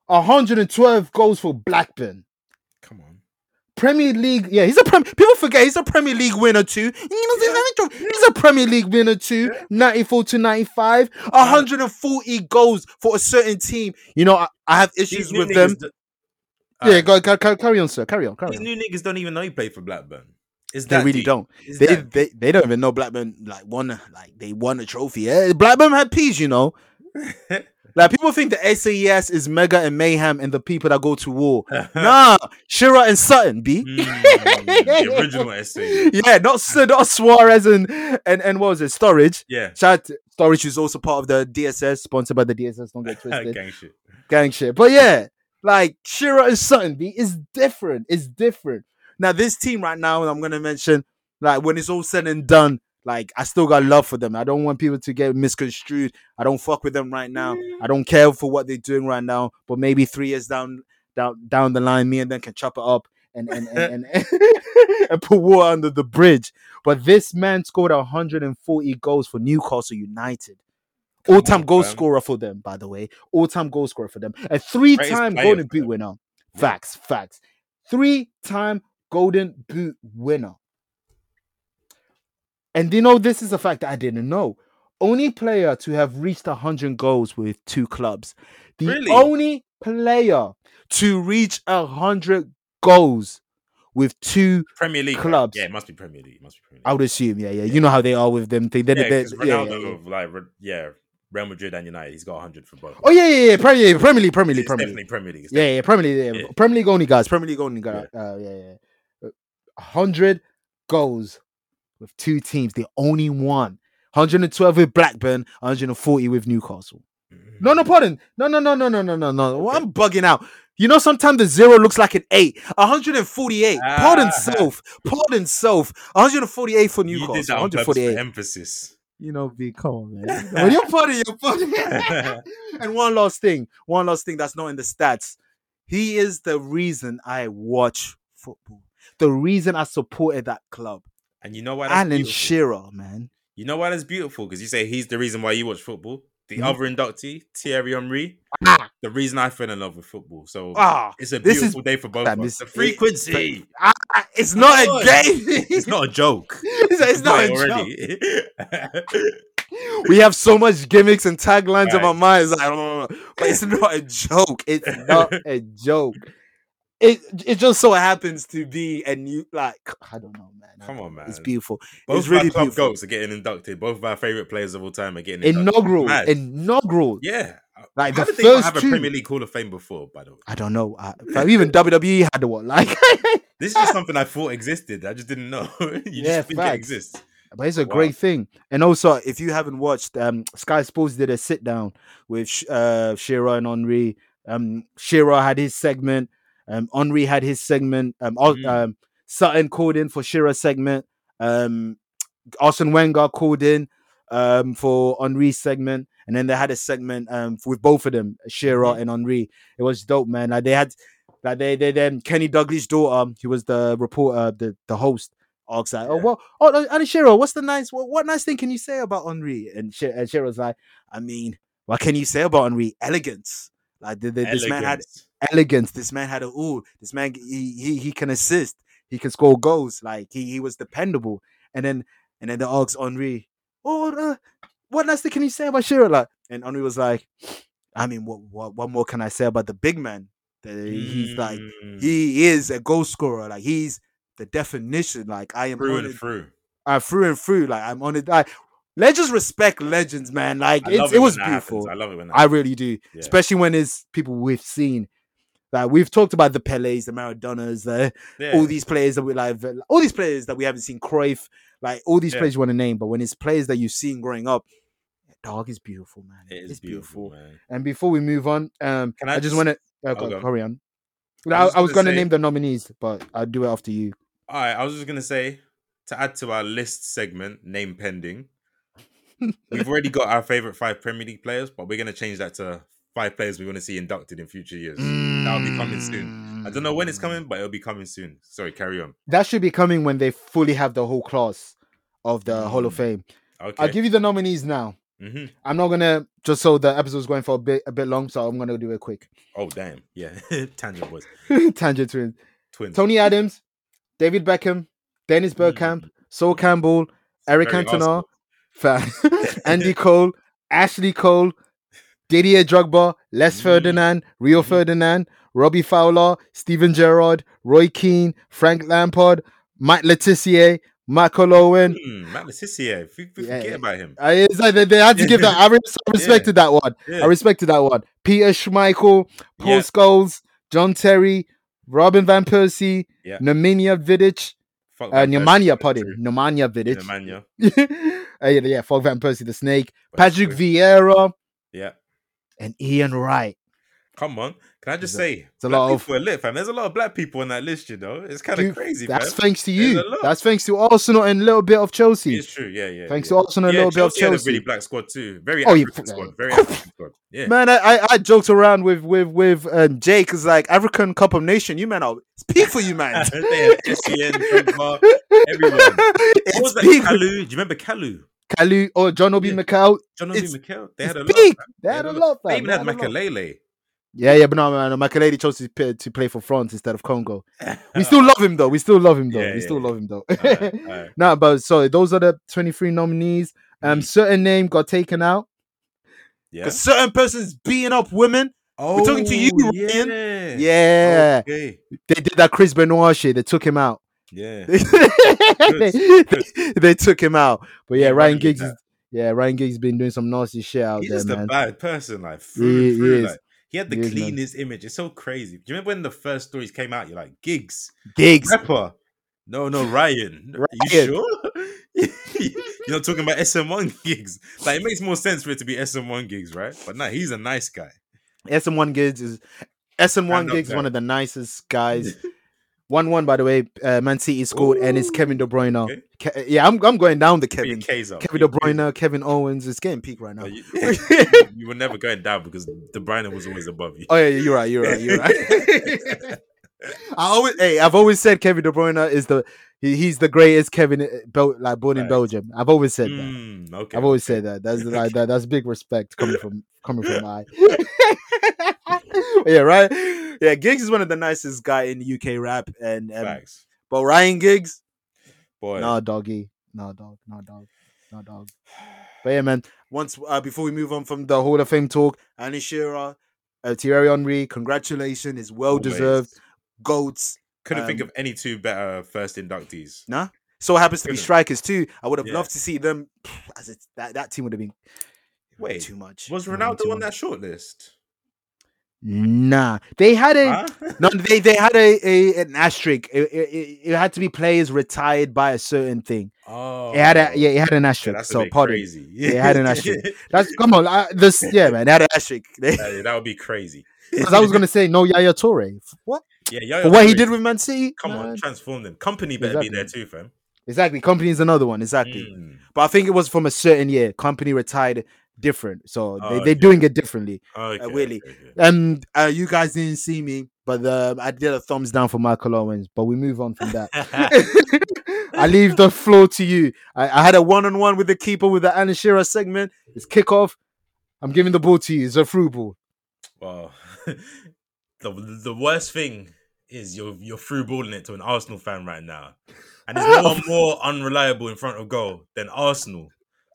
B: 112 goals for Blackburn.
C: Come on.
B: Premier League, yeah, he's a Premier. People forget he's a Premier League winner too. He's a Premier League winner too. 94 to 95, 140 goals for a certain team. You know, I, I have issues
C: These new
B: with
C: niggas
B: them.
C: do-
B: Yeah,
C: Alright,
B: go, go, go- carry on, sir. Carry on, carry
C: These
B: on.
C: new niggas don't even know he played for Blackburn. Is
B: They
C: that
B: really
C: deep.
B: don't.
C: Is
B: They,
C: that
B: they they don't even know Blackburn like won a- like they won a trophy. Yeah, Blackburn had peas, you know.
C: deep?
B: Like people think the SAES is Mega and Mayhem and the people that go to war.
C: Hmm,
B: nah, Shira and Sutton, B.
C: Mm, the original essay.
B: Yeah, not Su- not Suarez and and and what was it? Storage.
C: Yeah.
B: Shout out to- Storage is also part of the DSS, sponsored by the DSS. Don't get twisted,
C: Gang shit.
B: gang shit. But yeah, like Shira and Sutton, B is different. It's different. Now this team right now, I'm gonna mention, like when it's all said and done. Like I still got love for them. I don't want people to get misconstrued. I don't fuck with them right now. I don't care for what they're doing right now. But maybe three years down down down the line, me and them can chop it up and and and, and, and put water under the bridge. But this man scored 140 goals for Newcastle United.
C: Come
B: All time
C: on,
B: goal
C: fam.
B: scorer for them, by the way. All time goal scorer for them. A three time
C: player
B: golden
C: for
B: boot
C: them.
B: winner. Facts, facts. Three time golden boot winner. And you know, this is a fact that I didn't know. Only player to have reached 100 goals with two clubs. The
C: Really?
B: only player to reach 100 goals with two,
C: Premier League right?
B: Clubs.
C: Yeah, it must be Premier League. It must be Premier League.
B: I would assume. Yeah, yeah. You know how they are with them. They, they,
C: yeah,
B: they-
C: 'cause
B: yeah,
C: Ronaldo
B: yeah, yeah.
C: of like Re- yeah, Real Madrid and United. He's got 100 for both.
B: Oh, yeah, yeah, yeah. Premier, yeah, Premier League, Premier
C: It's
B: League, Premier League.
C: definitely Premier League. It's
B: Yeah, yeah, Premier League. Yeah.
C: Yeah.
B: Premier League only guys. Premier League only guys. Yeah, uh, yeah, yeah. Uh, 100 goals with two teams. The only one. 112 with Blackburn, 140 with Newcastle.
C: definitely-
B: No, no, pardon. No, no, no, no, no, no, no, no. Well, I'm bugging out. You know, sometimes the zero looks like an eight. 148. Pardon
C: Ah.
B: self. Pardon self. 148 for
C: you
B: Newcastle.
C: did that on purpose for
B: 148.
C: emphasis.
B: You know, be come on, man. when you're funny, you're funny. and one last thing. One last thing that's not in the stats. He is the reason I watch football. The reason I supported that club.
C: and you know why? Ah, That's
B: Alan
C: beautiful?
B: Shearer, man.
C: You know why that's beautiful? Because you say he's the reason why you watch football. The
B: Mhm.
C: other inductee, Thierry Henry, the reason I fell in love with football. So
B: Ah,
C: it's a
B: this is-
C: beautiful day for both
B: Fam,
C: of us.
B: it's-
C: The frequency.
B: Ah, it's not
C: on.
B: a game.
C: it's not a joke.
B: it's, it's
C: You know
B: not a
C: it
B: joke.
C: already.
B: we have so much gimmicks and taglines
C: Right.
B: in our minds. I don't know, but it's not a joke. It's not a joke. It it just so happens to be a new like I don't know, man. I
C: Come
B: don't
C: on,
B: know.
C: man.
B: it's beautiful.
C: Both
B: it's
C: of our
B: really
C: club
B: beautiful.
C: goats are getting inducted. Both of our favorite players of all time are getting inducted.
B: Inaugural,
C: Mad.
B: inaugural.
C: Yeah.
B: Like
C: How
B: the
C: did they not
B: first
C: have a
B: two.
C: Premier League Hall of Fame before, by the way?
B: I don't know. I, like, even WWE had one. Like,
C: This is just something I thought existed. I just didn't know. you
B: Yeah,
C: just think it
B: facts.
C: exists.
B: but it's a
C: Wow.
B: great thing. And also, if you haven't watched, um, Sky Sports did a sit down with Sh- uh, Shearer and Henri. Um, Shearer had his segment. Um, Henri had his segment. Um, Al-
C: Mhm.
B: um, Sutton called in for Shearer's segment. Um, Arsene Wenger called in um, for Henri's segment. And then they had a segment um, with both of them, Shearer
C: Mm-hmm.
B: and Henri. It was dope, man. Like they had, like they, they then Kenny Douglas' daughter, he was the reporter, the, the host. Asked like, oh
C: Yeah.
B: well, oh no, and Shearer, what's the nice, what, what nice thing can you say about Henri? And, she, and Shearer's like, I mean, what can you say about Henri? Elegance. Like the, the, this man had
C: Elegance.
B: elegance. This man had a ooh. This man he he, he can assist. He can score goals. Like he, he was dependable. And then and then the Ox Henri. Oh, uh, what else can you say about Shearer? Like, and Henri was like, I mean, what what what more can I say about the big man? That he's like
C: Mm.
B: he is a goal scorer. Like he's the definition. Like I am
C: through
B: honored,
C: and through.
B: uh, through and through. Like I'm on it. Like let's just respect legends, man. Like
C: I
B: it's,
C: love
B: it,
C: when
B: was
C: that happens.
B: beautiful.
C: I love it when that
B: I really do,
C: Yeah.
B: especially when it's people we've seen. Like we've talked about the Pelés, the Maradonas, the
C: happens.
B: all
C: Yeah.
B: these players that we like, all these players that we haven't seen, Cruyff, like all these
C: Yeah.
B: players you want to name. But when it's players that you've seen growing up, dog is beautiful, man.
C: It is
B: it's beautiful.
C: beautiful, man.
B: And before we move on, um,
C: Can
B: I,
C: I
B: just
C: just- Oh,
B: want to uh,
C: go
B: go-
C: on.
B: hurry on.
C: I
B: I,
C: was
B: I was going
C: gonna
B: to
C: say-
B: name the nominees, but I'll do it after you.
C: All right, I was just gonna say to add to our list segment, name pending. We've already got our favorite five Premier League players, but we're gonna change that to five players we want to see inducted in future years. That'll be coming soon. I don't know when it's coming, but it'll be coming soon. Sorry, carry on.
B: That should be coming when they fully have the whole class of the Hall of
C: Mm.
B: Fame.
C: Okay.
B: I'll give you the nominees now.
C: Mhm.
B: I'm not gonna just so the episode's going for a bit a bit long, so I'm gonna do it quick.
C: Oh damn. Yeah. Tangent boys.
B: Tangent twins.
C: Twins.
B: Tony Adams, David Beckham, Dennis Bergkamp, Sol Campbell, Eric
C: Very
B: Cantona, fa- Andy Cole, Ashley Cole, Didier Drogba, Les
C: Mm.
B: Ferdinand, Rio
C: Mhm.
B: Ferdinand, Robbie Fowler, Steven Gerrard, Roy Keane, Frank Lampard, Matt Letizier, Michael Owen.
C: Mm, Matt Letizia. We, we
B: Yeah,
C: forget
B: yeah.
C: about him.
B: I, it's like they, they had to give that. I, res- I respected that one.
C: Yeah.
B: I respected that one. Peter Schmeichel, Paul
C: Yeah.
B: Scholes, John Terry, Robin Van Persie,
C: Yeah.
B: Nemanja Vidic, uh,
C: Fuck that person.
B: Nemanja,
C: True.
B: pardon, Nemanja
C: Yeah,
B: Vidic.
C: Nemanja.
B: Uh, yeah, yeah, Fog Van Persie, the Snake,
C: But
B: Patrick
C: true.
B: Vieira,
C: Yeah.
B: and Ian Wright.
C: Come on. Can I
B: It's
C: just
B: a-
C: say
B: a
C: black
B: lot of-
C: people are lit, fam. There's a lot of black people on that list, you know. It's kind of
B: Dude,
C: crazy,
B: That's
C: fam.
B: thanks to
C: There's
B: you.
C: a lot.
B: That's thanks to Arsenal and a little bit of Chelsea.
C: It's true, yeah, yeah.
B: Thanks
C: yeah.
B: to Arsenal and a
C: yeah,
B: little
C: Chelsea
B: bit
C: had
B: of
C: a really
B: Chelsea.
C: black squad too. Very
B: Oh, yeah,
C: African
B: fuck
C: squad.
B: that.
C: Very African squad. Yeah.
B: Man, I, I I joked around with with with um, Jake. It's like African Cup of Nation. You man, I'll speak for you, man.
C: they had Essien, Drogba, everyone. What was
B: it's
C: that?
B: big.
C: Kalu. Do you remember Kalu?
B: Kalu or oh, John Obi
C: Yeah.
B: Mikel.
C: John Obi
B: It's-
C: Mikel. They
B: It's
C: had a lot.
B: big.
C: fam.
B: They had a lot.
C: They
B: fam.
C: even had
B: a lot.
C: Makalele.
B: Yeah, yeah, but no, man, Makalele chose to, p- to play for France instead of Congo. We still love him though. We still love him though.
C: Yeah,
B: we
C: yeah,
B: still
C: yeah.
B: love him though.
C: Alright, alright.
B: Nah, but so those are the 23 nominees. Um,
C: Mm.
B: certain name got taken out.
C: Yeah.
E: 'Cause certain person's beating up women.
C: Oh,
E: talking to you, Ryan.
C: Yeah.
B: Yeah,
C: Okay.
B: they did that Chris Benoit shit. They took him out.
C: Yeah.
B: they, they, they took him out. But yeah,
C: Yeah,
B: Ryan
C: Ryan did
B: Giggs
C: that.
B: is yeah, Ryan Giggs been doing some nasty shit out
C: He's
B: there,
C: just a
B: man.
C: bad person, like through
B: He
C: and through.
B: is.
C: Like he had the
B: He is, man.
C: cleanest image. It's so crazy. Do you remember when the first stories came out? You're like, gigs,
B: Giggs.
C: rapper. No, no, Ryan. You
B: Ryan.
C: sure? You're not talking about SM1 gigs. Like it makes more sense for it to be SM1 gigs, right? But nah, he's a nice guy.
B: SM1 Giggs is SM1
C: Stand up
B: Giggs is
C: guy.
B: one of the nicest guys. One one by the way, uh, Man City scored, and it's Kevin De Bruyne.
C: okay.
B: Ke- yeah, I'm I'm going down the
C: Put your
B: Kevin.
C: K's up.
B: Kevin
C: Put
B: De
C: your K's up.
B: Bruyne, Kevin Owens. It's getting peak right now.
C: No, you, you were never going down because De Bruyne was always above you.
B: Oh yeah, yeah, you're right. You're right. You're right. I always, hey, I've always said Kevin De Bruyne is the he, he's the greatest Kevin uh, Bel- like born in
C: Right.
B: Belgium. I've always said that.
C: Mm, okay.
B: I've always said that. That's like that, that's big respect coming from coming from I. yeah, right. Yeah, Giggs is one of the nicest guy in UK rap, and um,
C: Facts.
B: but Ryan Giggs,
C: Boy.
B: nah, doggy, nah, dog, nah, dog, nah, dog. But yeah, man. Once uh, before we move on from the Hall of Fame talk, Annie Shearer, uh, Thierry Henry, congratulations! It's well deserved. Goats.
C: Couldn't think
B: Um,
C: of any two better first inductees.
B: So happens to be
C: Goodness.
B: strikers too. I would have
C: Yeah.
B: loved to see them. As it, that that team would have been
C: Wait,
B: too much.
C: was
B: It would've been
C: Ronaldo
B: too
C: on
B: much.
C: that short list?
B: Nah, they had a
C: Huh?
B: No, they, they had a, a an asterisk. It, it, it- it had to be players retired by a certain thing.
C: Oh,
B: It had a yeah, it had an
C: Yeah,
B: asterisk.
C: that's a
B: so
C: bit
B: pardon.
C: crazy.
B: They had an asterisk. That's come on. I, this yeah, man. It had an asterisk. Because
C: Uh, that would be crazy.
B: I was gonna say no Yaya Toure. F- What
C: Yeah, yo,
B: for what he did with Man City?
C: Come on,
B: man.
C: transform them. Company better be there too, fam.
B: Exactly. Company is another one. Exactly.
C: Mm.
B: But I think it was from a certain year. Company retired different. So they,
C: Oh,
B: they're
C: okay.
B: doing it differently.
C: Okay,
B: Willy.
C: okay, okay.
B: Um, uh, you guys didn't see me, but uh, I did a thumbs down for Michael Owens. But we move on from that. I leave the floor to you. I, I had a one-on-one with the keeper with the Anishira segment. It's kickoff. I'm giving the ball to you. It's a through ball.
C: Well, the the worst thing is you're you're through balling it to an Arsenal fan right now, and there's no one more unreliable in front of goal than Arsenal.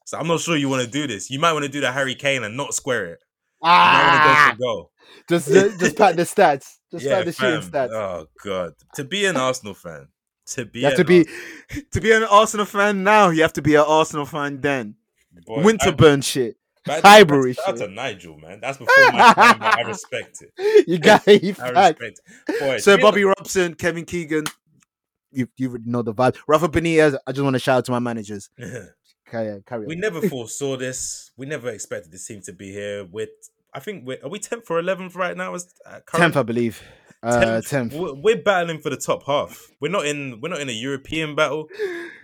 C: So I'm not sure you want to do this. You might want to do the Harry Kane and not square it. You might
B: Ah!
C: want to go for goal.
B: Just, just, just pat the stats. Just pat the shooting
C: fam.
B: stats.
C: Oh god, to be an Arsenal fan, to be
B: you have to
C: an
B: be
E: To be an Arsenal fan now, you have to be an Arsenal fan then.
C: Arsenal- boy, that-
B: Winterburn shit.
C: that-
B: Highbury
C: Shout out to
B: shit.
C: Nigel, man. That's before my time, but I respect it.
B: You got it.
C: I
B: back.
C: respect. it. Boy,
E: So
C: to be
E: Bobby Robson, Kevin Keegan,
B: You, you know the vibe. Rafa Benitez. I just want to shout out to my managers.
C: honest-
B: Carry, carry
C: we
B: on.
C: never foresaw this. We never expected this team to be here. With I think we're are we tenth or eleventh right now? Is uh, current-
B: Tenth, I believe. Uh,
C: 10th?
B: tenth.
C: We're, we're battling for the top half. We're not in. We're not in a European battle.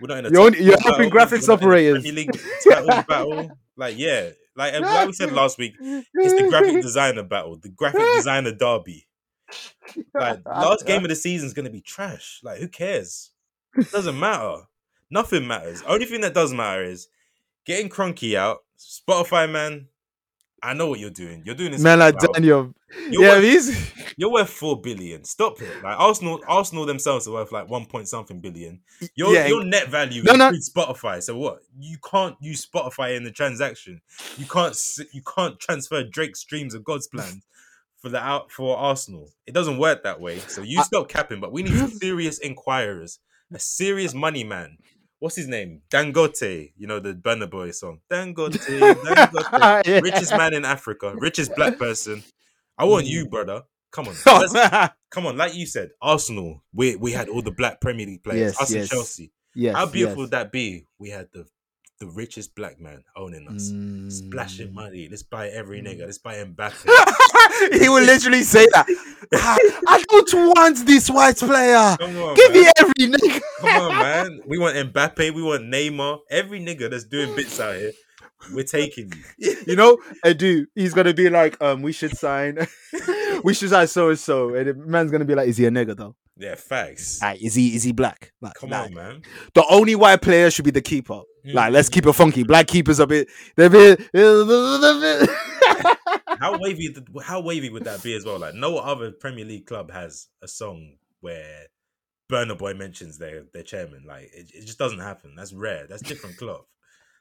C: We're not in a.
B: You're
C: top
B: only- you're
C: four battle.
B: helping
C: We're
B: graphics
C: not in a
B: operators.
C: Premier League title battle. Like yeah, like, and like we said last week, it's the graphic designer battle, the graphic designer derby. Like last game of the season is gonna be trash. Like who cares? It doesn't matter. Nothing matters. Only thing that does matter is getting Cronky out. Spotify man, I know what you're doing. You're doing this.
B: Man like
C: about-
B: Daniel.
C: You're
B: yeah,
C: worth-
B: he's
C: you're worth four billion. Stop it. Like Arsenal, Arsenal themselves are worth like one point something billion. Your
B: yeah.
C: your net value
B: No, no.
C: includes Spotify. So what? You can't use Spotify in the transaction. You can't s- you can't transfer Drake's Dreams of God's Plan for the out for Arsenal. It doesn't work that way. So you stop capping. But we need serious inquirers, a serious money man. What's his name? Dangote. You know the Burner Boy song. Dangote. Dangote
B: Yeah.
C: richest man in Africa, richest black person. I want you, brother. Come on, Let's- come on. Like you said, Arsenal. We we had all the black Premier League players.
B: Yes,
C: us and
B: yes.
C: Chelsea.
B: Yes,
C: How beautiful would
B: yes.
C: that be? We had the the richest black man owning us,
B: Mm.
C: splashing money. Let's buy every nigga. Let's buy Mbappe.
B: he will literally say that. "Ah, I don't want this white player.
C: Come on,
B: Give
C: man.
B: me every nigga.
C: come on, man. We want Mbappe. We want Neymar. Every nigga that's doing bits out here, we're taking you.
B: You know, I do. He's gonna be like, um, we should sign, we should sign so and so, and the man's gonna be like, is he a nigga though?
C: Yeah, facts.
B: Ah, is he is he black? Like,
C: Come
B: nah.
C: on, man.
B: The only white player should be the keeper. Like, let's keep it funky. Black keepers a bit. They're a bit.
C: how wavy th- how wavy would that be as well? Like no other Premier League club has a song where Burner Boy mentions their their chairman. Like it, it just doesn't happen. That's rare. That's different club.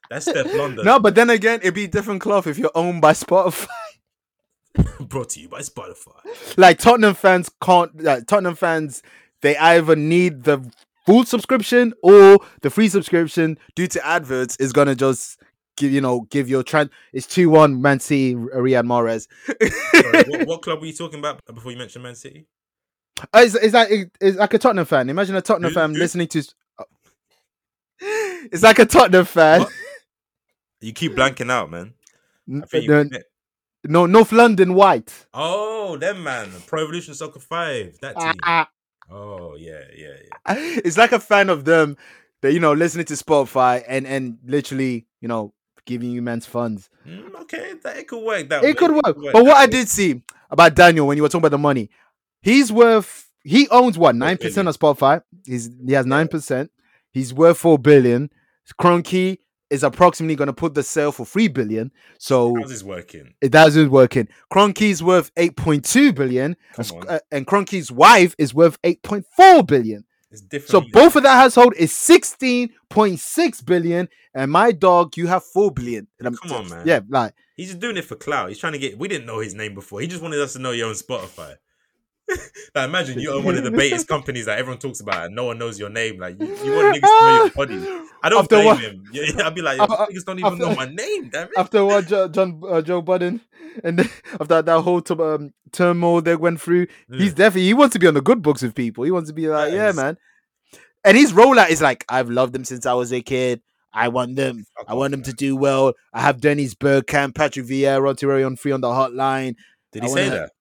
C: That's Steph London
B: no, but then again, it'd be different cloth if you're owned by Spotify.
C: brought to you by Spotify.
B: like Tottenham fans can't like Tottenham fans they either need the full subscription or the free subscription due to adverts is gonna just give you know give your trend it's 2-1 Man City Riyad Mahrez
C: Sorry, what, what club were you talking about before you mentioned Man City?
B: Uh, it's, it's like it's like a Tottenham fan imagine a Tottenham
C: Who-
B: fan
C: who?
B: listening to it's like a Tottenham fan
C: What? You keep blanking out, man. I think you-
B: no, no North London white
C: oh, them man, Pro Evolution Soccer Five, that
B: Ah,
C: team. Oh yeah, yeah, yeah.
B: it's like a fan of them that you know listening to Spotify and and literally you know giving you man's funds
C: Mm, okay, that it could work. That way,
B: it could work.
C: that
B: But what I
C: way.
B: did see about Daniel when you were talking about the money, he's worth he owns what nine percent
C: billion.
B: on Spotify. He's he has nine percent. He's worth four billion. Cronky is approximately going to put the sale for three billion. So
C: how's this working?
B: it doesn't working. Cronky's worth eight point two billion,
C: Come
B: and, Sc-
C: on.
B: uh, and Cronky's wife is worth eight point four billion.
C: It's different.
B: So both of that household is 16.6 billion, and my dog, you have 4 billion. And I'm-
C: Come on, man.
B: Yeah, like
C: He's just doing it for clout. He's trying to get. We didn't know his name before. He just wanted us to know you're on Spotify. like, imagine you own one of the biggest companies that everyone talks about, and no one knows your name. Like, you, you want niggas to know your body. I don't
B: After
C: blame
B: what-
C: him. Yeah, yeah, I'd be like,
B: I-
C: "Yo,
B: I-
C: niggas don't even
B: after-
C: know my name. Damn it.
B: after what Jo- John uh, Joe Budden and then after that whole tu- um, turmoil they went through, he's definitely he wants to be on the good books with people. He wants to be like, yeah,
C: Yes.
B: man. And his rollout is like, I've loved them since I was a kid. I want them. I want them to do well. I have Denny's Bergkamp, Patrick Vieira, Terry on free on the hotline.
C: Did
B: I
C: he say
B: wanna-
C: that?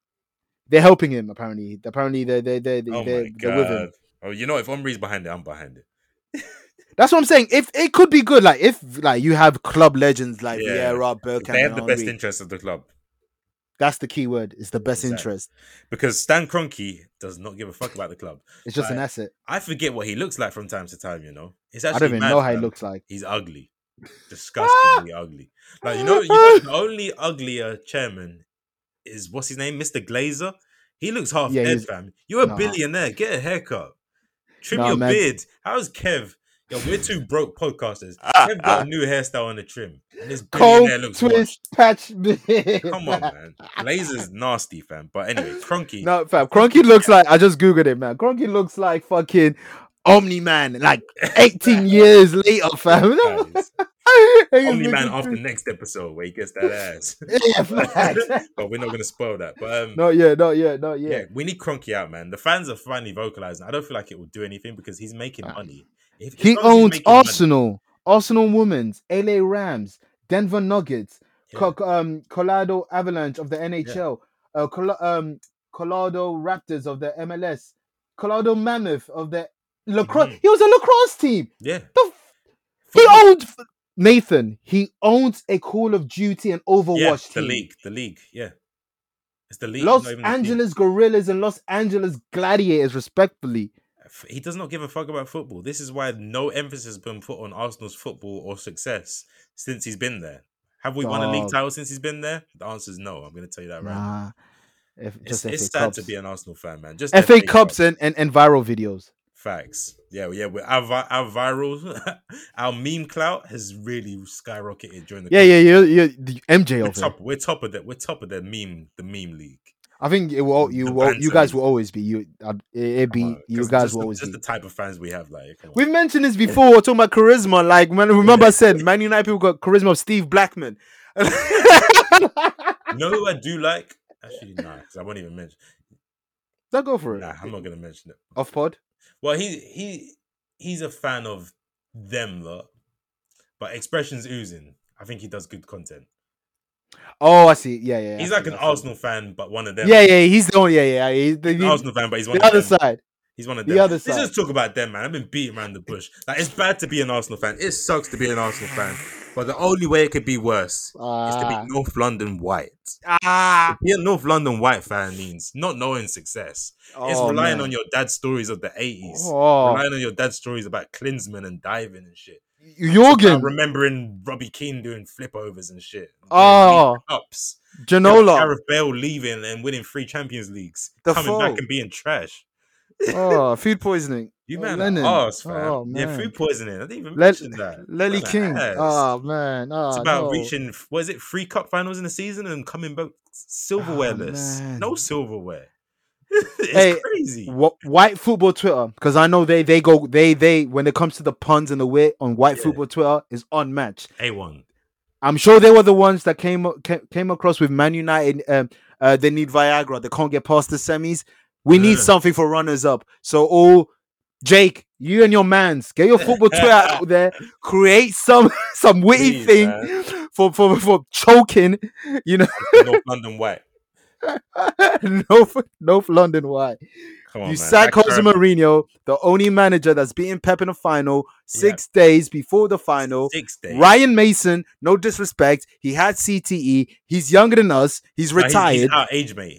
B: They're helping him apparently. Apparently they they they they
C: Oh
B: they're,
C: my
B: they're with him.
C: god. Oh, you know, what? if Omri's behind it, I'm behind it.
B: That's what I'm saying. If it could be good, like if like you have club legends like
C: Yeah.
B: Vieira, Bergkamp,
C: They have the
B: and
C: best
B: Henry,
C: interest of the club
B: that's the key word. It's the best
C: Exactly.
B: interest.
C: because Stan Kroenke does not give a fuck about the club.
B: It's just an
C: Right.
B: asset.
C: I forget what he looks like from time to time. You know, it's
B: I
C: actually
B: don't even
C: mad,
B: know how he
C: fam.
B: looks like.
C: He's ugly,
B: Ah!
C: disgustingly ugly. Like you know, you know, the only uglier chairman is what's his name, Mister Glazer. He looks half
B: Yeah,
C: dead,
B: he's-
C: fam. You're a
B: Nah.
C: billionaire. Get a haircut. Trim
B: Nah,
C: your
B: man.
C: beard. How's Kev? Yo, we're two broke podcasters. Kev got a new hairstyle on the trim, and this
B: Cold
C: billionaire looks washed.
B: twist patch.
C: Come on, man. Glazer's nasty, fam. But anyway, Cronky.
B: No, fam. Cronky looks like I just googled it, man. Cronky looks like fucking Omni Man, like 18 years later, fam.
C: guys. Only
B: Omni
C: man after next episode where he gets that ass.
B: Yeah, facts.
C: but we're not gonna spoil that. But um,
B: Not yet, not yet, not
C: yeah.
B: yet.
C: we need Cronky out, man. The fans are finally vocalizing. I don't feel like it will do anything because he's making
B: Ah.
C: money. If, as
B: He
C: long as he's
B: owns
C: making money-
B: Arsenal, Arsenal Women's, LA Rams, Denver Nuggets,
C: Yeah.
B: Co- um, Colorado Avalanche of the NHL, uh, Col- um, Colorado Raptors of the MLS, Colorado Mammoth of the lacrosse.
C: Mhm.
B: He was a lacrosse team.
C: Yeah.
B: The f- he
C: Football-
B: owned Nathan. He owns a Call of Duty and Overwatch
C: yeah, the
B: team.
C: league, the league, yeah. It's the league.
B: Los
C: not even the team.
B: Angeles Gorillas and Los Angeles Gladiators, respectfully.
C: F- He does not give a fuck about football. This is why no emphasis has been put on Arsenal's football or success since he's been there. Have we won a league
B: Dog.
C: title since he's been there? The answer is no. I'm going to tell you that right. now.
B: Nah, if,
C: It's,
B: just
C: it's
B: FA
C: sad to
B: Cups.
C: be an Arsenal fan, man. Just
B: FA Cups and, and, and viral videos.
C: Facts. Yeah, yeah. We're, our, vi- our viral, our meme clout has really skyrocketed during the.
B: Yeah, yeah, yeah, yeah. The MJ
C: We're
B: of it.
C: top, we're top of the we're top of the meme the meme league.
B: I think it will.
C: The
B: You will, you
C: banter.
B: guys will always be you. uh, It, it be
C: Come on,
B: you
C: just-
B: guys
C: just
B: will
C: the,
B: always
C: just
B: be.
C: the type of fans we have. Like, come on.
B: We've mentioned this before. We're talking about charisma. Like, man, remember I said Man United people got charisma of Steve Blackman.
C: you know who I do like? Actually, nah, 'cause I won't even mention.
B: Don't go for it.
C: Nah, I'm not gonna mention it.
B: Off pod.
C: Well, he he he's a fan of them lot, but expressions oozing. I think he does good content.
B: Oh, I see. Yeah, yeah. yeah,
C: he's
B: I
C: like
B: see,
C: an
B: I see.
C: Arsenal fan, but one of them.
B: Yeah, yeah. He's the only. Yeah, yeah. yeah, He's the,
C: An
B: he-
C: Arsenal fan, but he's one
B: the
C: of
B: other
C: them.
B: side.
C: He's one of
B: The
C: them.
B: other
C: Let's
B: side.
C: just talk about them, man. I've been beating around the bush. Like it's bad to be an Arsenal fan. It sucks to be an Arsenal fan. But the only way it could be worse is to
B: Ah.
C: be North London white.
B: ah.
C: Being a North London white fan means not knowing success. it's
B: Oh,
C: relying
B: man.
C: on your dad's stories of the 80s.
B: Oh.
C: Relying on your dad's stories about Klinsman and diving and shit. About
B: Jorgen.
C: remembering Robbie Keane doing flip overs and shit.
B: Oh.
C: Ups.
B: Janola.
C: Gareth Bale leaving and winning three Champions Leagues.
B: The
C: coming
B: foe.
C: back and being trash.
B: Oh, food poisoning.
C: You
B: Oh,
C: man,
B: Lennon.
C: are arse, fam.
B: Oh,
C: Yeah,
B: man.
C: food poisoning. I didn't even
B: Let-
C: mention that.
B: Lely
C: What an
B: King.
C: ass.
B: Oh man. Oh,
C: it's about
B: no.
C: reaching. Was it three cup finals in the season and coming back silverwareless?
B: Ah, man.
C: no silverware. it's
B: Hey,
C: crazy.
B: Wh- white football Twitter, because I know they they go they they when it comes to the puns and the wit on white
C: Yeah.
B: football Twitter is unmatched.
C: A one.
B: I'm sure they were the ones that came ca- came across with Man United. Um, uh, they need Viagra. They can't get past the semis. We need
C: Yeah.
B: something for runners up. So all Jake, you and your mans, get your football Twitter out there. Create some some witty
C: Please,
B: thing for, for for choking. You know,
C: North London white.
B: North North London. Why?
C: Come on,
B: You
C: man.
B: sack
C: Back
B: Jose
C: to-
B: Mourinho, the only manager that's beaten Pep in the final six days before the final.
C: Six days.
B: Ryan Mason, no disrespect, he had CTE. He's younger than us. He's
C: Nah, he's-
B: retired.
C: He's,
B: He's,
C: our age mate.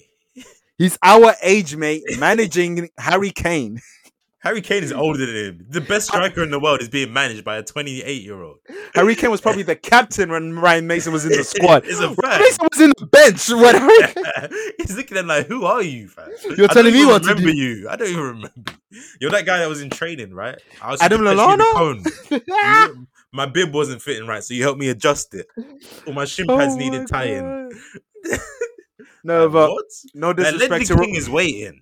B: our age mate, managing Harry Kane.
C: Harry Kane is older than him. The best striker in the world is being managed by a 28 year old.
B: Harry Kane was probably the captain when Ryan Mason was in the squad.
C: It's a
B: Ryan
C: fact.
B: Mason was in the bench when Harry Kane-
C: He's looking at him like, who are you, fam?
B: You're
C: I don't
B: telling me
C: even
B: what to
C: remember
B: do.
C: you. I don't even remember. You're that guy that was in training, right? I was
B: Adam
C: supposed to fetch you the
B: Lallana?
C: cone. You- my bib wasn't fitting right, so you helped me adjust it. Or my shin pads
B: Oh my
C: needed tying.
B: God. no,
C: Like,
B: but
C: what?
B: no
C: That Ledley
B: disrespect to
C: King
B: Ro-
C: is waiting.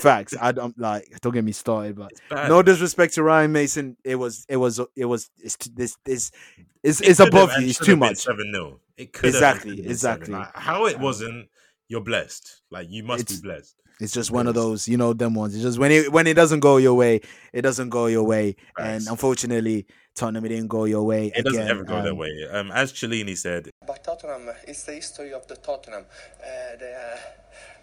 B: facts. I don't like. Don't get me started, but
C: Bad.
B: no disrespect to Ryan Mason. It was. It was. It was. It's t- this. This. It's.
C: It
B: It's
C: could've
B: above
C: and
B: you. It's
C: should've
B: too
C: been
B: much.
C: 7 0. It could
B: Exactly, exactly.
C: How it wasn't, you're blessed. Like, you must
B: It's-
C: be blessed.
B: It's just one of
C: Yes.
B: those, you know, them ones. It's just when it when it doesn't go your way, it doesn't go your way.
C: Facts.
B: And unfortunately, Tottenham it didn't go your way.
C: It doesn't
B: again.
C: ever go that
B: Um,
C: way. Um, as Cellini said,
F: But Tottenham, it's the history of the Tottenham. Uh, they, uh,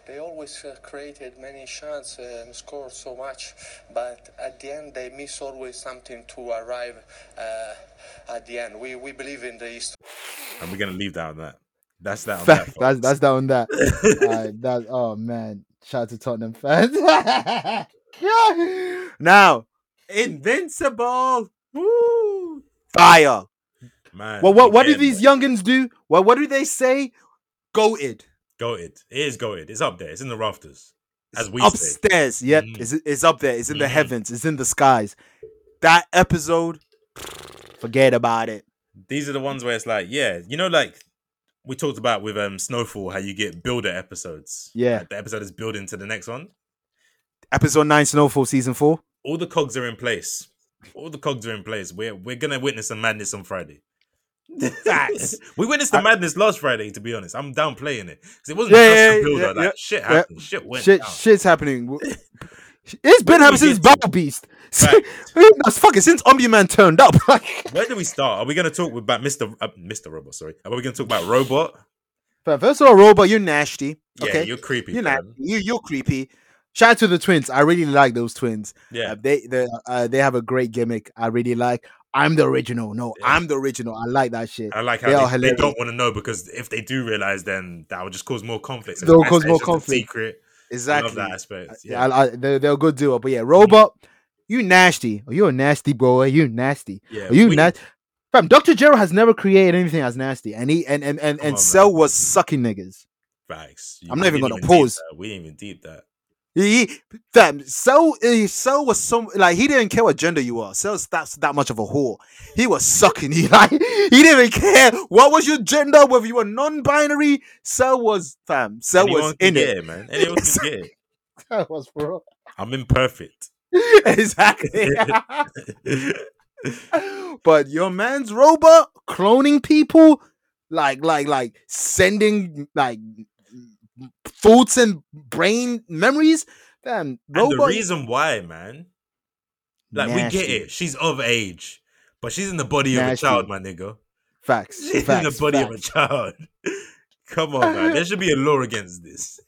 F: they always uh, created many chances and scored so much, but at the end they miss always something to arrive uh, at the end. We, we believe in the history.
C: and we're going to leave that on that. That's that on
B: Fact,
C: that.
B: that's that's
C: folks.
B: that on that. Uh, that oh man, shout out to Tottenham fans. now
E: Invincible. Woo.
B: fire.
C: Man,
B: Well, what what do
C: again,
B: these youngins do? Well, what do they say? Goated
C: Goated. It is goated. It's up there. It's in the rafters. As we say.
B: upstairs. Yep,
C: Mm.
B: it's, it's up there. It's in the
C: Mm.
B: heavens. It's in the skies. That episode, forget about it.
C: These are the ones where it's like, yeah, you know, like we talked about with um Snowfall, how you get builder episodes.
B: Yeah.
C: Like, the episode is building to the next one.
B: Episode nine, Snowfall, season four.
C: All the cogs are in place. All the cogs are in place. We're we're gonna witness some madness on Friday.
B: Facts.
C: we witnessed the
B: I-
C: madness last Friday, to be honest. I'm downplaying it. Because it wasn't
B: Yeah,
C: just
B: yeah,
C: the
B: yeah,
C: builder.
B: yeah,
C: like
B: yeah,
C: shit
B: yeah.
C: happened. Shit went
B: Shit,
C: down.
B: shit's happening. W- It's been happening
C: do we
B: since
C: get to?
B: Battle Beast.
C: Right.
B: That's fucking since Omni Man turned up. Like,
C: Where do we start? Are we gonna talk about Mr. Uh, Mr. Robot? Sorry, are we gonna talk about Robot?
B: First of all, Robot, you're nasty.
C: Yeah,
B: okay,
C: you're creepy.
B: you're
C: fam.
B: nasty. You you're creepy. Shout out to the twins. I really like those twins.
C: Yeah,
B: Uh, they they uh, they have a great gimmick. I really like. I'm the original. No,
C: Yeah.
B: I'm the original. I like that shit.
C: I like
B: They are
C: how they, they
B: hilarious.
C: don't want to know because if they do realize, then that would just cause more conflict. So
B: They'll
C: it's nice
B: cause
C: that
B: more
C: it's just a
B: conflict.
C: Secret. I
B: Exactly.
C: love that aspect.
B: Yeah,
C: Yeah,
B: I, I, they're, they're a good duo. But yeah, Robot, you nasty. Oh, you're a nasty boy. You nasty.
C: yeah.
B: Are you
C: we-
B: nasty? Fam, Dr. Gerald has never created anything as nasty. And he and and and,
C: Come
B: and
C: on,
B: Cell
C: man.
B: was sucking niggas.
C: Facts. You-
B: I'm not
C: we
B: even
C: didn't
B: gonna
C: deep
B: pause.
C: that. We didn't even deep that.
B: He, he- fam, Cell eh, Cell was so like he didn't care what gender you are. Cell's that's that much of a whore. He was sucking you like he didn't even care what was your gender, whether you were non-binary. Cell was fam. Cell
C: Anyone
B: was
C: can
B: in
C: get
B: it.
C: man. Anyone can get it.
B: Cell was for
C: I'm imperfect.
B: exactly. but your man's robot cloning people, like like like sending like thoughts and brain memories. Damn,
C: and the
B: robot.
C: reason why, man, like we get
B: Nasty.
C: it. She's of age, but she's in the body of a
B: Nasty.
C: child, my nigga.
B: Facts.
C: She's
B: facts,
C: in the body of a
B: facts.
C: child. Come on, man. There should be a law against this.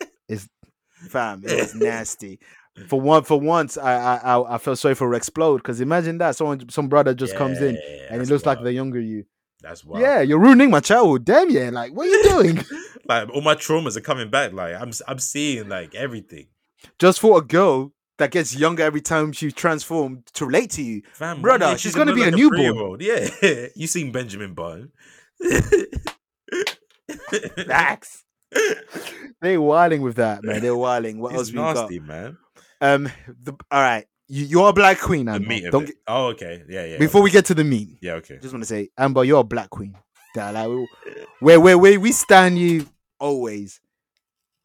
B: Fam, it was nasty. For one, for once, I I I- I felt sorry for Rexplode because imagine that someone, some brother just comes in
C: Yeah,
B: and he
C: that's
B: looks like
C: wild.
B: the younger you.
C: That's wild.
B: Yeah, you're ruining my childhood. Damn yeah, like what are you doing?
C: like all my traumas are coming back. Like I'm, I'm seeing like everything.
B: just for a girl that gets younger every time she transformed to relate to you.
C: Fam, one
B: Brother,
C: day
B: she's
C: gonna
B: gonna be a
C: look like
B: newborn.
C: three-year-old. Yeah, you seen Benjamin Button?
B: Facts. they wilding with that, man. They're wilding. What else
C: it's
B: we got?
C: nasty, man.
B: Um, the, all right, you, you're a black queen,
C: The
B: Amber.
C: meat of
B: Don't
C: it.
B: get-
C: Oh, okay. Yeah, yeah.
B: before we get to the meat,
C: Yeah, okay.
B: just want to say, Amber, you're a black queen. That, like, we- where, where, where we stand you always.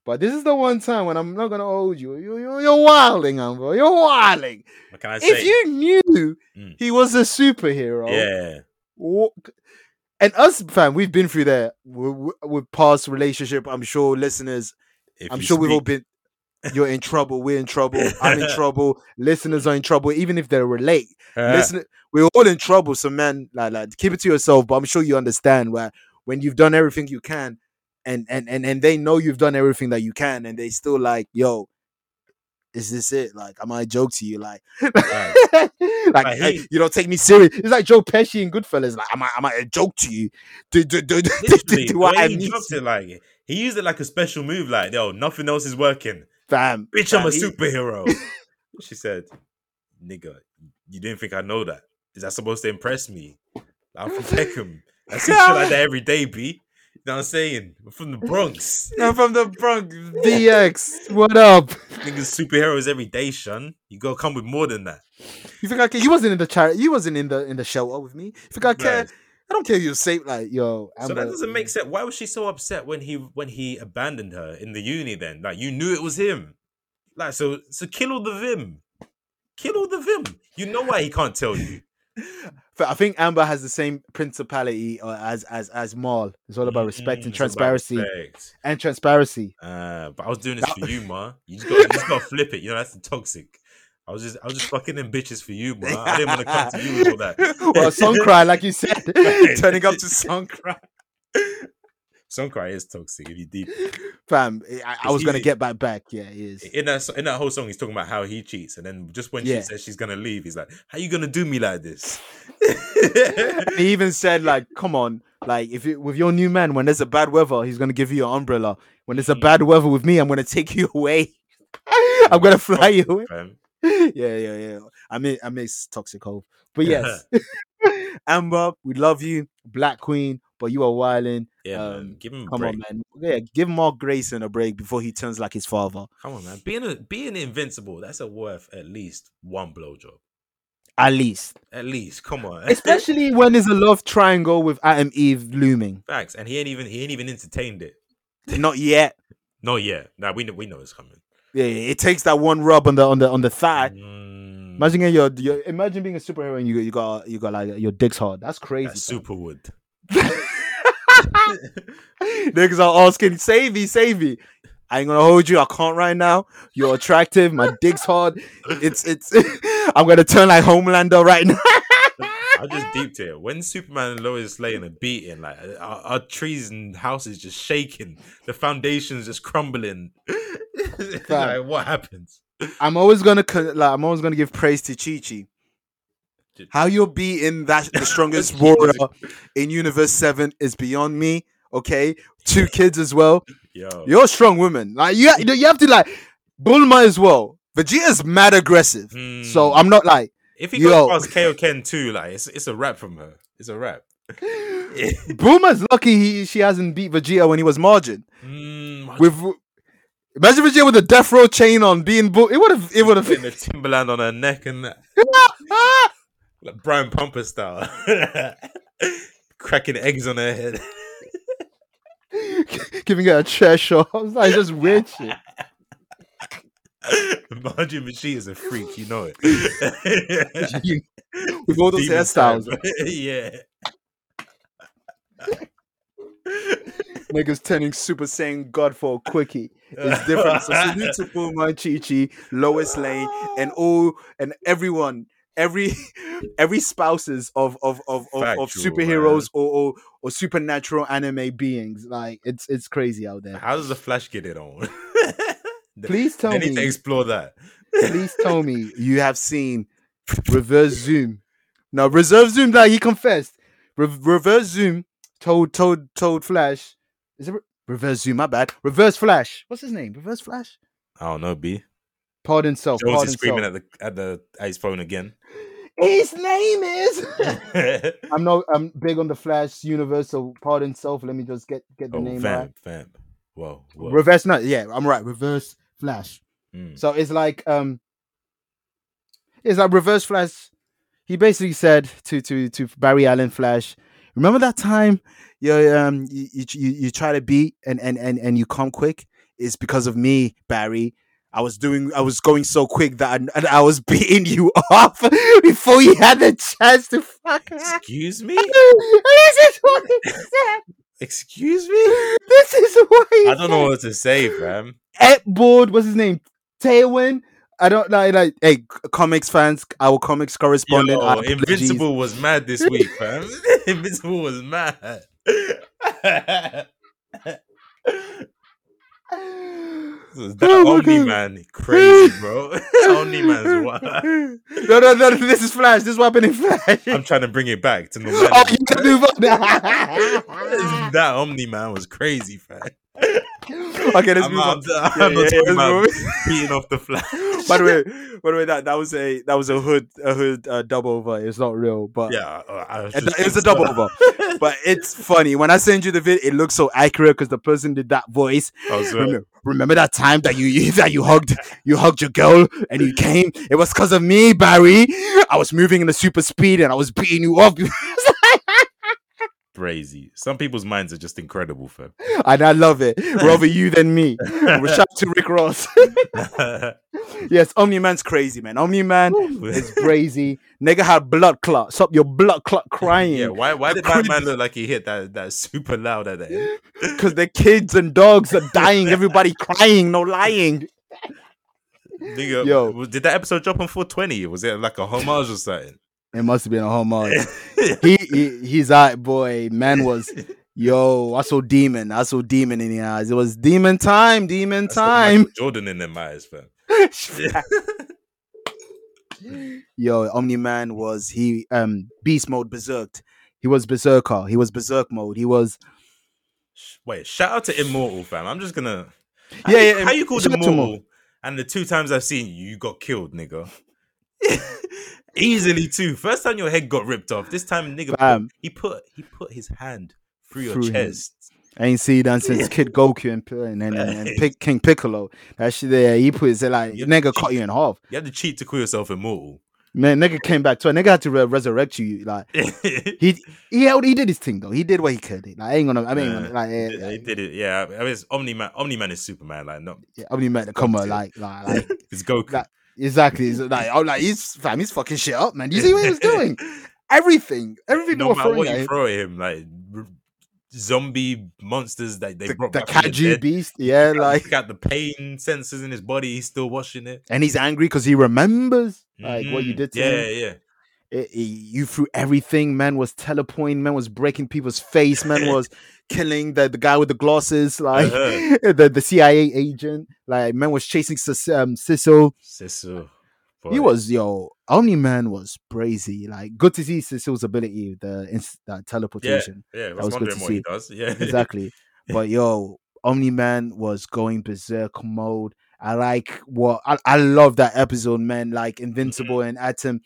B: But this is the one time when I'm not gonna hold you. You, you you're wilding, Amber. You're wilding.
C: What can I say?
B: If you knew
C: Mm.
B: he was a superhero,
C: yeah,
B: Wha- And us, fam, we've been through that w- w- with past relationship. I'm sure listeners,
C: if
B: I'm
C: you
B: sure we've all
C: speak-
B: been. You're in trouble. We're in trouble. I'm in trouble. Listeners are in trouble. Even if they relate,
C: Eh.
B: listen, we're all in trouble. So man, like, like, keep it to yourself. But I'm sure you understand where when you've done everything you can, and and and and they know you've done everything that you can, and they still like, yo, is this it? Like, am I a joke to you? Like,
C: Right.
B: like,
C: Like,
B: hey,
C: he-
B: you don't take me serious. It's like Joe Pesci and Goodfellas. Like, am I, am I a joke to you? Do, do, do, do, do, do,
C: Literally,
B: do
C: the
B: I
C: way
B: am
C: he dropped it like he used it like a special move. Like, yo, nothing else is working.
B: fam?
C: Bitch, I'm a
B: fam, he-
C: superhero. she said, "Nigga, you didn't think I know that? Is that supposed to impress me? I'm from Peckham. I see shit like that every day, b. know what I'm saying? We're from the Bronx.
E: I'm from the Bronx.
B: DX, what up?
C: Niggas superheroes every day, son. You gotta come with more than that.
B: You think I care? You wasn't in the charity. You wasn't in the in the shelter with me. You think I care?
C: Right.
B: I don't care. if You're safe, like yo.
C: So
B: Amber,
C: that doesn't make sense. Why was she so upset when he when he abandoned her in the uni then? Like you knew it was him. Like so so kill all the vim. Kill all the vim. You know why he can't tell you.
B: But I think Amber has the same principality uh, as as as Maul. It's all about respect
C: Mm,
B: and
C: it's about
B: transparency
C: respect.
B: and transparency.
C: Uh, but I was doing this for you, ma. You just, got, you just gotta flip it. You know, that's toxic. I was just I was just fucking them bitches for you, ma. I didn't want to come to you with all that.
B: well, song cry, like you said,
C: Right.
B: turning up to song cry.
C: Songcry is toxic if you deep
B: Fam, I- I, I
C: It's
B: was gonna
C: easy.
B: get back back. Yeah, it is.
C: in that so- in that whole song, he's talking about how he cheats, and then just when
B: Yeah.
C: she says she's gonna leave, he's like, "How you gonna do me like this?"
B: He even said, like, come on, like if you, with your new man, when there's a bad weather, he's gonna give you an umbrella. When there's a bad
C: Mm.
B: weather with me, I'm gonna take you away. I'm gonna fly you away.
C: Fam.
B: yeah, yeah, yeah. I mean, I miss Toxic Hope. But yes, Amber, we love you, Black Queen. But you are wilding.
C: Yeah,
B: Um,
C: man. give him a
B: Come
C: break.
B: on, man. Yeah, give Mark Grayson a break before he turns like his father.
C: Come on, man. Being a, being invincible, that's a worth at least one blowjob.
B: At least,
C: At least, come on.
B: especially when there's a love triangle with Adam Eve looming.
C: Facts, and he ain't even he ain't even entertained it.
B: Not yet.
C: No, yeah, nah, we know we know it's coming.
B: Yeah, it takes that one rub on the on the on the thigh.
C: Mm,
B: Imagine getting your, your imagine being a superhero and you you got you got like your dick's hard. That's crazy.
C: that's
B: fam.
C: superwood.
B: Niggas are asking, save me, save me. I ain't gonna hold you. I can't right now. You're attractive. My dick's hard. It's it's. I'm gonna turn like Homelander right now.
C: I just deeped it. When Superman and Lois Lane are beating, like our, our trees and houses just shaking, the foundations just crumbling. like, what happens?
B: I'm always gonna co- like. I'm always gonna give praise to Chi Chi.
E: How you'll be in that the strongest
C: Jesus.
E: warrior in Universe Seven is beyond me. Okay,
B: Two kids as well.
C: Yo,
B: You're a strong woman. Like you, you have to like. Bulma as well. Vegeta's mad aggressive.
C: Hmm.
B: So I'm not like.
C: if he
B: yo.
C: goes past Kaoken too, like it's it's a wrap from her. It's a wrap.
B: Bulma's lucky he, she hasn't beat Vegeta when he was margin.
C: Mm, my
B: With imagine Vegeta with a death row chain on being bull. It would have. It would have.
C: putting the Timberland on her neck and that. like Brian Pumper style. Cracking eggs on her head.
B: giving her a chair shot. I was like, just weird shit.
C: Marjorie Machine is a freak, you know it.
B: You- With all those
C: Demon
B: hairstyles,
C: time. yeah.
B: niggas turning Super Saiyan God for a quickie. It's different. So salute to Bulma, Chi Chi, Lois Lane, and all and everyone, every every spouses of of of of, of
C: Factual,
B: superheroes or, or or supernatural anime beings. Like it's it's crazy out there.
C: How does the Flash get it on?
B: Please tell
C: they need to
B: me.
C: explore that.
B: Please tell me you have seen reverse zoom. Now reverse zoom that he confessed. Re- reverse zoom told told told Flash. Is it re- reverse zoom? My bad. Reverse Flash. What's his name? Reverse Flash.
C: I don't know, B.
B: Pardon self.
C: Jones
B: Pardon
C: is screaming
B: self.
C: at the at the at his phone again.
B: His name is.
C: oh,
B: I'm not. I'm big on the Flash universe. So pardon self. Let me just get get the name right.
C: Oh, vamp, vamp. Whoa, whoa.
B: Reverse. No. Yeah, I'm right. Reverse Flash.
C: Mm.
B: So it's like um it's like reverse flash. He basically said to to to Barry Allen Flash, remember that time you um you you, you you try to beat and and and and you come quick? It's because of me, Barry. I was doing I was going so quick that I, and I was beating you off before you had the chance to fuck me.
C: Excuse me?
B: this is what he said.
C: Excuse me?
B: This is what he
C: I don't know
B: said.
C: what to say, fam.
B: Edward, what's his name? Tailwind. I don't like like hey c- comics fans, our comics correspondent.
C: Yo,
B: our apologies.
C: Invincible was mad this week, fam. Invincible was mad. that
B: Oh my
C: Omni
B: God.
C: man, crazy, bro. Omni man's wild.
B: No, no, no. This is Flash. This is what happened in Flash.
C: I'm trying to bring it back to
B: oh,
C: normality.
B: you can move on.
C: Ah. that Omni man was crazy, fam.
B: Okay, let's
C: I'm,
B: move on.
C: out, I'm
B: Yeah,
C: not
B: yeah,
C: talking about
B: let's
C: beating off the flash.
B: By the way, by the way, that, that was a that was a hood a hood uh, dub over. It's not real, but
C: yeah, I was
B: It,
C: just
B: it was a double over, but it's funny. When I send you the video, it looks so accurate because the person did that voice.
C: I was, uh,
B: Remember, remember that time that you, you that you hugged you hugged your girl and you came. It was because of me, Barry. I was moving in the super speed and I was beating you up.
C: crazy. Some people's minds are just incredible, fam.
B: and I love it. Rather you than me. Shout out to Rick Ross. yes, Omni Man's crazy, man. Omni Man is crazy. Nigga had blood clot. Stop your blood clot crying.
C: yeah, why why did
B: Creep.
C: Batman look like he hit that that super loud at the end?
B: because the kids and dogs are dying. Everybody crying, no lying.
C: Nigga,
B: Yo.
C: w- did that episode drop on 420? Was it like a homage or something?
B: It must have been a homage. he, he he's out, boy. Man was. Yo, I saw demon. I saw demon in the eyes. It was demon time, demon
C: That's got Michael
B: time.
C: Jordan in them eyes, fam.
B: Yo, Omni Man was he um beast mode berserked. He was berserker. He was berserk mode. He was
C: Wait, shout out to Immortal, fam. I'm just gonna. How
B: Yeah,
C: you-
B: yeah,
C: How you called
B: shout out to
C: Immortal?
B: Immortal.
C: And the two times I've seen you, you got killed, nigga. Easily too. First time your head got ripped off. This time, nigga,
B: Fam.
C: he put he put his hand through,
B: Through
C: your
B: him.
C: chest.
B: I ain't seen that since Kid Goku and uh, and, and, and, and Pic- King Piccolo. That shit there, he put it like
C: Yeah.
B: nigga cut you in half.
C: You had to cheat to call yourself Immortal.
B: Man, nigga came back to it. Nigga had to re- resurrect you. Like
C: he
B: he he held, he did his thing though. He did what he could. Like I ain't gonna. I mean,
C: Nah,
B: like eh, eh,
C: did it. Yeah, I mean, it's Omni Man. Omni Man is Superman. Like, no,
B: yeah, I only met the comma.
C: it.
B: Like like like
C: it's Goku.
B: That- exactly. It's like oh like he's fam, he's fucking shit up, man. You see what he was doing? Everything, everything.
C: no
B: was
C: matter
B: throwing
C: what
B: at
C: you
B: him.
C: throw at him, like r- zombie monsters that they
B: The,
C: brought
B: the
C: back from
B: Kaju
C: dead.
B: beast, yeah, like
C: He got the pain sensors in his body. He's still watching it.
B: and he's angry because he remembers like what you
C: Mhm.
B: did to
C: yeah,
B: him.
C: Yeah,
B: It- it- you threw everything. Man was teleporting. Man was breaking people's face. Man was killing the, the guy with the glasses, like
C: Uh-huh.
B: the, the CIA agent. Like man was chasing Sis- um, Sissel.
C: Cecil.
B: He was yo. Omni Man was crazy. Like good to see Cecil's ability, the ins- that teleportation.
C: Yeah, I
B: was
C: was,
B: good
C: wondering
B: to
C: what
B: see.
C: he does. Yeah,
B: Exactly. but yo, Omni Man was going berserk mode. I like what I, I love that episode, man. Like Invincible and Atom,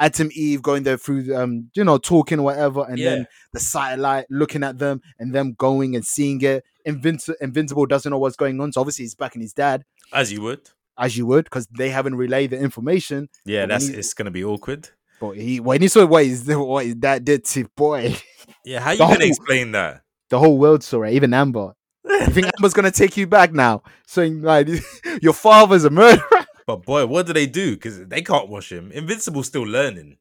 B: Atom Eve going there through um, you know, talking or whatever, and
C: Yeah.
B: then the satellite looking at them and them going and seeing it. Invinci- Invincible doesn't know what's going on, so obviously he's backing his dad,
C: As you would.
B: as you would, because they haven't relayed the information.
C: Yeah,
B: But when
C: that's
B: he-
C: it's gonna be awkward.
B: But he when he saw what his what his dad did to boy,
C: Yeah, how you
B: The
C: gonna
B: whole-
C: explain that?
B: the whole world saw it, even Amber. You think Amber's gonna take you back now, saying like your father's a murderer?
C: But boy, what do they do? Because they can't wash him. Invincible's still learning.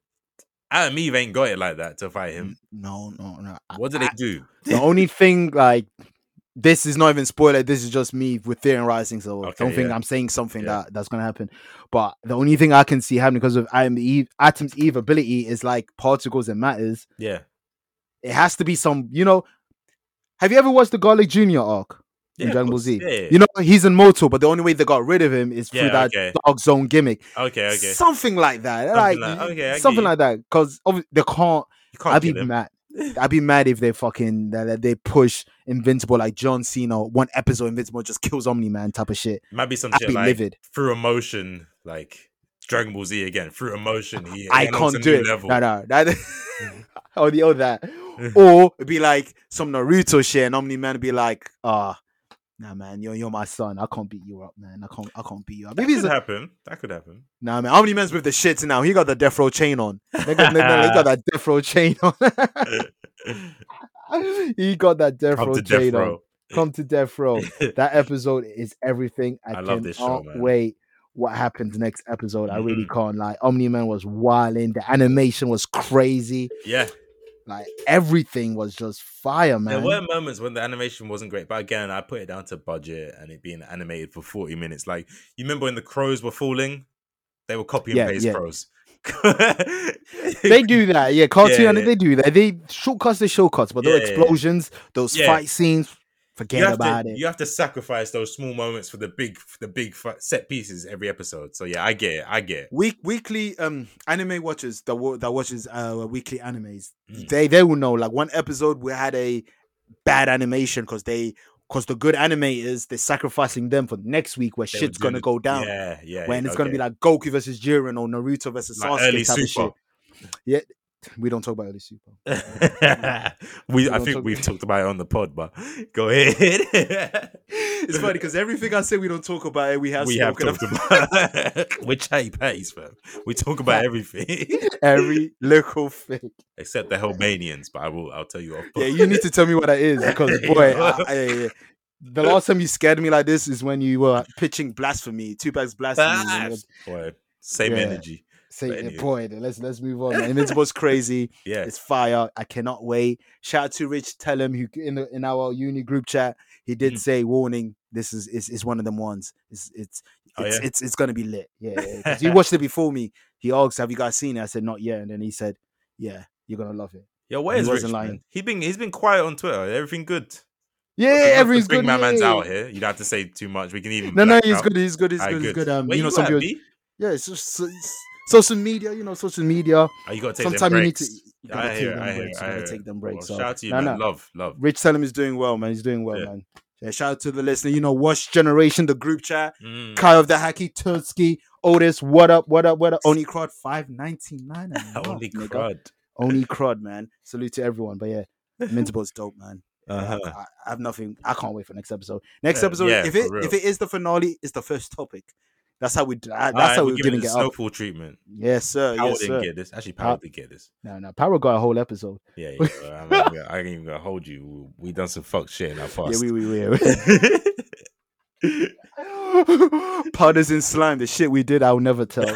C: Adam Eve ain't got it like that to fight him.
B: No, no, no. I-
C: What do they
B: I-
C: do?
B: the only thing like this is not even spoiler. This is just me with theorizing. So
C: Okay,
B: don't think
C: yeah.
B: I'm saying something
C: Yeah.
B: that that's gonna happen. But the only thing I can see happening because of Adam Eve, Atom's Eve ability is like particles and matters.
C: Yeah,
B: It has to be some. You know, have you ever watched the Garlic Junior arc?
C: yeah
B: in
C: of
B: Dragon Ball
C: course.
B: Z.
C: Yeah.
B: You know, he's immortal, but the only way they got rid of him is through
C: Yeah,
B: that
C: okay.
B: Dark Zone gimmick.
C: okay, okay.
B: Something like that.
C: Something
B: like,
C: like- okay, I get
B: something
C: you.
B: like that. Because they can't.
C: You can't
B: I'd
C: kill
B: be
C: him.
B: mad. I'd be mad if they fucking that, that they push Invincible like John Cena. One episode Invincible just kills Omni Man type of shit.
C: Might be some
B: I'd
C: shit
B: be
C: like
B: livid.
C: through emotion, like Dragon Ball Z again. Through emotion, he
B: I
C: went on to
B: can't
C: a
B: do
C: new
B: it.
C: Level.
B: No, no, that. or the or that, or it'd be like some Naruto shit, and Omni Man would be like, "Ah, nah, man, you're you're my son. I can't beat you up, man. I can't I can't beat you up."
C: That
B: Maybe it's
C: could
B: a,
C: happen. That could happen.
B: Nah, man, how many men's with the shits now? He got the death row chain on. Nigga, nigga, he got that death row chain on. he got that death
C: Come
B: row
C: to death
B: chain on.
C: row.
B: Come to death row. that episode is everything. I,
C: I
B: cannot
C: love this show, man.
B: wait. What happens next episode? I really can't. Like Omni Man was wilding. The animation was crazy.
C: Yeah,
B: Like everything was just fire, man.
C: there were moments when the animation wasn't great, but again, I put it down to budget and it being animated for forty minutes. Like you remember when the crows were falling, they were copy and
B: Yeah,
C: paste
B: yeah.
C: crows.
B: they do that, yeah. Cartoon,
C: Yeah,
B: and
C: yeah.
B: they do that. They shortcuts, they shortcuts, but
C: Yeah,
B: those
C: yeah.
B: explosions, those
C: Yeah.
B: fight scenes,
C: You
B: forget
C: have,
B: about
C: to,
B: it.
C: you have to sacrifice those small moments for the big, for the big fi- set pieces every episode. So yeah, I get it. I get it.
B: Week weekly um anime watchers that wa- that watches uh weekly animes
C: Mm.
B: they they will know like one episode we had a bad animation because they because the good animators they're sacrificing them for next week where
C: They were
B: shit's
C: doing
B: gonna
C: the-
B: go down.
C: Yeah, yeah.
B: when it's gonna be
C: okay.
B: like Goku versus Jiren or Naruto versus
C: Like
B: Sasuke
C: early
B: type of
C: Super.
B: shit. Yeah, we don't talk about early super.
C: we, I
B: don't
C: think
B: talk-
C: we've talked about it on the pod, but go ahead. it's
B: It's funny because everything I say we don't talk about it. We have
C: we have
B: spoken
C: talked about. We're chatty patties, fam. We talk about everything
B: about every little thing.
C: except the Helmanians. But I will. I'll tell you off.
B: Yeah, you need to tell me what that is because boy, I- I- yeah, yeah. the last time you scared me like this is when you were pitching blasphemy, two Tupac's blasphemy. and you were
C: Facts, boy. Same
B: Yeah.
C: energy. But
B: saying,
C: anyway.
B: boy, let's let's move on. man. Invincible's crazy.
C: Yeah.
B: It's fire. I cannot wait. Shout out to Rich. Tell him who in the, in our uni group chat. He did
C: Mm.
B: say, "Warning, this is is, is one of them ones. It's it's it's
C: Oh,
B: it's,
C: yeah?
B: it's, gonna be lit." Yeah, yeah, 'cause he watched it before me. He asked, "Have you guys seen it?" I said, "Not yet." And then he said, "Yeah, you're gonna love it."
C: Yo, where
B: He
C: is Rich?
B: wasn't lying.
C: man? He been he's been quiet on Twitter. Everything good.
B: Yeah,
C: Let's
B: everything's
C: bring
B: good.
C: my man's
B: yeah.
C: out here. You don't have to say too much. We can even.
B: No, no,
C: black
B: he's
C: out.
B: good. He's good. He's
C: Alright,
B: good. He's good. Um,
C: Where
B: you know, some
C: at,
B: people.
C: B?
B: Yeah, it's just, so- it's social media. You know, social media.
C: Oh, you got to take them
B: Sometimes you need to.
C: breaks.
B: You gotta
C: I
B: take
C: hear, it,
B: them
C: I hear,
B: breaks.
C: it, I
B: you
C: hear.
B: gotta
C: it.
B: take them
C: Well,
B: breaks. so-
C: shout out to you,
B: No,
C: man.
B: no.
C: Love, love.
B: Rich Tellum is doing well, man. He's doing well,
C: Yeah.
B: man. Yeah, shout out to the listener. You know, Wash Generation, the group chat,
C: Mm.
B: Kyle of the Hacky, Tursky, Otis, what up, what up, what up? Only Crud, five ninety nine.
C: Holy crud.
B: Only Crud, man. Salute to everyone. But yeah, Mintable's dope, man.
C: Uh-huh.
B: I, I have nothing. I can't wait for next episode. Next
C: Yeah,
B: episode,
C: yeah,
B: if
C: for
B: it
C: real.
B: if it is the finale, it's the first topic. That's how we. uh, That's
C: Alright,
B: how
C: we're
B: we're giving
C: giving
B: it
C: the
B: up.
C: Snowfall treatment.
B: Yes, sir.
C: Power
B: Yes,
C: didn't
B: sir.
C: get this. Actually, Power
B: Pow-
C: did get this.
B: No, no. Power got a whole episode.
C: Yeah, yeah. I'm not even- I ain't even gonna hold you. We done some fuck shit in our past.
B: Yeah, we, we, we. we- Pudders in slime, the shit we did, I'll never tell.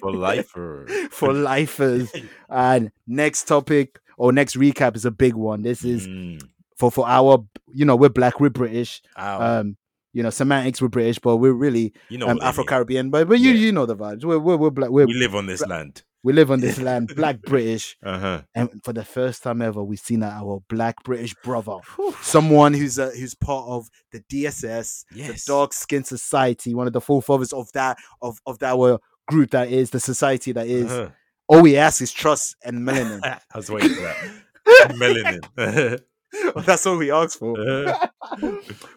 C: For life, or
B: For lifers. And next topic or next recap is a big one. This is
C: Mm.
B: for for our, you know, we're black, we're British.
C: Ow.
B: Um, you know, semantics, we're British, but we're really
C: you know,
B: um,
C: what they mean.
B: Afro Caribbean. But but you
C: Yeah.
B: you know the vibes. We're we're, we're black. We're,
C: We
B: we
C: live on this land.
B: live on this land, black British.
C: Uh huh.
B: And for the first time ever, we've seen our black British brother, someone who's a, who's part of the DSS,
C: Yes.
B: the dark skin society, one of the forefathers of that of of that our group that is the society that is.
C: Uh-huh.
B: All we ask is trust and melanin.
C: I was waiting for that. Melanin. Uh-huh.
B: That's all we ask for.
C: Uh,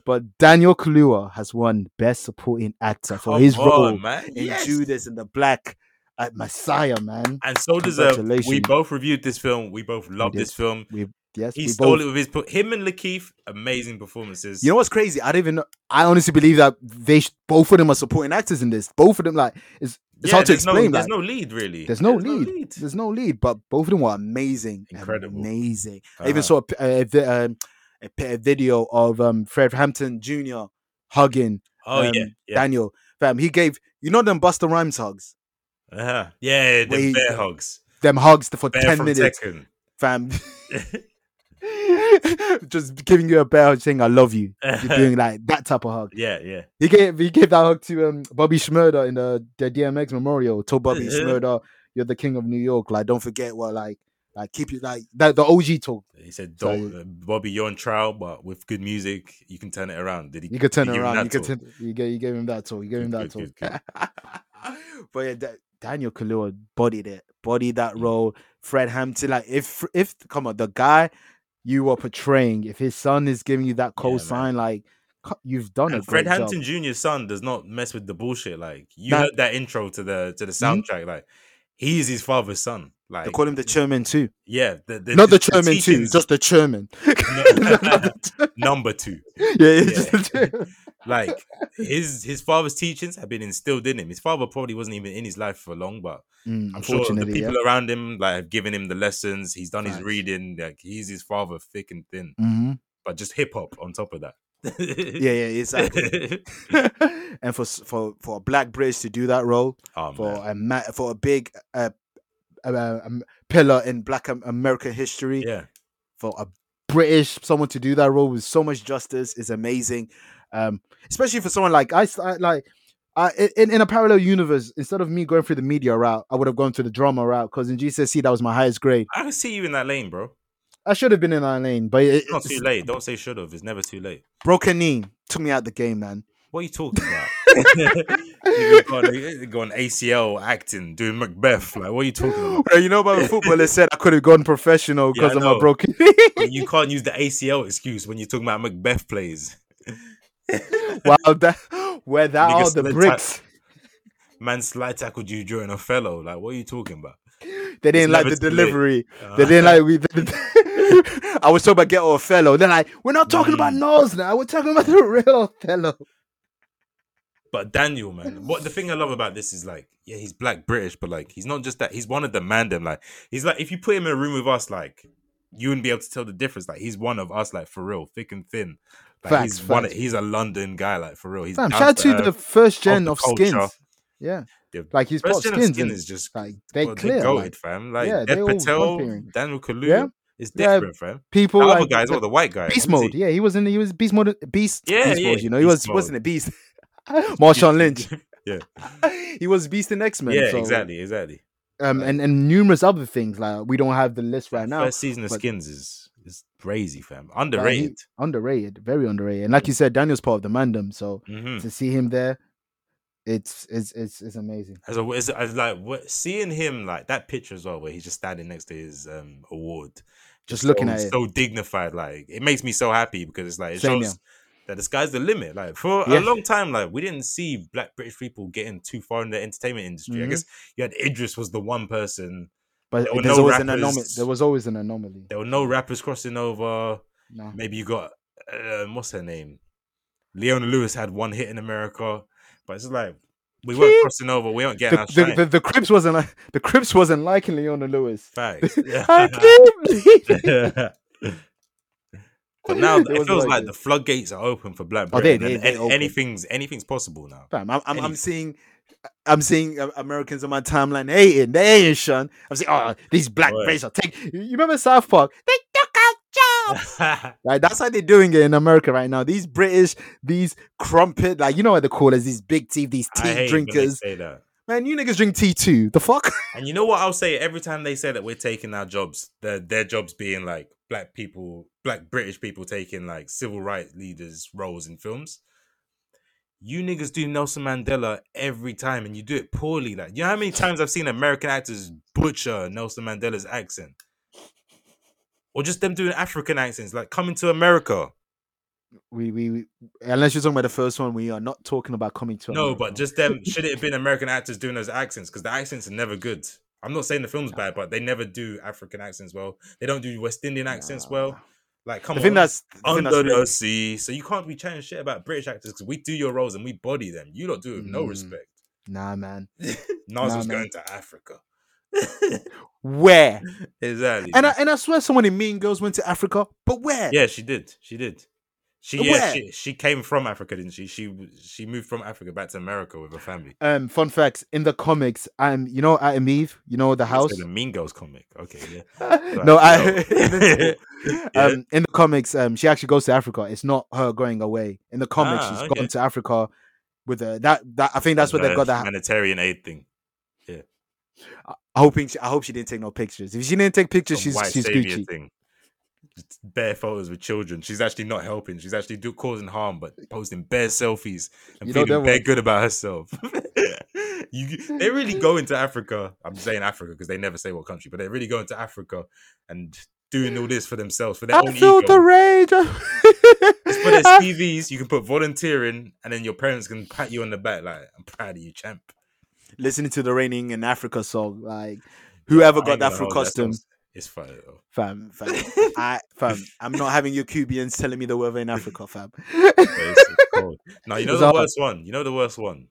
B: But Daniel Kaluuya has won Best Supporting Actor for
C: come
B: his
C: on,
B: role
C: man.
B: in
C: Yes.
B: Judas and the Black uh, Messiah. Man,
C: And so deserved. We
B: Congratulations.
C: both reviewed this film. We both loved
B: did.
C: this film.
B: we yes,
C: He
B: we
C: stole
B: both.
C: it with his put him and Lakeith. Amazing performances.
B: You know what's crazy? I don't even. Know, I honestly believe that they sh- both of them are supporting actors in this. Both of them, like it's it's hard to
C: there's
B: explain. like,
C: No, there's no lead really.
B: There's no lead. There's no lead, but both of them were amazing. and
C: Incredible.
B: Amazing. I
C: Uh-huh.
B: even saw a, p- a vi- um, a p- a video of um, Fred Hampton Jr. hugging
C: Oh yeah,
B: um,
C: yeah,
B: Daniel. Fam, he gave, you know, them Buster Rhymes hugs?
C: uh-huh. yeah. The
B: Wait.
C: bear hugs.
B: Them hugs for
C: Bear
B: 10
C: from
B: minutes,
C: Tekken.
B: fam. Just giving you a bear hug saying, I love you. You're doing like that type of hug.
C: yeah, yeah.
B: He gave he gave that hug to um, Bobby Schmurder in the, the DMX memorial. Told Bobby
C: Yeah.
B: Schmurder, "You're the king of New York. Like, don't forget what like like keep you like that the OG talk.
C: He said,
B: So-
C: "Don't, uh, Bobby, you're on trial, but with good music, you can turn it around." Did he?
B: You could turn
C: did
B: it
C: he give
B: around.
C: him
B: You
C: that
B: could turn, you gave you gave him that talk. You gave him that
C: Good,
B: talk.
C: good, good,
B: but yeah, Da- Daniel Kaluuya bodied it, bodied
C: Mm.
B: that role. Fred Hampton, like if if come on the guy you are portraying, if his son is giving you that
C: Yeah, man.
B: cold sign, like co- you've done
C: And
B: a
C: Fred
B: great
C: Hampton
B: job. Hmm?
C: Jr.'s son does not mess with the bullshit. Like you
B: Nah.
C: heard that intro to the to the soundtrack, like he is his father's son. Like
B: Hmm? They call him the chairman too,
C: yeah, the, the,
B: not the
C: chairman
B: chairman too, just the chairman.
C: number two.
B: yeah, yeah, just
C: Yeah.
B: the chairman.
C: Like his his father's teachings have been instilled in him. His father probably wasn't even in his life for long, but
B: Mm,
C: I'm sure the
B: unfortunately, yeah.
C: people around him like have given him the lessons. He's done his
B: Facts.
C: reading. Like he's his father, thick and thin.
B: Mhm.
C: But just hip hop on top of that.
B: yeah, yeah, exactly. and for s- for for a black British to do that role,
C: oh,
B: for
C: man.
B: a ma- for a big uh, uh, um, pillar in Black Am- American history.
C: yeah,
B: For a British someone to do that role with so much justice is amazing, um, especially for someone like I, s- I- like. I, i- in, in a parallel universe, instead of me going through the media route, I would have gone through the drama route because in GCSE E, that was my highest grade.
C: I can see you in that lane, bro.
B: I should have been in that lane, but it,
C: It's not too
B: it's-
C: late. Don't say should have. It's never too late.
B: broken knee took me out the game, man.
C: What are you talking about? you go, on, go on ACL acting, doing Macbeth. Like, what are you talking about?
B: Bro, you know about the footballer said I could have gone professional
C: Yeah, I
B: because of
C: know.
B: my broken.
C: Like, you can't use the ACL excuse when you're talking about Macbeth plays.
B: wow, that where that
C: Nigga
B: are the
C: slid
B: bricks.
C: Man, slide tackled you during a fellow. Like, what are you talking about?
B: They didn't like
C: never Uh-huh.
B: the
C: too late.
B: delivery. They didn't like we. I was talking about get old fellow. They're like, we're not talking
C: Mm.
B: about nose now. We're talking about the real fellow.
C: But Daniel, man, what the thing I love about this is like, yeah, he's black British, but like, he's not just that. He's one of the mandem. Like, he's like, if you put him in a room with us, like, you wouldn't be able to tell the difference. Like, he's one of us, like for real, thick and thin. Like,
B: Facts,
C: he's one. Of,
B: facts.
C: he's a London guy, like for real. He's
B: Fam,
C: down
B: shout out
C: to
B: to the
C: earth.
B: first gen
C: the
B: of,
C: culture.
B: skins. Yeah,
C: The
B: like he's got
C: First gen of
B: skins.
C: skin
B: innit?
C: is just
B: like they
C: well,
B: clear.
C: goated,
B: like,
C: fam. Like
B: yeah,
C: Dev
B: they all one
C: Patel,
B: pairing.
C: Daniel Kaluuya
B: Yeah.
C: is
B: Yeah,
C: different, fam.
B: people
C: The other
B: like
C: guy is
B: the
C: what the white guy.
B: beast
C: what is
B: mode.
C: he?
B: Yeah, he was in. He was beast mode. Beast.
C: Yeah,
B: beast
C: yeah,
B: mode. You know, he was
C: beast mode.
B: wasn't a beast. Marshawn Lynch.
C: Yeah.
B: he was beast in X Men.
C: Yeah,
B: so,
C: exactly, exactly.
B: Um, and and numerous other things like we don't have the list right now.
C: First season of
B: but-
C: Skins is is crazy, fam.
B: Like, he-
C: Underrated.
B: underrated, very underrated. And like you said, Daniel's part of the mandem, so
C: Mhm.
B: to see him there, it's it's it's, it's amazing.
C: As a, as, as like what, seeing him like that picture as well, where he's just standing next to his um award,
B: Just looking
C: so,
B: at it.
C: so dignified. Like it makes me so happy because it's like it
B: Same
C: shows that the sky's the limit. Like for
B: Yeah.
C: a long time, like we didn't see black British people getting too far in the entertainment industry. I
B: Mhm.
C: guess you had Idris was the one person.
B: But
C: There were
B: there's
C: no
B: always an anomaly.
C: rappers.
B: There was always an anomaly.
C: There were no rappers crossing over.
B: No.
C: Maybe you got um, what's her name? Leona Lewis had one hit in America, but it's just like we weren't crossing over. We weren't getting
B: The,
C: our
B: the,
C: shine.
B: the, the Crips wasn't like, the Crips wasn't liking Leona Lewis.
C: Facts.
B: I can't believe it.
C: but now
B: It
C: it,
B: was
C: feels
B: like
C: like
B: it.
C: the floodgates are open for Black
B: Oh,
C: Britain.
B: they- they-
C: and
B: they
C: an-
B: open.
C: anything's anything's possible now.
B: Fam, I'm, I'm, I'm
E: I'm seeing, I'm seeing uh, Americans on my timeline hating. They hating Sean. I'm saying, oh, these black
C: Word.
E: Brits are take.
B: you remember South Park? They took out jobs. Like that's how they're doing it in America right now. These British, these crumpet, like you know what they call us, these big teeth, these
C: I hate when
E: tea
C: they
E: drinkers.
C: say that.
E: Man, you niggas drink tea too. The fuck?
C: And you know what I'll say every time they say that we're taking our jobs, their their jobs being like black people, black British people taking like civil rights leaders roles in films. You niggas do Nelson Mandela every time, and you do it poorly. Like, you know how many times I've seen American actors butcher Nelson Mandela's accent, or just them doing African accents, like coming to America.
B: We, we we unless you're talking about the first one, we are not talking about coming to.
C: No,
B: America.
C: but just them. Should it have been American actors doing those accents? Because the accents are never good. I'm not saying the film's bad, but they never do African accents well. They don't do West Indian accents well. Like,
B: I
C: come on,
B: think that's I think
C: under
B: that's
C: the
B: really-
C: sea. So you can't be chatting shit about British actors because we do your roles and we body them. You don't do it with no
B: Mm.
C: respect.
B: nah, man.
C: Nas
B: Nah,
C: was
B: man.
C: going to Africa.
B: Where
C: Exactly.
B: and I eh. and I swear someone in Mean Girls went to Africa, but where?
C: yeah, she did. She did. She, yeah,
B: Where?
C: she she came from Africa, didn't she? She she moved from Africa back to America with her family.
B: Um, fun facts in the comics. Um, you know, Adam Eve. You know the house.
C: It's the Mean Girls comic. Okay, yeah.
B: no, I.
C: No. Yeah.
B: um, in the comics, um, she actually goes to Africa. It's not her going away. In the comics,
C: Ah,
B: she's
C: okay.
B: gone to Africa with her. That that I think that's what they
C: Uh,
B: got. That
C: humanitarian aid thing.
B: hoping. She, I hope she didn't take no pictures. If she didn't take pictures,
C: Some
B: she's
C: white
B: she's
C: savior
B: Gucci.
C: thing. Just Bare photos with children. She's actually not helping. She's actually do, causing harm, but posting bare selfies and
B: You know
C: feeling
B: that
C: bare
B: one-
C: good about herself. you, they really go into Africa. I'm saying Africa because they never say what country, but they really go into Africa and doing all this for themselves for their
B: I
C: own
B: feel
C: ego.
B: the rage.
C: it's for their
B: I-
C: CVs. You can put volunteering, and then your parents can pat you on the back like, "I'm proud of you, champ."
B: listening to the Raining in Africa song. Like, whoever
C: I
B: got
C: ain't
B: that
C: gonna
B: through
C: hold you, that
B: custom,
C: song's- It's fire though.
B: fam, fam, I, fam, I'm not having your Cubians telling me the weather in Africa, fam.
C: But it's- it's cold. No, you know
B: It's
C: the
B: hard.
C: worst one. You know the worst one.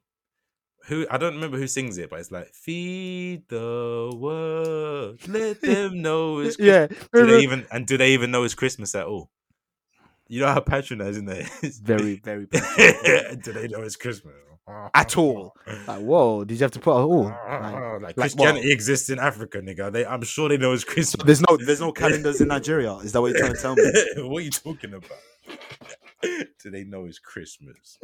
C: Who I don't remember who sings it, but it's like feed the world, let them know it's Christmas.
B: yeah,
C: Do they even and do they even know it's Christmas at all? You know how patronizing that is.
B: very, very bad.
C: do they know it's Christmas
B: at all. Like, whoa, did you have to put a oh? Like,
C: Like,
B: what?
C: Christianity exists in Africa, nigga. They, I'm sure they know it's Christmas.
B: there's no, there's no calendars in Nigeria. Is that what you're trying to tell me?
C: what are you talking about? do they know it's Christmas?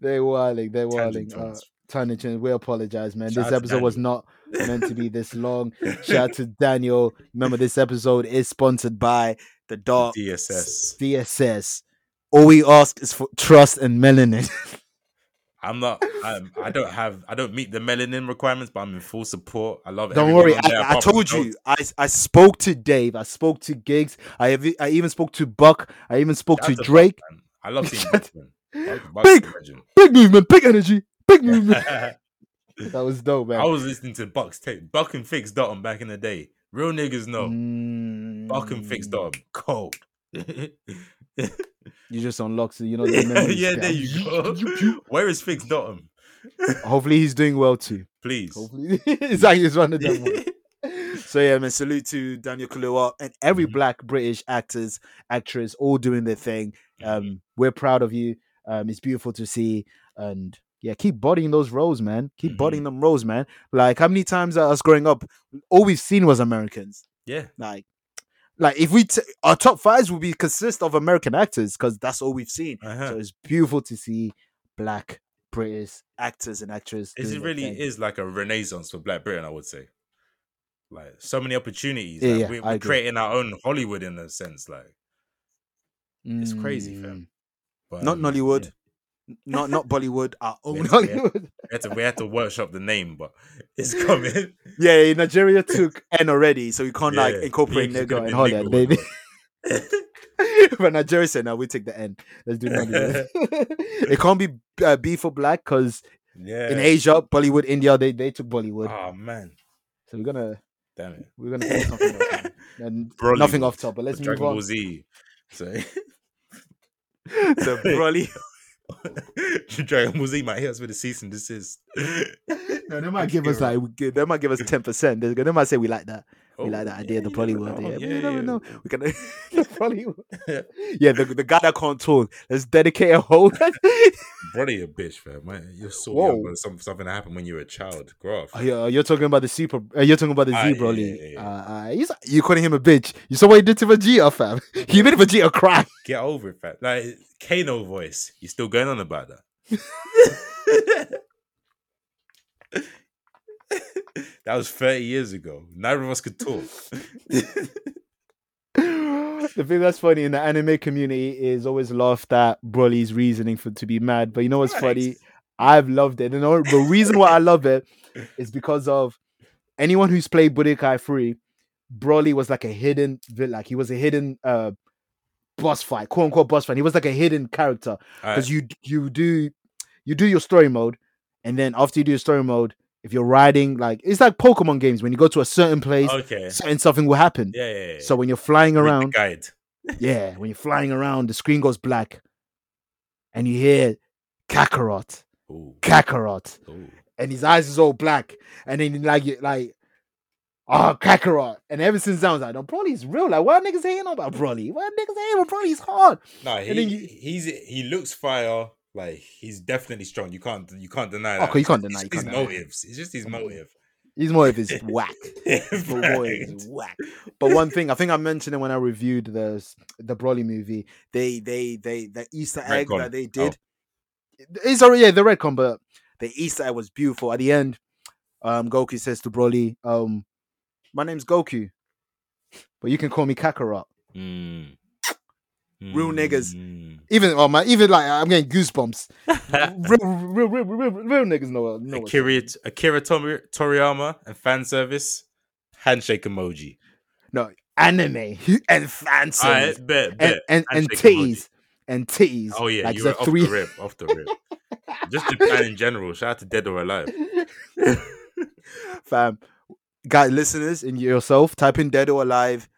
B: They're wilding. They're
C: Tangent
B: wilding. Uh,
C: turns.
B: Tiny Chin, we apologize, man. this
C: Shout out to
B: episode was not meant to be this long. Shout out to Daniel. Remember, this episode is sponsored by the Dark
C: DSS.
B: DSS. All we ask is for trust and melanin.
C: I'm not. I'm, I don't have. I don't meet the melanin requirements, but I'm in full support. I love.
B: Don't
C: everyone
B: worry,
C: on there
B: I, I
C: apart from
B: told
C: Joe.
B: you. I, I spoke to Dave. I spoke to Gigs. I ev- I even spoke to Buck. I even spoke
C: Shout
B: to
C: out to Buck,
B: Drake.
C: man. I love seeing
B: Shout-
C: Buckman. Buck- Buck's
B: Big-
C: a legend.
B: Big movement, big energy, big movement. that was dope, man.
C: I was listening to Buck's tape, Buck and Fix Dotton back in the day. Real niggas know. Buck and Fix
B: Mm,
C: Dotton, cold.
B: You just unlocked, you know. The memories,
C: yeah, there you go. Where is Fix Dotton?
B: Hopefully, he's doing well too.
C: Please.
B: Hopefully, it's like he's running them. so yeah, man. Salute to Daniel Kaluuya and every
C: Mhm.
B: black British actors, actress, all doing their thing. Um, we're proud of you. Um, it's beautiful to see, and yeah, keep bodying those roles, man. Keep
C: Mhm.
B: bodying them roles, man. Like how many times uh, us growing up, all we've seen was Americans.
C: yeah.
B: Like, like if we t- our top fives will be consist of American actors because that's all we've seen.
C: Uh-huh.
B: So it's beautiful to see black British actors and actresses.
C: It's- it
B: doing their
C: really
B: thing.
C: is like a renaissance for Black Britain, I would say. Like so many opportunities.
B: Yeah,
C: like,
B: yeah,
C: we,
B: I
C: we're
B: agree.
C: creating our own Hollywood in a sense. Like, it's crazy,
B: Mm.
C: fam. But,
E: Not
C: um,
E: Nollywood.
C: yeah,
E: Not not Bollywood. Our own.
C: Yeah. we had to we had to workshop the name, but it's coming.
E: Yeah, Nigeria took N already, so you can't like
C: Yeah,
E: incorporate
C: yeah, 'cause it's
E: nigga
C: gonna
E: and
C: be
E: Holly.
B: Holland,
C: nigga
B: baby.
C: world.
B: but Nigeria said, "No, we take the N. Let's do Nollywood. it can't be uh, B for black because
C: Yeah.
B: in Asia, Bollywood, India, they they took Bollywood.
C: Oh man,
B: So we're gonna
C: damn it.
B: we're gonna say something else, man. and
C: Brolywood.
B: nothing off top. But let's
C: With
B: move
C: Dragon
B: on.
C: Ball Z. So
E: The brolly.
C: Dragon Ball Z might hit us with a cease and desist.
B: No, they might give us like we give- they might give us ten percent. They might say we like that.
C: Oh,
B: we like that idea of the
C: yeah, you never
B: Bollywood.
C: know.
B: Yeah,
C: Yeah,
B: we never
C: yeah.
B: know. We can the Bollywood. Yeah, the, the guy that can't talk. Let's dedicate a whole.
C: Brother, you're a bitch, fam. Man, You're so
B: Whoa.
C: young, but some, something happened when you were a child. Grow up.
B: Oh, you're, you're talking about the super. Uh, you're talking about the
C: Ah, yeah,
B: zebra
C: yeah,
B: league.
C: yeah,
B: Uh,
C: yeah.
B: uh, he's- you calling him a bitch. You saw what he did to Vegeta, fam. He made Vegeta cry.
C: Get over it, fam. Like Kano voice. You still going on about that? that was 30 years ago. Neither of us could talk.
B: the thing that's funny in the anime community is always laughed at Broly's reasoning for to be mad. But you know what's funny? I've loved it. And the the reason why I love it is because of anyone who's played Budokai 3, Broly was like a hidden villain. Like he was a hidden uh boss fight, quote unquote boss fight. He was like a hidden character.
C: Alright,
B: because you d- you do you do your story mode, and then after you do your story mode, if you're riding like it's like Pokemon games when you go to a certain place,
C: okay.
B: certain something will happen.
C: Yeah, Oh, yeah, yeah.
B: So when you're flying
C: Read the
B: around,
C: guide.
B: yeah, when you're flying around, the screen goes black, and you hear Kakarot,
C: Ooh,
B: Kakarot,
C: ooh.
B: and his eyes is all black, and then like you like. Oh, Kakarot. And ever since then, I was like, no, Broly's real. Like, why niggas hating about Broly? Why niggas hating about Broly? He's hard.
C: No,
B: And then
C: he,
B: you-
C: he's he looks fire. Like he's definitely strong. You can't you can't deny
B: Oh,
C: that.
B: you can't
C: It's
B: deny, you
C: just his
B: can't deny.
C: motives. It's just his motive.
B: He's more of his whack. But boy,
C: Right.
B: it's whack. But one thing I think I mentioned it when I reviewed the s- the Broly movie.
E: They they they the Easter
C: Red
E: egg
C: Con. Oh.
E: that they did.
B: It's already yeah, the red con, but the Easter egg was beautiful. At the end, um, Goku says to Broly, um, "My name's Goku, but you can call me Kakarot."
C: Mm.
E: Real niggas.
C: Mm.
B: Even oh my, even like I'm getting goosebumps. real, real, real, real, real, real niggas know. know what's up.
C: Akira, Akira Tori- Toriyama and fan service handshake emoji.
B: anime and fancy
C: I bet, bet.
B: and and, and
C: handshake emoji.
B: titties and titties.
C: oh yeah,
B: like
C: you
B: the
C: were off
B: three.
C: the rip, off the rip. just Japan in general. Shout out to Dead or Alive.
B: Fam,
E: Guys, listeners, and yourself, type in Dead or Alive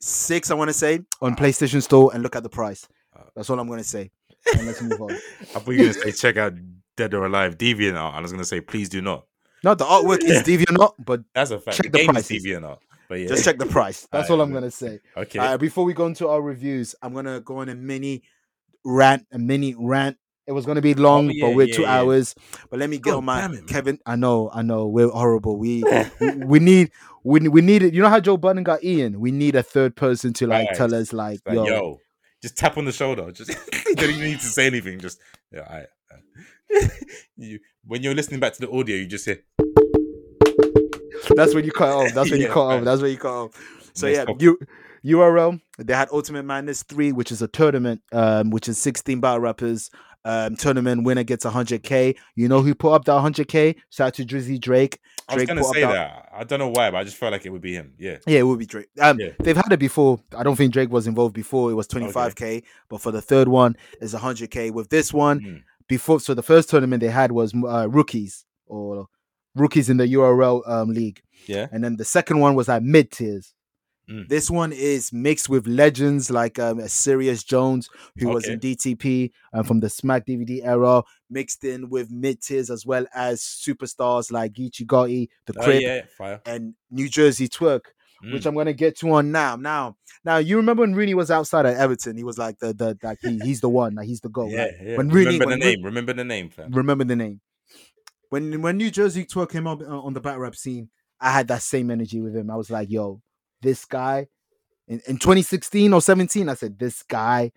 E: six, I want to say, on PlayStation Store and look at the price.
C: Uh,
E: That's all I'm going to say.
B: and let's move on.
C: I thought you were gonna say check out Dead or Alive Deviant Art, and I was gonna say please do not.
E: No, the artwork is DeviantArt, but
C: That's a fact.
B: Check the
C: game is
B: prices.
C: Deviant Art. But yeah,
E: just check the price.
B: That's
C: Alright,
B: all I'm
C: man.
B: gonna say.
C: okay.
B: Uh, before we go into our reviews,
E: I'm going to go on a mini.
B: rant, a mini rant. It was gonna be long,
C: Oh, yeah,
B: but we're
C: yeah,
B: two
C: yeah.
B: hours.
E: But let me get
C: God
E: on my
C: damn it, man.
E: Kevin.
B: I know, I know, we're horrible. We we, we need we we need it. You know how Joe Budden got Ian? We need a third person to like tell us like,
C: Like,
B: yo,
C: yo. just tap on the shoulder. Just don't even need to say anything. Just yeah, all right. all right. you, when you're listening back to the audio, you just hear
B: that's when you cut off. That's when you
C: Yeah,
B: cut off.
C: man.
B: That's when you cut off. So
C: Most
B: yeah,
C: popular.
B: you URL. They had Ultimate Madness three, which is a tournament, um, which is sixteen battle rappers. um, tournament winner gets 100k. You know who put up that 100k? Shout out to Drizzy Drake.
C: I was
B: Drake
C: gonna
B: put up
C: say that. I don't know why, but I just felt like it would be him. Yeah.
B: Yeah, it would be Drake. Um,
C: Yeah.
B: They've had it before. I don't think Drake was involved before. It was 25k, but for the third one, it's 100k. With this one,
C: Mm.
B: before, so the first tournament they had was uh, rookies or rookies in the URL um, league.
C: Yeah.
B: And then the second one was like mid tiers.
C: Mm.
B: This one is mixed with legends like um, Sirius Jones, who was
C: Okay.
B: in DTP and um, from the Smack DVD era, mixed in with mid tiers as well as superstars like Geechee Gotti, The
C: Oh,
B: Crib,
C: yeah. Fire.
B: and New Jersey Twerk which
C: Mm.
B: I'm gonna get to on now. Now, now you remember when Rooney was outside at Everton, he was like the the like he, he's the one, like he's the goal.
C: yeah,
B: right?
C: yeah.
B: Oh, When Rooney-
C: remember
B: when
C: the
B: Rooney-
C: name. Remember the name, fam.
B: Remember the name. When when New Jersey Tour came up uh, on the battle rap scene, I had that same energy with him. I was like, yo, this guy in, in 2016 or 17, I said, this guy,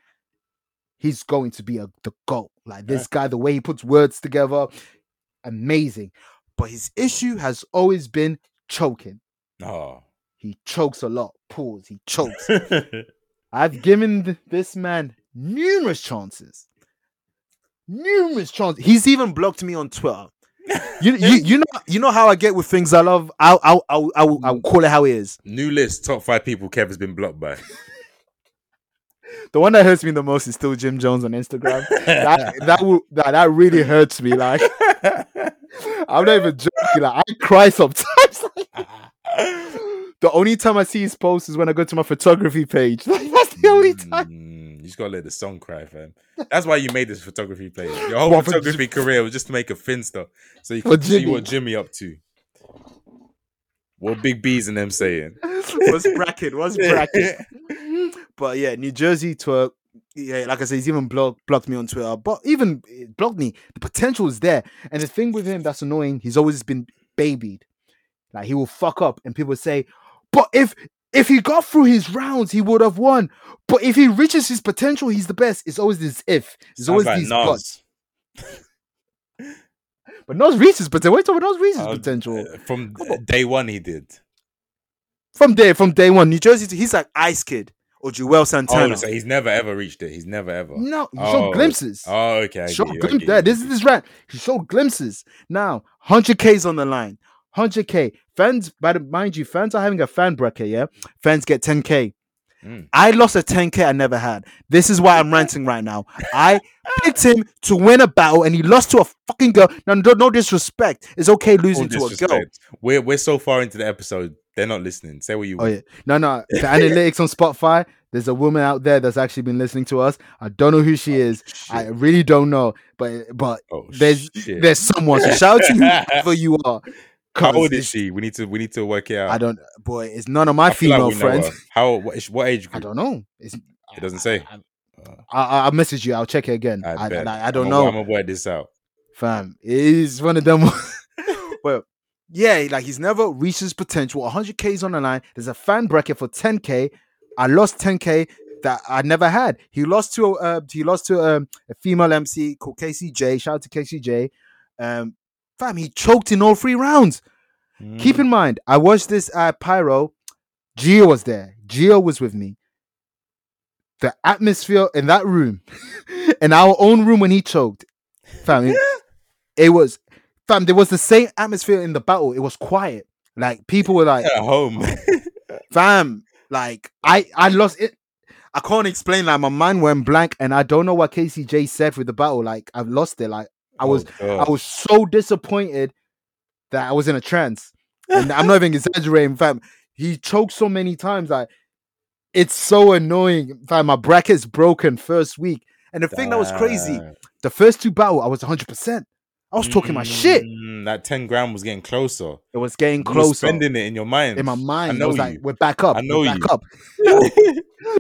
B: he's going to be a the GOAT. Like this guy, the way he puts words together, amazing. But his issue has always been choking.
C: Oh.
B: He chokes a lot. Pause. He chokes. I've given th- this man numerous chances. Numerous chances. He's even blocked me on Twitter. You, you, you know you know how I get with things I love. I'll I'll I'll, I'll, I'll call it how it is.
C: New list, top five people Kev has been blocked by.
B: The one that hurts me the most is still Jim Jones on Instagram. That that will, that, that really hurts me. Like I'm not even joking. Like I cry sometimes. the only time I see his posts is when I go to my photography page. Like, that's the only time.
C: Mm, you just gotta let the song cry, fam. That's why you made this photography play. Your whole
B: Well, for
C: photography career was just to make a finster, so you
B: For
C: could see
B: Jimmy.
C: what Jimmy up to. What Big B's and them saying?
B: was bracket, was bracket. but yeah, New Jersey twerk. Yeah, like I said, he's even blocked blocked me on Twitter. But even eh, blocked me, the potential is there. And the thing with him that's annoying, he's always been babied. Like he will fuck up, and people say, "But if if he got through his rounds, he would have won. But if he reaches his potential, he's the best." It's always this if. It's always these buts.
C: Nas.
B: But Nas reaches potential. What are you talking about? Nas reaches
C: Uh,
B: potential
C: uh, From uh, day one, he did.
B: from day from day one. New Jersey, he's like Ice Kid or Joel Santana.
C: Oh, so he's never ever reached it. He's never ever.
B: no, he
C: Oh,
B: showed glimpses.
C: Oh, okay. I
B: Show
C: get you, I
B: glim-
C: get
B: yeah,
C: you.
B: this is this rant. He showed glimpses. Now, 100K's on the line. 100K. Fans, by the, mind you, fans are having a fan bracket, yeah? Fans get 10K.
C: Mm.
B: I lost a 10K I never had. This is why I'm ranting right now. I picked him to win a battle and he lost to a fucking girl. No, no, no disrespect. It's okay losing
C: All
B: to a girl.
C: disrespect. We're we're so far into the episode, they're not listening. Say what you
B: Oh
C: want.
B: yeah, no, no. The analytics on Spotify. There's a woman out there that's actually been listening to us. I don't know who she is. I really don't know, but but
C: Oh,
B: there's
C: shit.
B: there's someone. So shout out to whoever you are.
C: How
B: 'cause
C: old is
B: it's-
C: she? We need to we need to work it out.
B: I don't. Boy, it's none of my
C: I feel like
B: female
C: we know
B: friends.
C: her. How what, is- what age
B: I
C: group?
B: don't know. It's,
C: It doesn't say.
B: I, I, I'll message you. I'll check it again.
C: I,
B: I,
C: bet.
B: I, I don't
C: I'm
B: know.
C: I'm gonna work this out.
B: fam. He's one of them. well, yeah, like he's never reached his potential. 100k is on the line. There's a fan bracket for 10k. I lost 10k that I never had. He lost to uh, he lost to um, a female MC called KCJ. Shout out to KCJ. Um, fam, he choked in all three rounds. Keep in mind, I watched this at Pyro. Gio was there. Gio was with me. The atmosphere in that room, in our own room when he choked, fam, it, it was, fam, there was the same atmosphere in the battle. It was quiet. Like people were like,
C: at home.
B: fam, like I, I lost it. I can't explain. Like my mind went blank, and I don't know what KCJ said with the battle. Like I've lost it. Like I was,
C: Oh,
B: I was so disappointed that I was in a trance. And I'm not even exaggerating, fam. He choked so many times. Like, it's so annoying, fam. My bracket's broken first week. And the thing that was crazy, the first two battle, I was 100%. I was talking my shit.
C: Mm-hmm. That ten grand was getting closer.
B: Mm. It was getting
C: You were
B: closer.
C: spending it in your mind.
B: In my mind, I,
C: know
B: was
C: you.
B: like, we're back up.
C: I know
B: we're back
C: you.
B: up.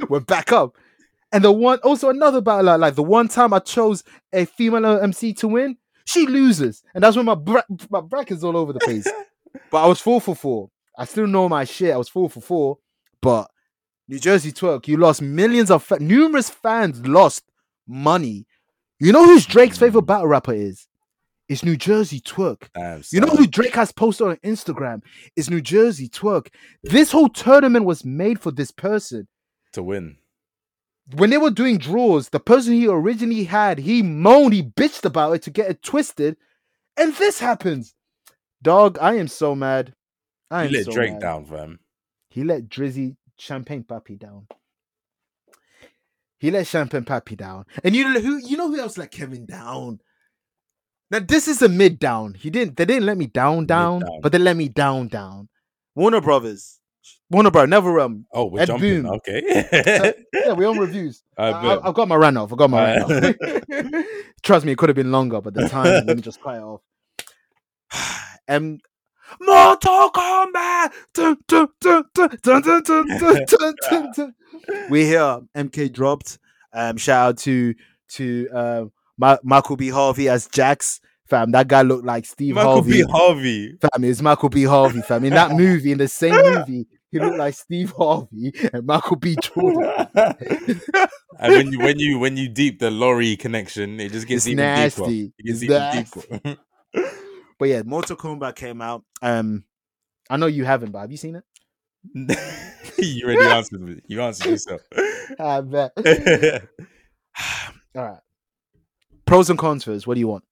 B: we're back up. And the one, also another battle, like, like the one time I chose a female MC to win, she loses. And that's when my, bra- my bracket's all over the place. but I was four for four. I still know my shit. I was four for four. But New Jersey twerk, you lost millions of, fa- numerous fans lost money. You know who's Drake's favorite battle rapper is? It's New Jersey twerk.
C: Damn,
B: You know
C: son.
B: who Drake has posted on Instagram? It's New Jersey twerk. This whole tournament was made for this person.
C: to win.
B: when they were doing draws, the person he originally had, he moaned, he bitched about it to get it twisted, and this happens. Dog, I am so mad. I
C: You
B: am
C: let
B: so
C: Drake
B: mad.
C: down, fam.
B: He let Drizzy Champagne Pappy down. He let Champagne Pappy down. And you know who you know who else let Kevin down? Now this is a mid down. He didn't they didn't let me down down,
C: down.
B: but they let me down down.
E: Warner Brothers.
B: Warner Bro, never realm.
C: Oh, we're
B: Ed
C: jumping.
B: Boon.
C: Okay.
B: Yeah, we own reviews.
C: I
B: I-
C: bet.
B: I, have got my run off. I've got my
C: All
B: run off. Trust me, it could have been longer, but the time let me just quiet off. um, Mortal Kombat. Dun, dun, dun, dun, dun, dun, dun, dun, dun, dun, dun.
E: We hear MK dropped. Um, shout out to to
B: uh,
E: um, Ma- Michael B Harvey as Jax. Fam, that guy looked like Steve
C: Michael
E: Harvey.
C: B. Harvey.
B: Fam, it's Michael B. Harvey. Fam, in that movie, in the same movie, he looked like Steve Harvey and Michael B. Jordan.
C: and when you when you when you deep the lorry connection, it just gets
B: It's
C: even
B: nasty.
C: deeper. It gets
B: It's
C: even
B: nasty.
C: deeper.
B: But yeah,
E: Mortal Kombat came out.
B: um, I know you haven't, but have you seen it?
C: you already answered me. You answered yourself.
B: I bet.
C: I
B: All right. Pros and cons first. What do you want?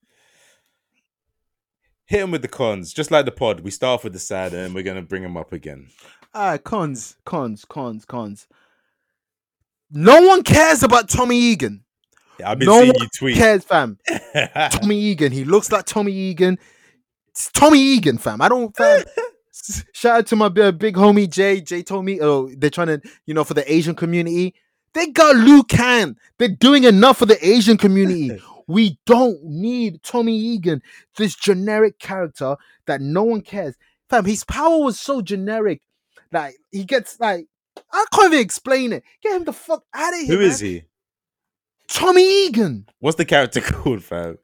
C: Hit him with the cons, just like the pod. We start off with the sad, and we're gonna bring him up again.
B: Ah, cons, cons, cons, cons.
E: No one cares about Tommy Egan.
C: Yeah, I've been
B: No
C: seeing
B: one
C: you tweet.
B: Cares, fam. Tommy Egan. He looks like Tommy Egan. It's Tommy Egan, fam. I don't. Fam. S- Shout out to my bi- big homie Jay. Jay told me, oh, they're trying to, you know, for the Asian community. They got Liu Kang. They're doing enough for the Asian community. we don't need Tommy Egan, this generic character that no one cares. Fam, his power was so generic. Like, he gets, like, I can't even explain it. Get him the fuck out of here.
C: Who
B: man.
C: is he?
B: Tommy Egan.
C: What's the character called, fam?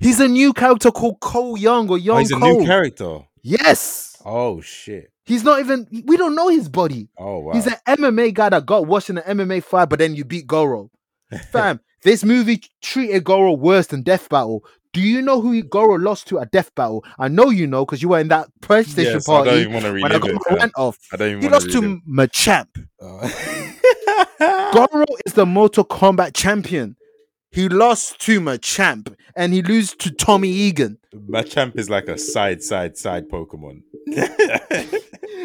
B: He's a new character called Cole Young or Young
C: Oh, he's a
B: Cole.
C: new character.
B: yes.
C: Oh shit.
B: He's not even we don't know his body.
C: Oh wow.
B: He's an MMA guy that got washed in an MMA fight, but then you beat Goro. Fam, this movie treated Goro worse than Death Battle. Do you know who Goro lost to at Death Battle? I know you know because you were in that PlayStation
C: Yes, I
B: party
C: don't even want to
B: when I
C: relive
B: got
C: it.
B: my
C: fam.
B: rant off.
C: I don't even
E: He
C: want
E: lost to Machamp.
B: Goro is the Mortal Kombat champion,
E: He lost to Machamp,
B: and he loses to Tommy Egan.
C: Machamp is like a side, side, side Pokemon.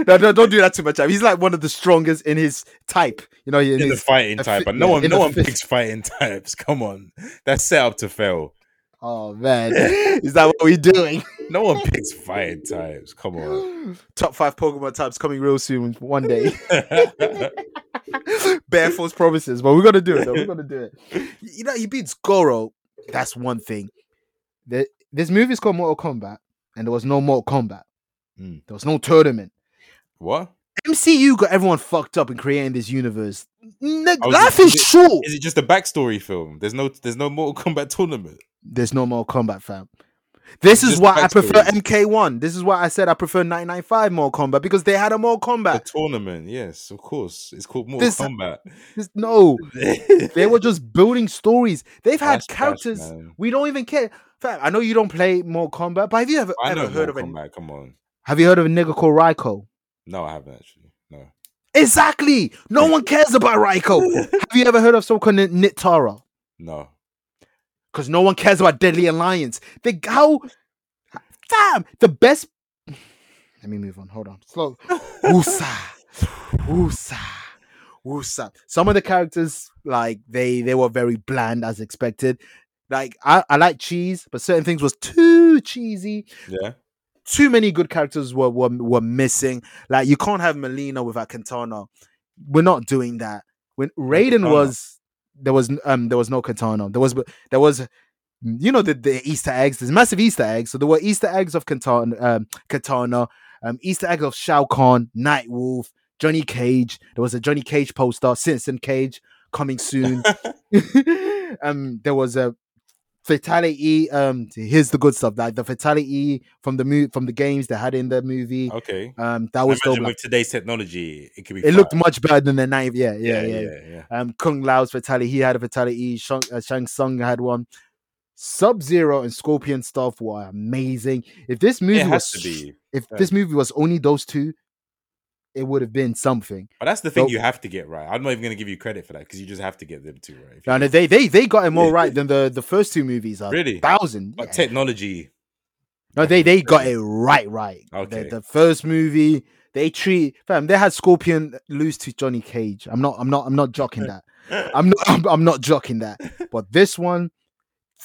B: No, no, don't do that to Machamp. He's like one of the strongest in his type. You know, in
C: in the
B: his-
C: fighting
B: a
C: type,
B: fi-
C: but no
B: yeah,
C: one,
B: in
C: no
B: a
C: one
B: fist.
C: picks fighting types. Come on, that's set up to fail.
B: Oh man, is that what we're doing?
C: No one picks fighting types. Come on.
E: top five Pokemon types coming real soon.
B: One day,
E: Bare
B: false promises, but we're gonna do it. Though. We're gonna do it.
E: You know, he beats Goro.
B: That's one thing. The, this movie is called Mortal Kombat, and there was no Mortal Kombat.
C: Mm.
B: There was no tournament.
C: what
B: MCU got everyone fucked up in creating this universe. N-
C: was
B: life
C: just-
B: is short.
C: is it? Just a backstory film. There's no, there's no Mortal Kombat tournament.
B: There's no Mortal Kombat, fam. This is
C: Just
B: why I prefer
C: backstories.
B: MK1. This is why I said I prefer 995 Mortal Kombat because they had a Mortal
C: A
B: Kombat.
C: tournament, yes, of course. It's called Mortal
B: This-
C: Kombat.
B: This- no, they were just building stories. They've had
C: That's trash,
B: characters.
C: man.
B: we don't even care. Fam, I know you don't play Mortal Kombat, but have you ever,
C: I
B: ever
C: know
B: heard of
C: Mortal
B: a
C: Kombat. Come on.
B: Have you heard of a nigga called Raiko?
C: No, I haven't actually. No.
B: Exactly. No one cares about Raiko. Have you ever heard of someone called N- Nitara?
C: No.
B: Because no one cares about Deadly Alliance. The how fam the best. Let me move on. Hold on. Slow. Wusa. Wusa. Wusa. Some of the characters, like they they were very bland as expected. Like I, I like cheese, but certain things was too cheesy.
C: Yeah.
B: Too many good characters were were, were missing.
E: Missing. Like, you can't have Melina without Quintana.
B: we're not doing that. When Raiden
C: katana.
B: was there was n- um there was no katana. There was there was you know the, the Easter eggs, there's massive Easter eggs. So there were Easter eggs of katana um katana, um Easter eggs of Shao Kahn, Nightwolf, Johnny Cage. There was a Johnny Cage poster, Citizen Cage coming soon. um there was a fatality um here's the good stuff like the fatality from the mo- from the games they had in the movie
C: Okay.
B: um that
C: I
B: was
C: Oh, imagine
B: dope like,
C: with today's technology, it could be.
B: it
C: fire.
B: looked much better than the night yeah yeah, yeah
C: yeah.
B: um, Kung Lao's fatality, he had a fatality. Shang, uh, Shang Tsung had one. Sub Zero and Scorpion stuff were amazing. If this movie
C: It has
B: was,
C: to be.
B: if
C: yeah.
B: this movie was only those two, it would have been something.
C: But that's the thing
B: Nope.
C: you have to get right. I'm not even going to give you credit for that because you just have to get them two right. If you
B: No, no,
C: don't.
B: they they they got it more right than the the first two movies are.
C: Really?
B: thousand.
C: but
B: yeah.
C: technology,
B: no, they they got it right, right. The-
C: Okay.
B: The, first movie they treat fam. They had Scorpion lose to Johnny Cage. I'm not. I'm not. I'm not jocking that. I'm not. I'm, I'm not jocking that. But this one.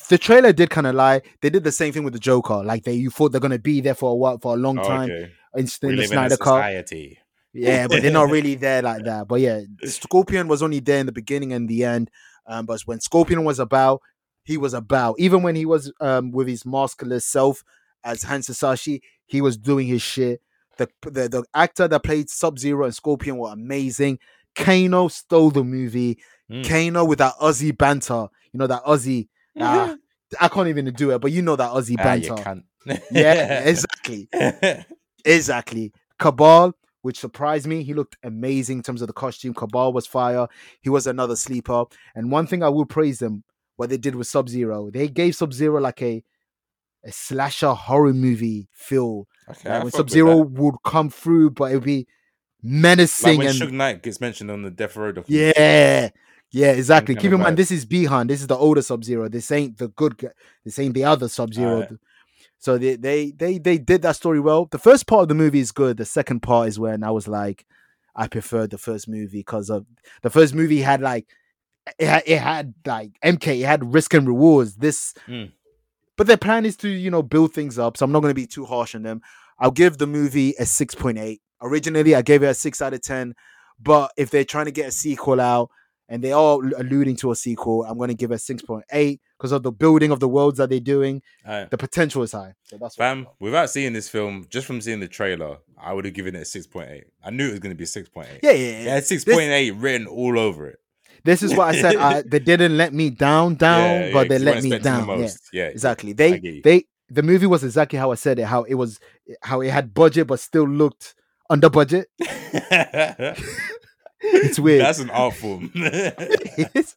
B: The trailer did kind of lie. They did the same thing with the Joker. Like they, you thought they're gonna be there for a while, for a long
C: oh,
B: time.
C: okay.
B: Instead,
C: we
B: in the
C: live in a
B: Snyder Cut.
C: society.
B: Yeah, but they're not really there like that. But yeah, Scorpion was only there in the beginning and the end. Um, but when Scorpion was about, he was about. Even when he was um with his maskless self as Hans Sasashi, he was doing his shit. The the, the actor that played Sub Zero and Scorpion were amazing. Kano stole the movie.
C: Mm.
B: Kano with that Aussie banter, you know that Aussie. ah, I can't even do it, but you know that Aussie
C: Ah, you
B: banter.
C: can't.
B: yeah, exactly. Exactly. Cabal, which surprised me. He looked amazing in terms of the costume. Cabal was fire. He was another sleeper. And one thing I will praise them, what they did with Sub Zero, they gave Sub Zero like a a slasher horror movie feel.
C: okay, I
B: Like when
C: fuck
B: Sub
C: with
B: Zero
C: that.
B: would come through, but it would be
C: like
B: menacing
C: when
B: and
C: Suge Knight gets mentioned on the Death Row documentary.
B: yeah. Yeah, exactly.
C: kind
B: Keep
C: of
B: in mind,
C: vibe.
B: this is Bihan. This is the older Sub Zero. This ain't the good. Guy. This ain't the other Sub Zero.
C: Alright.
B: So they, they they they did that story well. The first part of the movie is good. The second part is when I was like, I preferred the first movie because of the first movie had like it had, it had like MK. It had risk and rewards. This,
C: Mm.
B: but their plan is to you know build things up. So I'm not going to be too harsh on them. I'll give the movie a six point eight. Originally, I gave it a six out of ten, but if they're trying to get a sequel out and they are alluding to a sequel, I'm going to give it six point eight because of the building of the worlds that they're doing.
C: Alright.
B: The potential is high. So that's what-
C: Fam, without seeing this film, just from seeing the trailer, I would have given it a six point eight. I knew it was going to be six point eight.
B: Yeah, yeah, yeah.
C: Yeah, six point eight written all over it.
B: This is what I said. I, they didn't let me down, down,
C: yeah,
B: but
C: 'cause
B: they
C: you
B: let
C: weren't
B: me
C: expecting the
B: down. Yeah.
C: most. Yeah,
B: exactly.
C: I
B: They
C: get you.
B: they the movie was exactly how I said it. How it was, how it had budget but still looked under budget. It's weird.
C: That's an art form.
B: is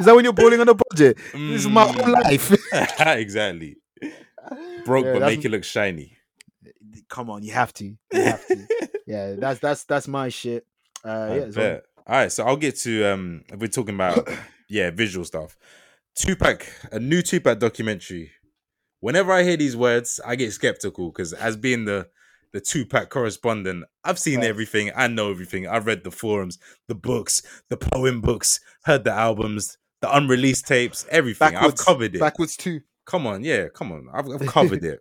B: that when you're bowling under budget? This is my whole
C: Mm.
B: life.
C: exactly. Broke,
B: Yeah,
C: but
B: that's-
C: make it look shiny.
B: Come on, you have to. You have to. yeah, that's that's that's my shit. Uh,
C: I
B: yeah, it's
C: bet. All right, so I'll get to um. If we're talking about yeah, visual stuff. Tupac, a new Tupac documentary. Whenever I hear these words, I get skeptical because as being the the Tupac correspondent, I've seen everything. I know everything. I've read the forums, the books, the poem books, heard the albums, the unreleased tapes, everything. I've covered it.
B: Backwards too.
C: Come on, yeah, come on. I've, I've covered it.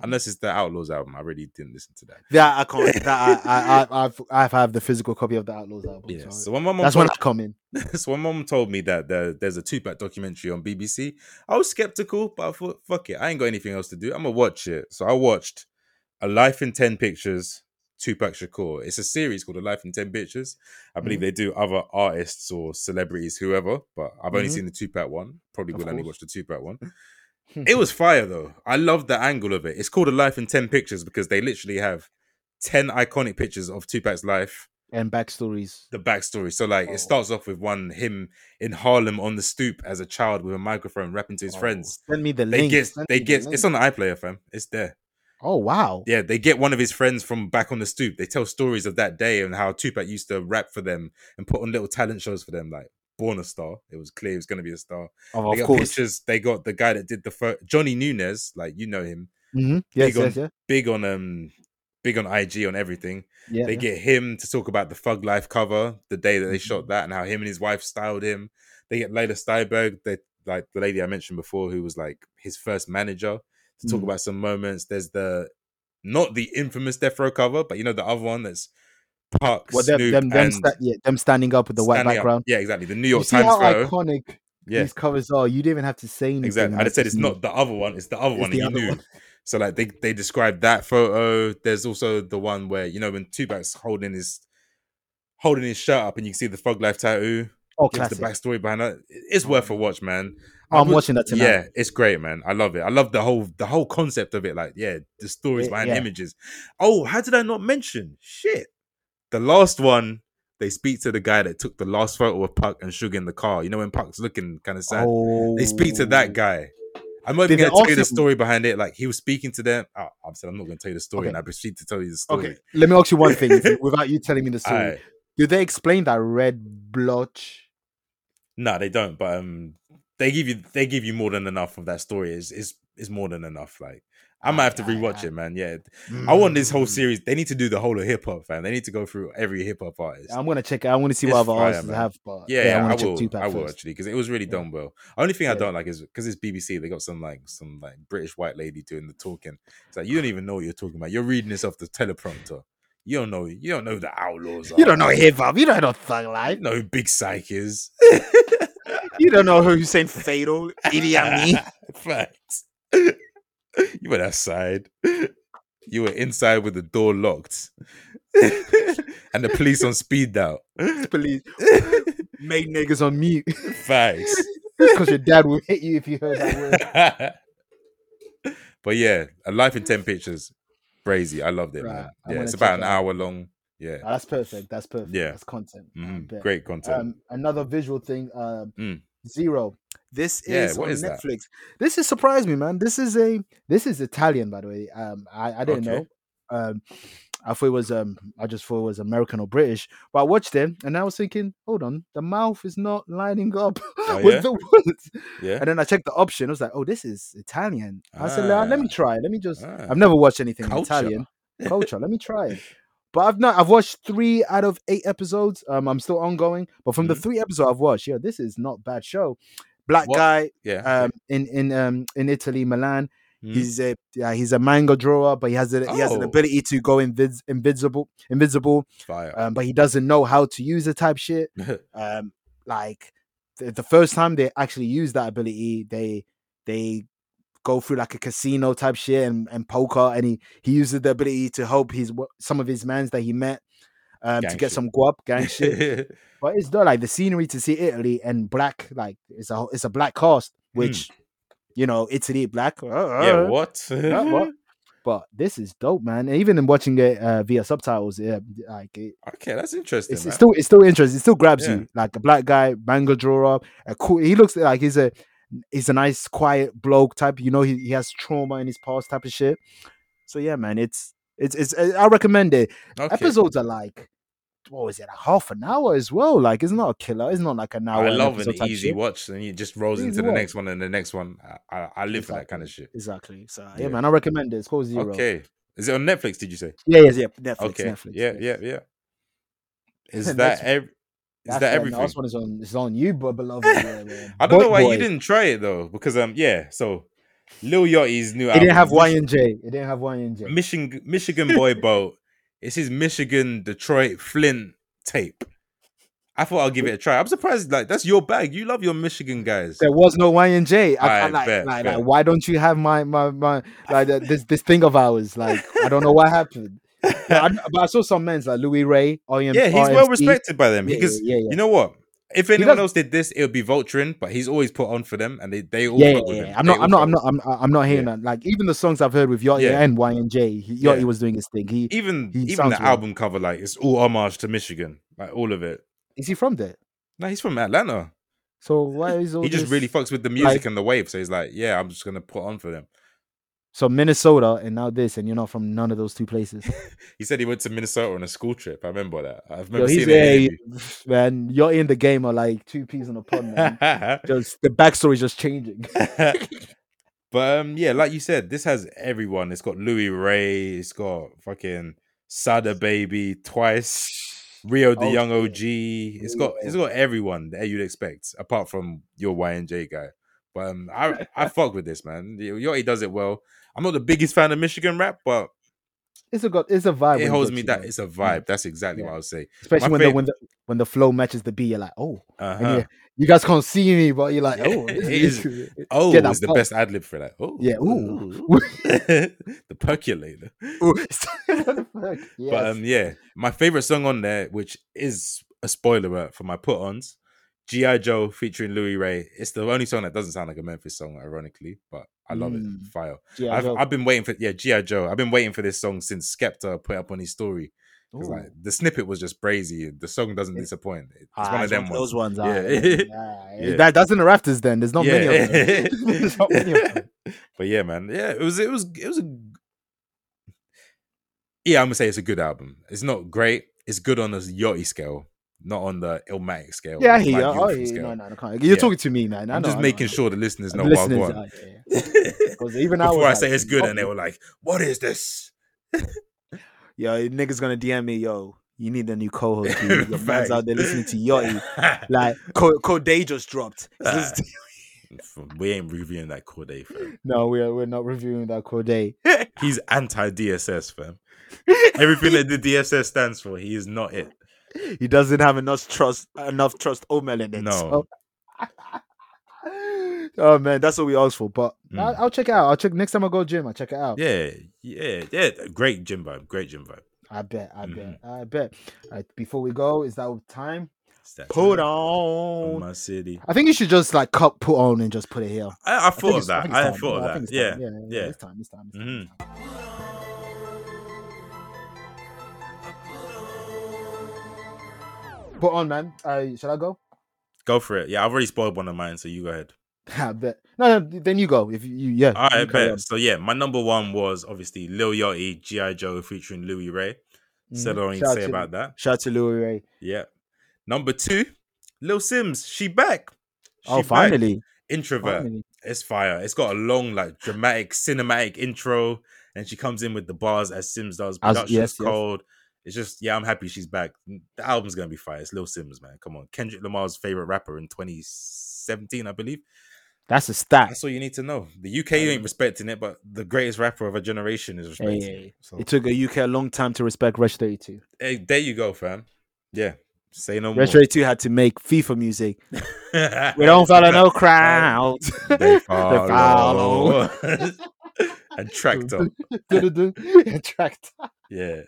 C: Unless it's the Outlaws album, I really didn't listen to that.
B: Yeah, I can't. That I, I, I, I've, I have the physical copy of the Outlaws album.
C: Yeah.
B: so
C: So when my mom
B: that's
C: told-
B: when I come in.
C: so when mom told me that there, there's a Tupac documentary on BBC, I was skeptical, but I thought, fuck it, I ain't got anything else to do. I'm gonna watch it. So I watched A Life in Ten Pictures, Tupac Shakur. It's a series called A Life in Ten Pictures. I believe
B: Mm-hmm.
C: they do other artists or celebrities, whoever, but I've only
B: Mhm.
C: seen the Tupac one. Probably
B: Of
C: will only
B: course.
C: watch the Tupac one. it was fire though. I love the angle of it. It's called A Life in Ten Pictures because they literally have ten iconic pictures of Tupac's life
B: And backstories.
C: the backstory. So like
B: Oh.
C: it starts off with one him in Harlem on the stoop as a child with a microphone rapping to his friends.
B: Send me the
C: They
B: Oh. link.
C: get
B: send
C: they
B: me the
C: get
B: link.
C: it's on the iPlayer fam. It's there.
B: Oh wow.
C: Yeah, they get one of his friends from back on the stoop. They tell stories of that day and how Tupac used to rap for them and put on little talent shows for them like Born a star. It was clear he was going to be a star.
B: Oh,
C: they
B: of
C: got
B: course.
C: pictures. They got the guy that did the photo, Johnny Nunez. Like you know him,
B: Mm-hmm. Yes,
C: big on-
B: yes, yeah.
C: big on um, big on IG on everything
B: yeah.
C: they
B: yeah.
C: get him to talk about the Thug Life cover, the day that they
B: Mm-hmm.
C: shot that, and how him and his wife styled him. They get Layla Steinberg, they, like the lady I mentioned before, who was like his first manager, to talk
B: Mm.
C: about some moments. There's the not the infamous Death Row cover, but you know the other one that's Park
B: Well, them,
C: Snoop
B: them, them,
C: and
B: sta- yeah, them standing up with the white
C: standing up.
B: background.
C: Yeah, exactly. The New
B: You
C: York
B: see
C: Times
B: how
C: photo.
B: iconic
C: yeah,
B: these covers are. You didn't even have to say anything.
C: exactly.
B: and
C: I
B: I
C: just said
B: just
C: it's
B: knew.
C: not the other one; it's the other
B: It's
C: one,
B: the
C: and you
B: other
C: knew.
B: one.
C: So, like, they they described that photo. There's also the one where you know when Tupac's holding his holding his shirt up, and you can see the Thug Life tattoo.
B: Oh,
C: Gives
B: classic. Oh,
C: the backstory behind that. It's worth a watch, man. I
B: I'm
C: would-
B: watching that tonight.
C: Yeah, it's great, man. I love it. I love the whole the whole concept of it. Like, yeah, the stories
B: Yeah,
C: behind
B: yeah.
C: images. Oh, how did I not mention? Shit. The last one, they speak to the guy that took the last photo of Puck and Sugar in the car. You know when Puck's looking kind of sad.
B: Oh,
C: They speak to that guy. I'm not even
B: Did they
C: going to tell you
B: also-
C: the story behind it. Like he was speaking to them. Oh, I'm saying I'm not going to tell you the story,
B: Okay.
C: and I proceed to tell you the story.
B: Okay, let me ask you one thing if you- without you telling me the story.
C: Alright.
B: Do they explain that red blotch?
C: No, they don't. But um, they give you they give you more than enough of that story. Is is is more than enough. Like I might have to rewatch it, man. Yeah, I want this
B: Mm.
C: whole series. They need to do the whole of hip hop, fan. They need to go through every hip hop artist.
B: Mm. I'm gonna check it. I want to see what
C: It's
B: other
C: fire,
B: artists
C: man.
B: have. But
C: yeah, yeah,
B: wanna
C: I will.
B: Tupac
C: I will
B: first.
C: actually because it was really done well. Only thing I don't like is because it's BBC. They got some like some like British white lady doing the talking. It's like you don't even know what you're talking about. You're reading this off the teleprompter. You don't know. You don't know who the outlaws. Are.
B: You don't know hip hop. You don't know thug life.
C: You know who Big Psych is.
E: You don't know who Hussein Fatal, Idi Amin.
C: Facts. you were outside. You were inside with the door locked, and the police on speed dial.
B: Police made niggas on mute
C: Facts.
B: because your dad will hit you if you heard that word.
C: but yeah, a life in ten pictures, crazy. I loved it,
B: Right, I'm
C: man. Yeah,
B: gonna
C: it's
B: check
C: about an
B: it out.
C: hour long. Yeah,
B: Ah, that's perfect. That's perfect.
C: Yeah.
B: that's content. I
C: Mhm,
B: bet.
C: great content.
B: Um, another visual thing. Um,
C: Mm.
B: Zero.
E: This
C: Yeah,
E: is
C: what
E: on
C: is that?
E: Netflix.
B: This has surprised me, man. This is a this is Italian, by the way. Um, I, I didn't
C: Okay.
B: know. Um, I thought it was um, I just thought it was American or British. But I watched it, and I was thinking, hold on, the mouth is not lining up
C: Oh,
B: with
C: yeah?
B: the words.
C: yeah.
B: And then I checked the option. I was like, oh, this is Italian. I said, "Nah, let me
C: Ah.
B: try. it. Let me just.
C: Ah.
B: I've never watched anything
C: Culture.
B: Italian culture. let me try it. But I've not. I've watched three out of eight episodes. Um, I'm still ongoing. But from the
C: Mhm.
B: three episodes I've watched, yeah, this is not bad show. Black
C: What-
B: guy
C: Yeah.
B: um, in in um, in Italy, Milan.
C: Mhm.
B: He's a yeah, he's a manga drawer, but he has a, he has an
C: Oh.
B: ability to go invis- invisible, invisible.
C: Fire.
B: Um, but he doesn't know how to use the type shit um like the, the first time they actually use that ability they they go through like a casino type shit and, and poker and he he uses the ability to help his wo- some of his mans that he met um to
C: Gang
B: get
C: shit.
B: some guap gang shit but it's not like the scenery to see italy and black like it's a whole- it's a black cast
C: Hmm.
B: which you know italy black uh,
C: yeah.
B: uh,
C: What?
B: uh, what? but this is dope man and even in watching it uh, via subtitles yeah like it,
C: okay, that's interesting.
B: it's,
C: man.
B: it's still it's still interesting. It still grabs
C: Yeah.
B: you like a black guy, manga drawer. A cool. He looks like he's a he's a nice, quiet bloke type. You know, he, he has trauma in his past type of shit. So yeah, man, it's it's it's. uh, I recommend it.
C: okay.
B: Episodes are like what was it, a half an hour as well? Like it's not a killer. It's not like an hour.
C: I
B: an
C: love
B: episode
C: an
B: type
C: easy
B: shit.
C: watch, and it just rolls
B: Easy
C: into the
B: watch.
C: next one and the next one. I, I, I live for that kind of shit.
B: Exactly. So yeah,
C: Yeah.
B: man, I recommend it. It's called Zero.
C: Okay. Is it on Netflix? Did you say?
B: Yeah, yeah, yeah. Netflix.
C: okay.
B: Netflix.
C: yeah,
B: Netflix.
C: yeah, yeah. Is
B: That's-
C: that ev- is
B: That's
C: that
B: the
C: everything?
B: last one is on. It's on you, but beloved. yeah, yeah.
C: I don't
B: Boy-
C: know why
B: boy.
C: you didn't try it though, because um, yeah. So Lil Yachty's new
B: It
C: album.
B: didn't have Y
C: Mich-
B: and J. It didn't have Y and J.
C: Michigan Michigan Boy Boat. It's his Michigan Detroit Flint tape. I thought I'll give it a try. I'm surprised. Like that's your bag. You love your Michigan guys.
B: There was no Y and J. I, I,
C: Alright,
B: like,
C: bet,
B: like,
C: bet.
B: like, why don't you have my my my like that- this this thing of ours? Like, I don't know what happened. No, I, but I saw some men's like Louis Ray. E RM,
C: Yeah, he's
B: RMC.
C: well respected by them
B: Yeah,
C: because
B: yeah, yeah, yeah.
C: you know what. If anyone
B: does-
C: else did this, it would be Vulturing, but he's always put on for them, and they, they all
B: Yeah, yeah,
C: fuck with
B: yeah.
C: him.
B: I'm
C: They
B: not,
C: all
B: I'm not,
C: fuck
B: I'm
C: with
B: not, I'm, I'm not hearing
C: Yeah.
B: that. Like even the songs I've heard with Yachty
C: Yeah.
B: and Y and J, he-
C: Yeah.
B: Yachty was doing his thing. He
C: even
B: He
C: even
B: sounds
C: the
B: well.
C: album cover like it's all homage to Michigan, like all of it.
B: is he from there?
C: No, he's from Atlanta.
B: So why is all
C: he just
B: this-
C: really fucks with the music
B: like-
C: and the wave, so he's like, yeah, I'm just gonna put on for them.
B: so Minnesota and now this, and you're not from none of those two places.
C: He said he went to Minnesota on a school trip. I remember that. I've
B: Yo,
C: never
B: he's
C: seen it.
B: a man. You're in the game are like two peas in a pod, man. just the backstory just changing.
C: but um, yeah, like you said, this has everyone. It's got Louis Ray. It's got fucking Sada Baby twice. Rio the
B: Oh,
C: Young
B: shit.
C: OG. It's got it's got everyone that you'd expect, apart from your YNJ guy. But um, I I fuck with this man. Yachty does it well. I'm not the biggest fan of Michigan rap, but
B: It's a got it's a vibe.
C: it
B: when
C: holds
B: gets
C: me
B: you,
C: that
B: man.
C: it's a vibe. That's exactly what I would say.
B: especially
C: my
B: when the when the when the flow matches the beat. You're like, oh, and
C: Uh-huh.
B: you, you guys can't see me, but you're like,
C: Yeah,
B: oh, this
C: it
B: is,
C: Oh,
B: get that
C: is the
B: vibe.
C: best ad lib for that. Oh,
B: Yeah, ooh.
C: the percolator.
B: yes.
C: But um, yeah, my favorite song on there, which is a spoiler alert for my put-ons, G.I. Joe featuring Louis Ray. It's the only song that doesn't sound like a Memphis song, ironically, but I love
B: Mm.
C: it. Fire.
B: G.I.
C: I've
B: Joe.
C: I've been waiting for yeah, G.I. Joe. I've been waiting for this song since Skepta put it up on his story. 'Cause, like, the snippet was just brazy. The song doesn't disappoint. It's
B: Ah,
C: one of
B: it's
C: them ones.
B: those ones. ah,
C: Yeah.
B: yeah, yeah.
C: Yeah.
B: That, that's in the rafters. Then there's not many of them. There's not many of them.
C: but yeah, man. Yeah, it was it was it was a Yeah, I'm gonna say it's a good album. It's not great. It's good on a Yachty scale, not on the Illmatic scale.
B: Yeah, I
C: or
B: hear you.
C: Black
B: Oh,
C: Beautiful
B: yeah,
C: scale.
B: no, no, no, can't. You're
C: Yeah.
B: talking to me, man. I
C: I'm
B: know,
C: just
B: I know,
C: making
B: I know.
C: sure the listeners
B: The
C: know what I
B: listeners,
C: want.
B: ah, yeah, yeah. 'Cause even I,
C: Before
B: was
C: I say
B: like,
C: it's good, and they
B: "Oh,
C: were like, "What is this?"
B: yo, niggas gonna DM me, yo. You need a new co-host. You. Your fans
C: Facts.
B: out there listening to Yachty. Like Co- Code Day just dropped. Ah. This is-
C: we ain't reviewing that Corday, fam.
B: no, we're we're not reviewing that Code Day.
C: He's anti DSS, fam. Everything that the DSS stands for, he is not it.
B: He doesn't have enough trust enough trust Omel in it.
C: No.
B: so- oh man, that's what we asked for. But I- I'll,
C: Mm.
B: check it out. I'll check next time I go gym. I'll check it out.
C: Yeah, yeah, yeah. Great gym vibe. Great gym vibe.
B: I bet. I
C: Mhm.
B: bet. I bet. All right, before we go, is that time?
C: It's that
B: Put
C: time for
B: on.
C: my city.
B: I think you should just like cut put on and just put it here.
C: I, I
B: think
C: thought of
B: it's-
C: that.
B: think it's
C: I
B: time.
C: thought
B: No, think
C: of that.
B: it's
C: Yeah,
B: time. yeah, yeah,
C: yeah.
B: It's time. It's time. It's time.
C: Mhm.
B: it's time. Put on, man. Uh, shall I go?
C: Go for it. Yeah, I've already spoiled one of mine, so you go ahead.
B: I bet. No, no. Then you go. If you, you yeah.
C: All
B: you
C: right,
B: carry
C: bet.
B: on.
C: So yeah, my number one was obviously Lil Yachty, G.I. Joe featuring Louis Ray. Said
B: Mhm.
C: all I need to
B: Shout out
C: say
B: to-
C: about that.
B: Shout out to Louis Ray.
C: Yeah. Number two, Lil Sims, she back. She
B: oh,
C: back.
B: finally.
C: Introvert.
B: finally.
C: It's fire. It's got a long, like dramatic, cinematic intro, and she comes in with the bars as Sims does.
B: As-
C: Production's
B: yes, yes.
C: cold. It's just, yeah, I'm happy she's back. The album's gonna be fire. It's Lil Sims, man. Come on, Kendrick Lamar's favorite rapper in 2017, I believe.
B: That's a stat.
C: That's all you need to know. The UK ain't respecting it, but the greatest rapper of a generation is
B: Hey,
C: respecting
B: hey,
C: it.
B: hey.
C: So,
B: It took a UK a long time to respect Rush 32.
C: hey, there you go, fam. Yeah, say no more.
B: Rush 32 had to make FIFA music. We don't follow no crowd.
C: They
B: follow.
C: follow. and tractor.
B: Attract.
C: Yeah.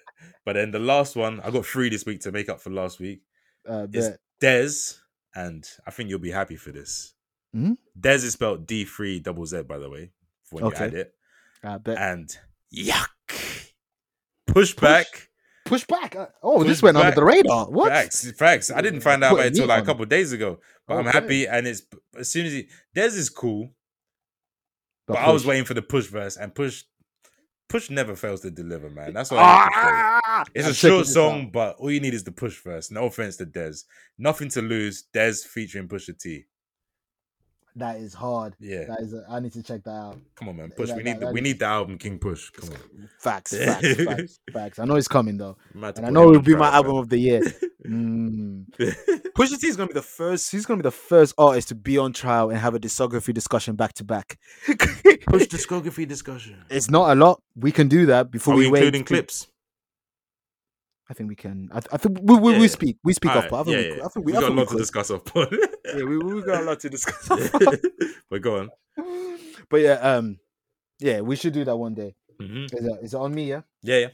C: But then the last one, I got three this week to make up for last week.
B: Uh,
C: It's
B: bet.
C: Dez, and I think you'll be happy for this.
B: Hmm?
C: Dez is spelled D three double Z, by the way, when
B: Okay. Uh,
C: you add it.
B: I bet.
C: And yuck. Pushback.
B: Push back. Uh, Oh, this
C: Push
B: went under
C: back.
B: the radar. What?
C: Facts, facts. I didn't find out
B: Put
C: about it
B: meat
C: until like
B: on
C: a
B: it.
C: couple days ago, but I'm
B: Okay.
C: happy. And it's as soon as he, Dez is cool,
B: The
C: but, I was
B: push.
C: waiting for the push verse, and push, push never fails to deliver, man. That's what I have to say.
B: Ah!
C: It's
B: I'm
C: a
B: checking
C: short
B: this out.
C: song, but all you need is the push verse. No offense to Dez. Nothing to lose. Dez featuring Pusha T.
B: That is hard.
C: Yeah.
B: That is. A, I need to check that out.
C: Come on, man. Push.
B: that-
C: we
B: that-
C: need the,
B: that
C: we
B: is-
C: need the album King Push. Come on.
B: Facts, facts, facts, facts. I know it's coming though,
C: I'm about to
B: and I
C: put
B: know
C: it
B: it'll
C: on
B: be my
C: trial,
B: album of the year. Mm.
C: fam.
B: Pusha T is gonna be the first. He's gonna be the first artist to be on trial and have a discography discussion back to back.
C: push discography discussion.
B: It's not a lot. We can do that before
C: Are we,
B: wait.
C: including
B: to-
C: clips?
B: I think we can. I, th- I think we, we, we
C: Yeah.
B: speak. We speak
C: All
B: off.
C: right,
B: but I think
C: yeah,
B: we,
C: yeah.
B: I think
C: we
B: I
C: got a
B: think
C: lot to
B: could.
C: discuss off pod.
B: Yeah, we, we got a lot to discuss.
C: but go on.
B: but yeah, um, yeah, we should do that one day.
C: Mhm.
B: Is it, is it on me? Yeah.
C: Yeah, yeah.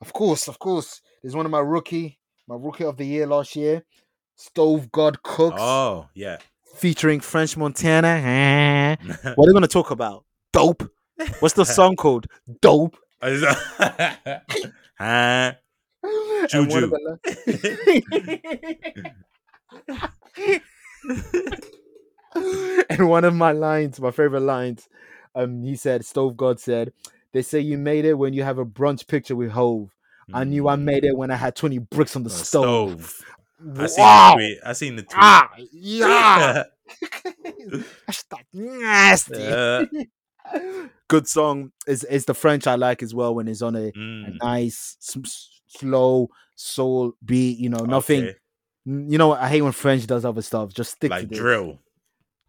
B: Of course, of course. There's one of my rookie, my rookie of the year last year, Stove God Cooks,
C: Oh, yeah.
B: featuring French Montana. what are we gonna talk about? Dope. What's the song called? Dope.
C: Huh?
B: And one of
C: Juju.
B: the li- And one of my lines, my favorite lines, um, he said, Stove God said, they say you made it when you have a brunch picture with Hove. I knew I
C: Mm.
B: made it when I had 20 bricks on the
C: On the
B: stove.
C: stove. I seen
B: Wow.
C: the tweet. I seen the tweet.
B: Ah, yeah. Hashtag nasty.
C: Uh,
B: Good song. It's, it's the French I like as well when it's on a, a
C: mm,
B: nice, s- s- slow soul beat. You know, nothing.
C: okay.
B: N- You know what? I hate when French does other stuff. Just stick to
C: like
B: this.
C: drill.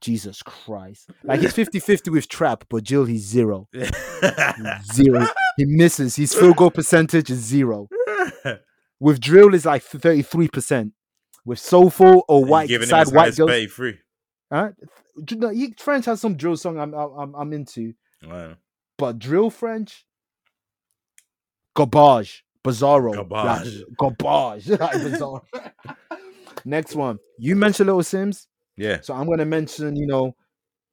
B: Jesus Christ. Like he's 50 50 with trap, but Jill, he's zero. Mm. Zero. he misses. His field goal percentage is zero. With drill, is like 33%. With soulful or white,
C: giving
B: side
C: him
B: white
C: white
B: girls.
C: pay free.
B: Huh? Do you know, he, French has some drill song I'm, I'm, I'm into,
C: Wow.
B: but drill French, garbage, bizarro, like,
C: Garbage.
B: garbage, like, bizarro. Next one, you mentioned Little Sims,
C: Yeah.
B: so I'm gonna mention, you know,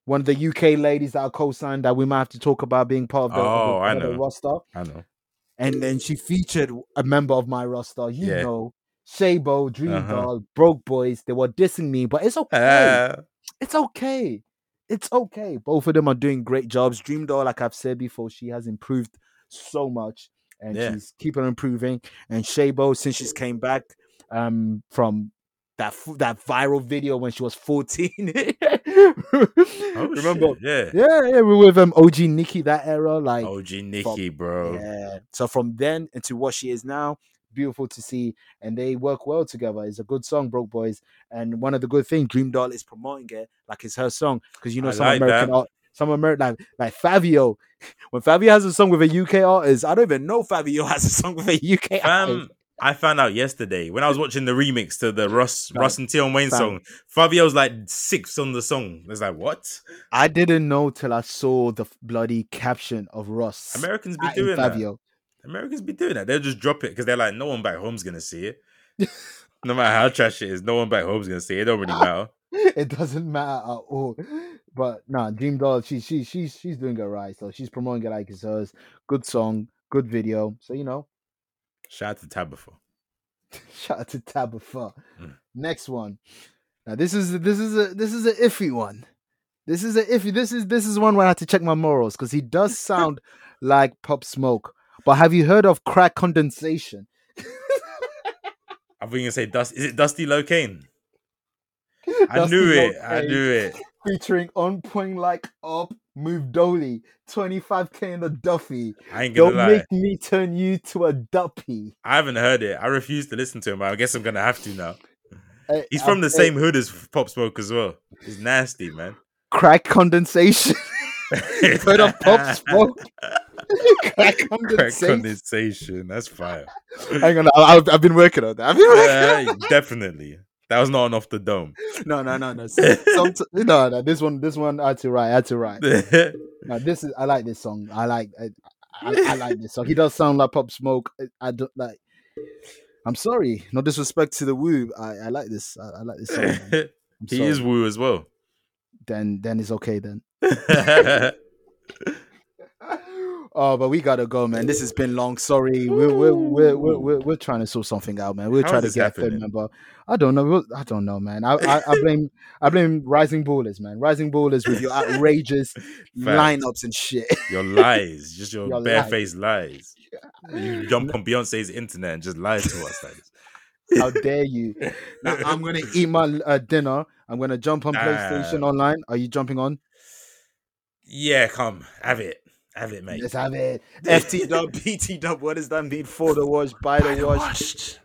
B: one of the UK ladies that I co-signed that we might have to talk about being part of the, of the-
C: Oh, I
B: of the
C: know.
B: roster.
C: I know.
B: and then she featured a member of my roster. You
C: Yeah.
B: know, Shabo, Dream
C: Uh-huh.
B: Doll, Broke Boys. They were dissing me, but it's okay.
C: Ah,
B: it's okay. It's okay. Both of them are doing great jobs. Dream Doll, like I've said before, she has improved so much, and
C: Yeah.
B: she's keeping on improving. And Shabo, since she's came back um, from that f- that viral video when she was fourteen,
C: oh,
B: remember?
C: shit, Yeah.
B: Yeah, yeah, we were with um, OG Nikki that era, like
C: OG Nikki, bro.
B: yeah. So from then into what she is now, beautiful to see, and they work well together. It's a good song, Broke Boys, and one of the good things Dream Doll is promoting it like it's her song because you know
C: I
B: some
C: like
B: American
C: that.
B: art, some American like, like Fabio. When Fabio has a song with a UK artist, I don't even know Fabio has a song with a UK
C: Fam,
B: artist.
C: I found out yesterday when I was watching the remix to the Russ
B: Fam,
C: Russ and Tion Wayne
B: fam.
C: song. Fabio's like sixth on the song. It's like what?
B: I didn't know till I saw the f- bloody caption of Ross
C: Americans be
B: at
C: doing that.
B: Fabio.
C: Americans be doing that. They'll just drop it because they're like, no one back home's gonna see it. no matter how trash it is, no one back home's gonna see it. It don't really matter.
B: it doesn't matter at all. But nah, Dream Doll, she she she's she's doing it right. So she's promoting it like it's hers. Good song, good video. So you know,
C: Shout out to Tabitha.
B: shout out to Tabitha.
C: Mm.
B: Next one. Now this is this is a this is an iffy one. This is a iffy. This is this is one where I have to check my morals because he does sound like Pop Smoke. But have you heard of crack condensation?
C: I think you say Dust. Is it Dusty Locane? I
B: Dusty
C: knew it. I
B: Locane.
C: knew it.
B: Featuring on point like up move Dolly, 25k in the Duffy.
C: I ain't gonna
B: Don't
C: lie.
B: make me turn you to a duppy.
C: I haven't heard it. I refuse to listen to him. I guess I'm gonna have to now.
B: Eh,
C: He's
B: eh,
C: from the
B: eh,
C: same hood as Pop Smoke as well. He's nasty, man.
B: crack condensation. Heard of pop smoke? crack
C: Crack
B: condensation.
C: condensation. That's fire.
B: Hang on, I, I've, I've been working on that. I've been working
C: Yeah, definitely. That was not an off the dome.
B: No, no, no, no. Some, some- no, no. This one, this one, I had to write. I had to write. No, this is. I like this song. I like. I, I, I like this song. He does sound like Pop Smoke. I, I don't like. I'm sorry. No disrespect to the Woo. I, I like this. I, I like this song. man.
C: he
B: I'm
C: is
B: sorry.
C: woo as well.
B: Then, then it's okay. Then.
C: That's
B: Oh, but we gotta go, man. This has been long. Sorry, we're we're we're we're, we're, we're trying to sort something out, man. We're
C: How
B: trying to
C: is this
B: get a third
C: happening?
B: member. I don't know. We'll- I don't know, man. I, I, I blame I blame Rising Ballers, man. Rising Ballers with your outrageous lineups and shit.
C: Your lies, just your,
B: Your lies.
C: barefaced lies. You jump on Beyonce's internet and just lie to us. Like,
B: How dare you? Now, I'm gonna eat my uh, dinner. I'm gonna jump on
C: Nah.
B: PlayStation Online. Are you jumping on?
C: yeah, come have it, have it, mate.
B: Let's have it. FT dub, BT dub. What does that mean? For the watch, by the watch.
C: Washed.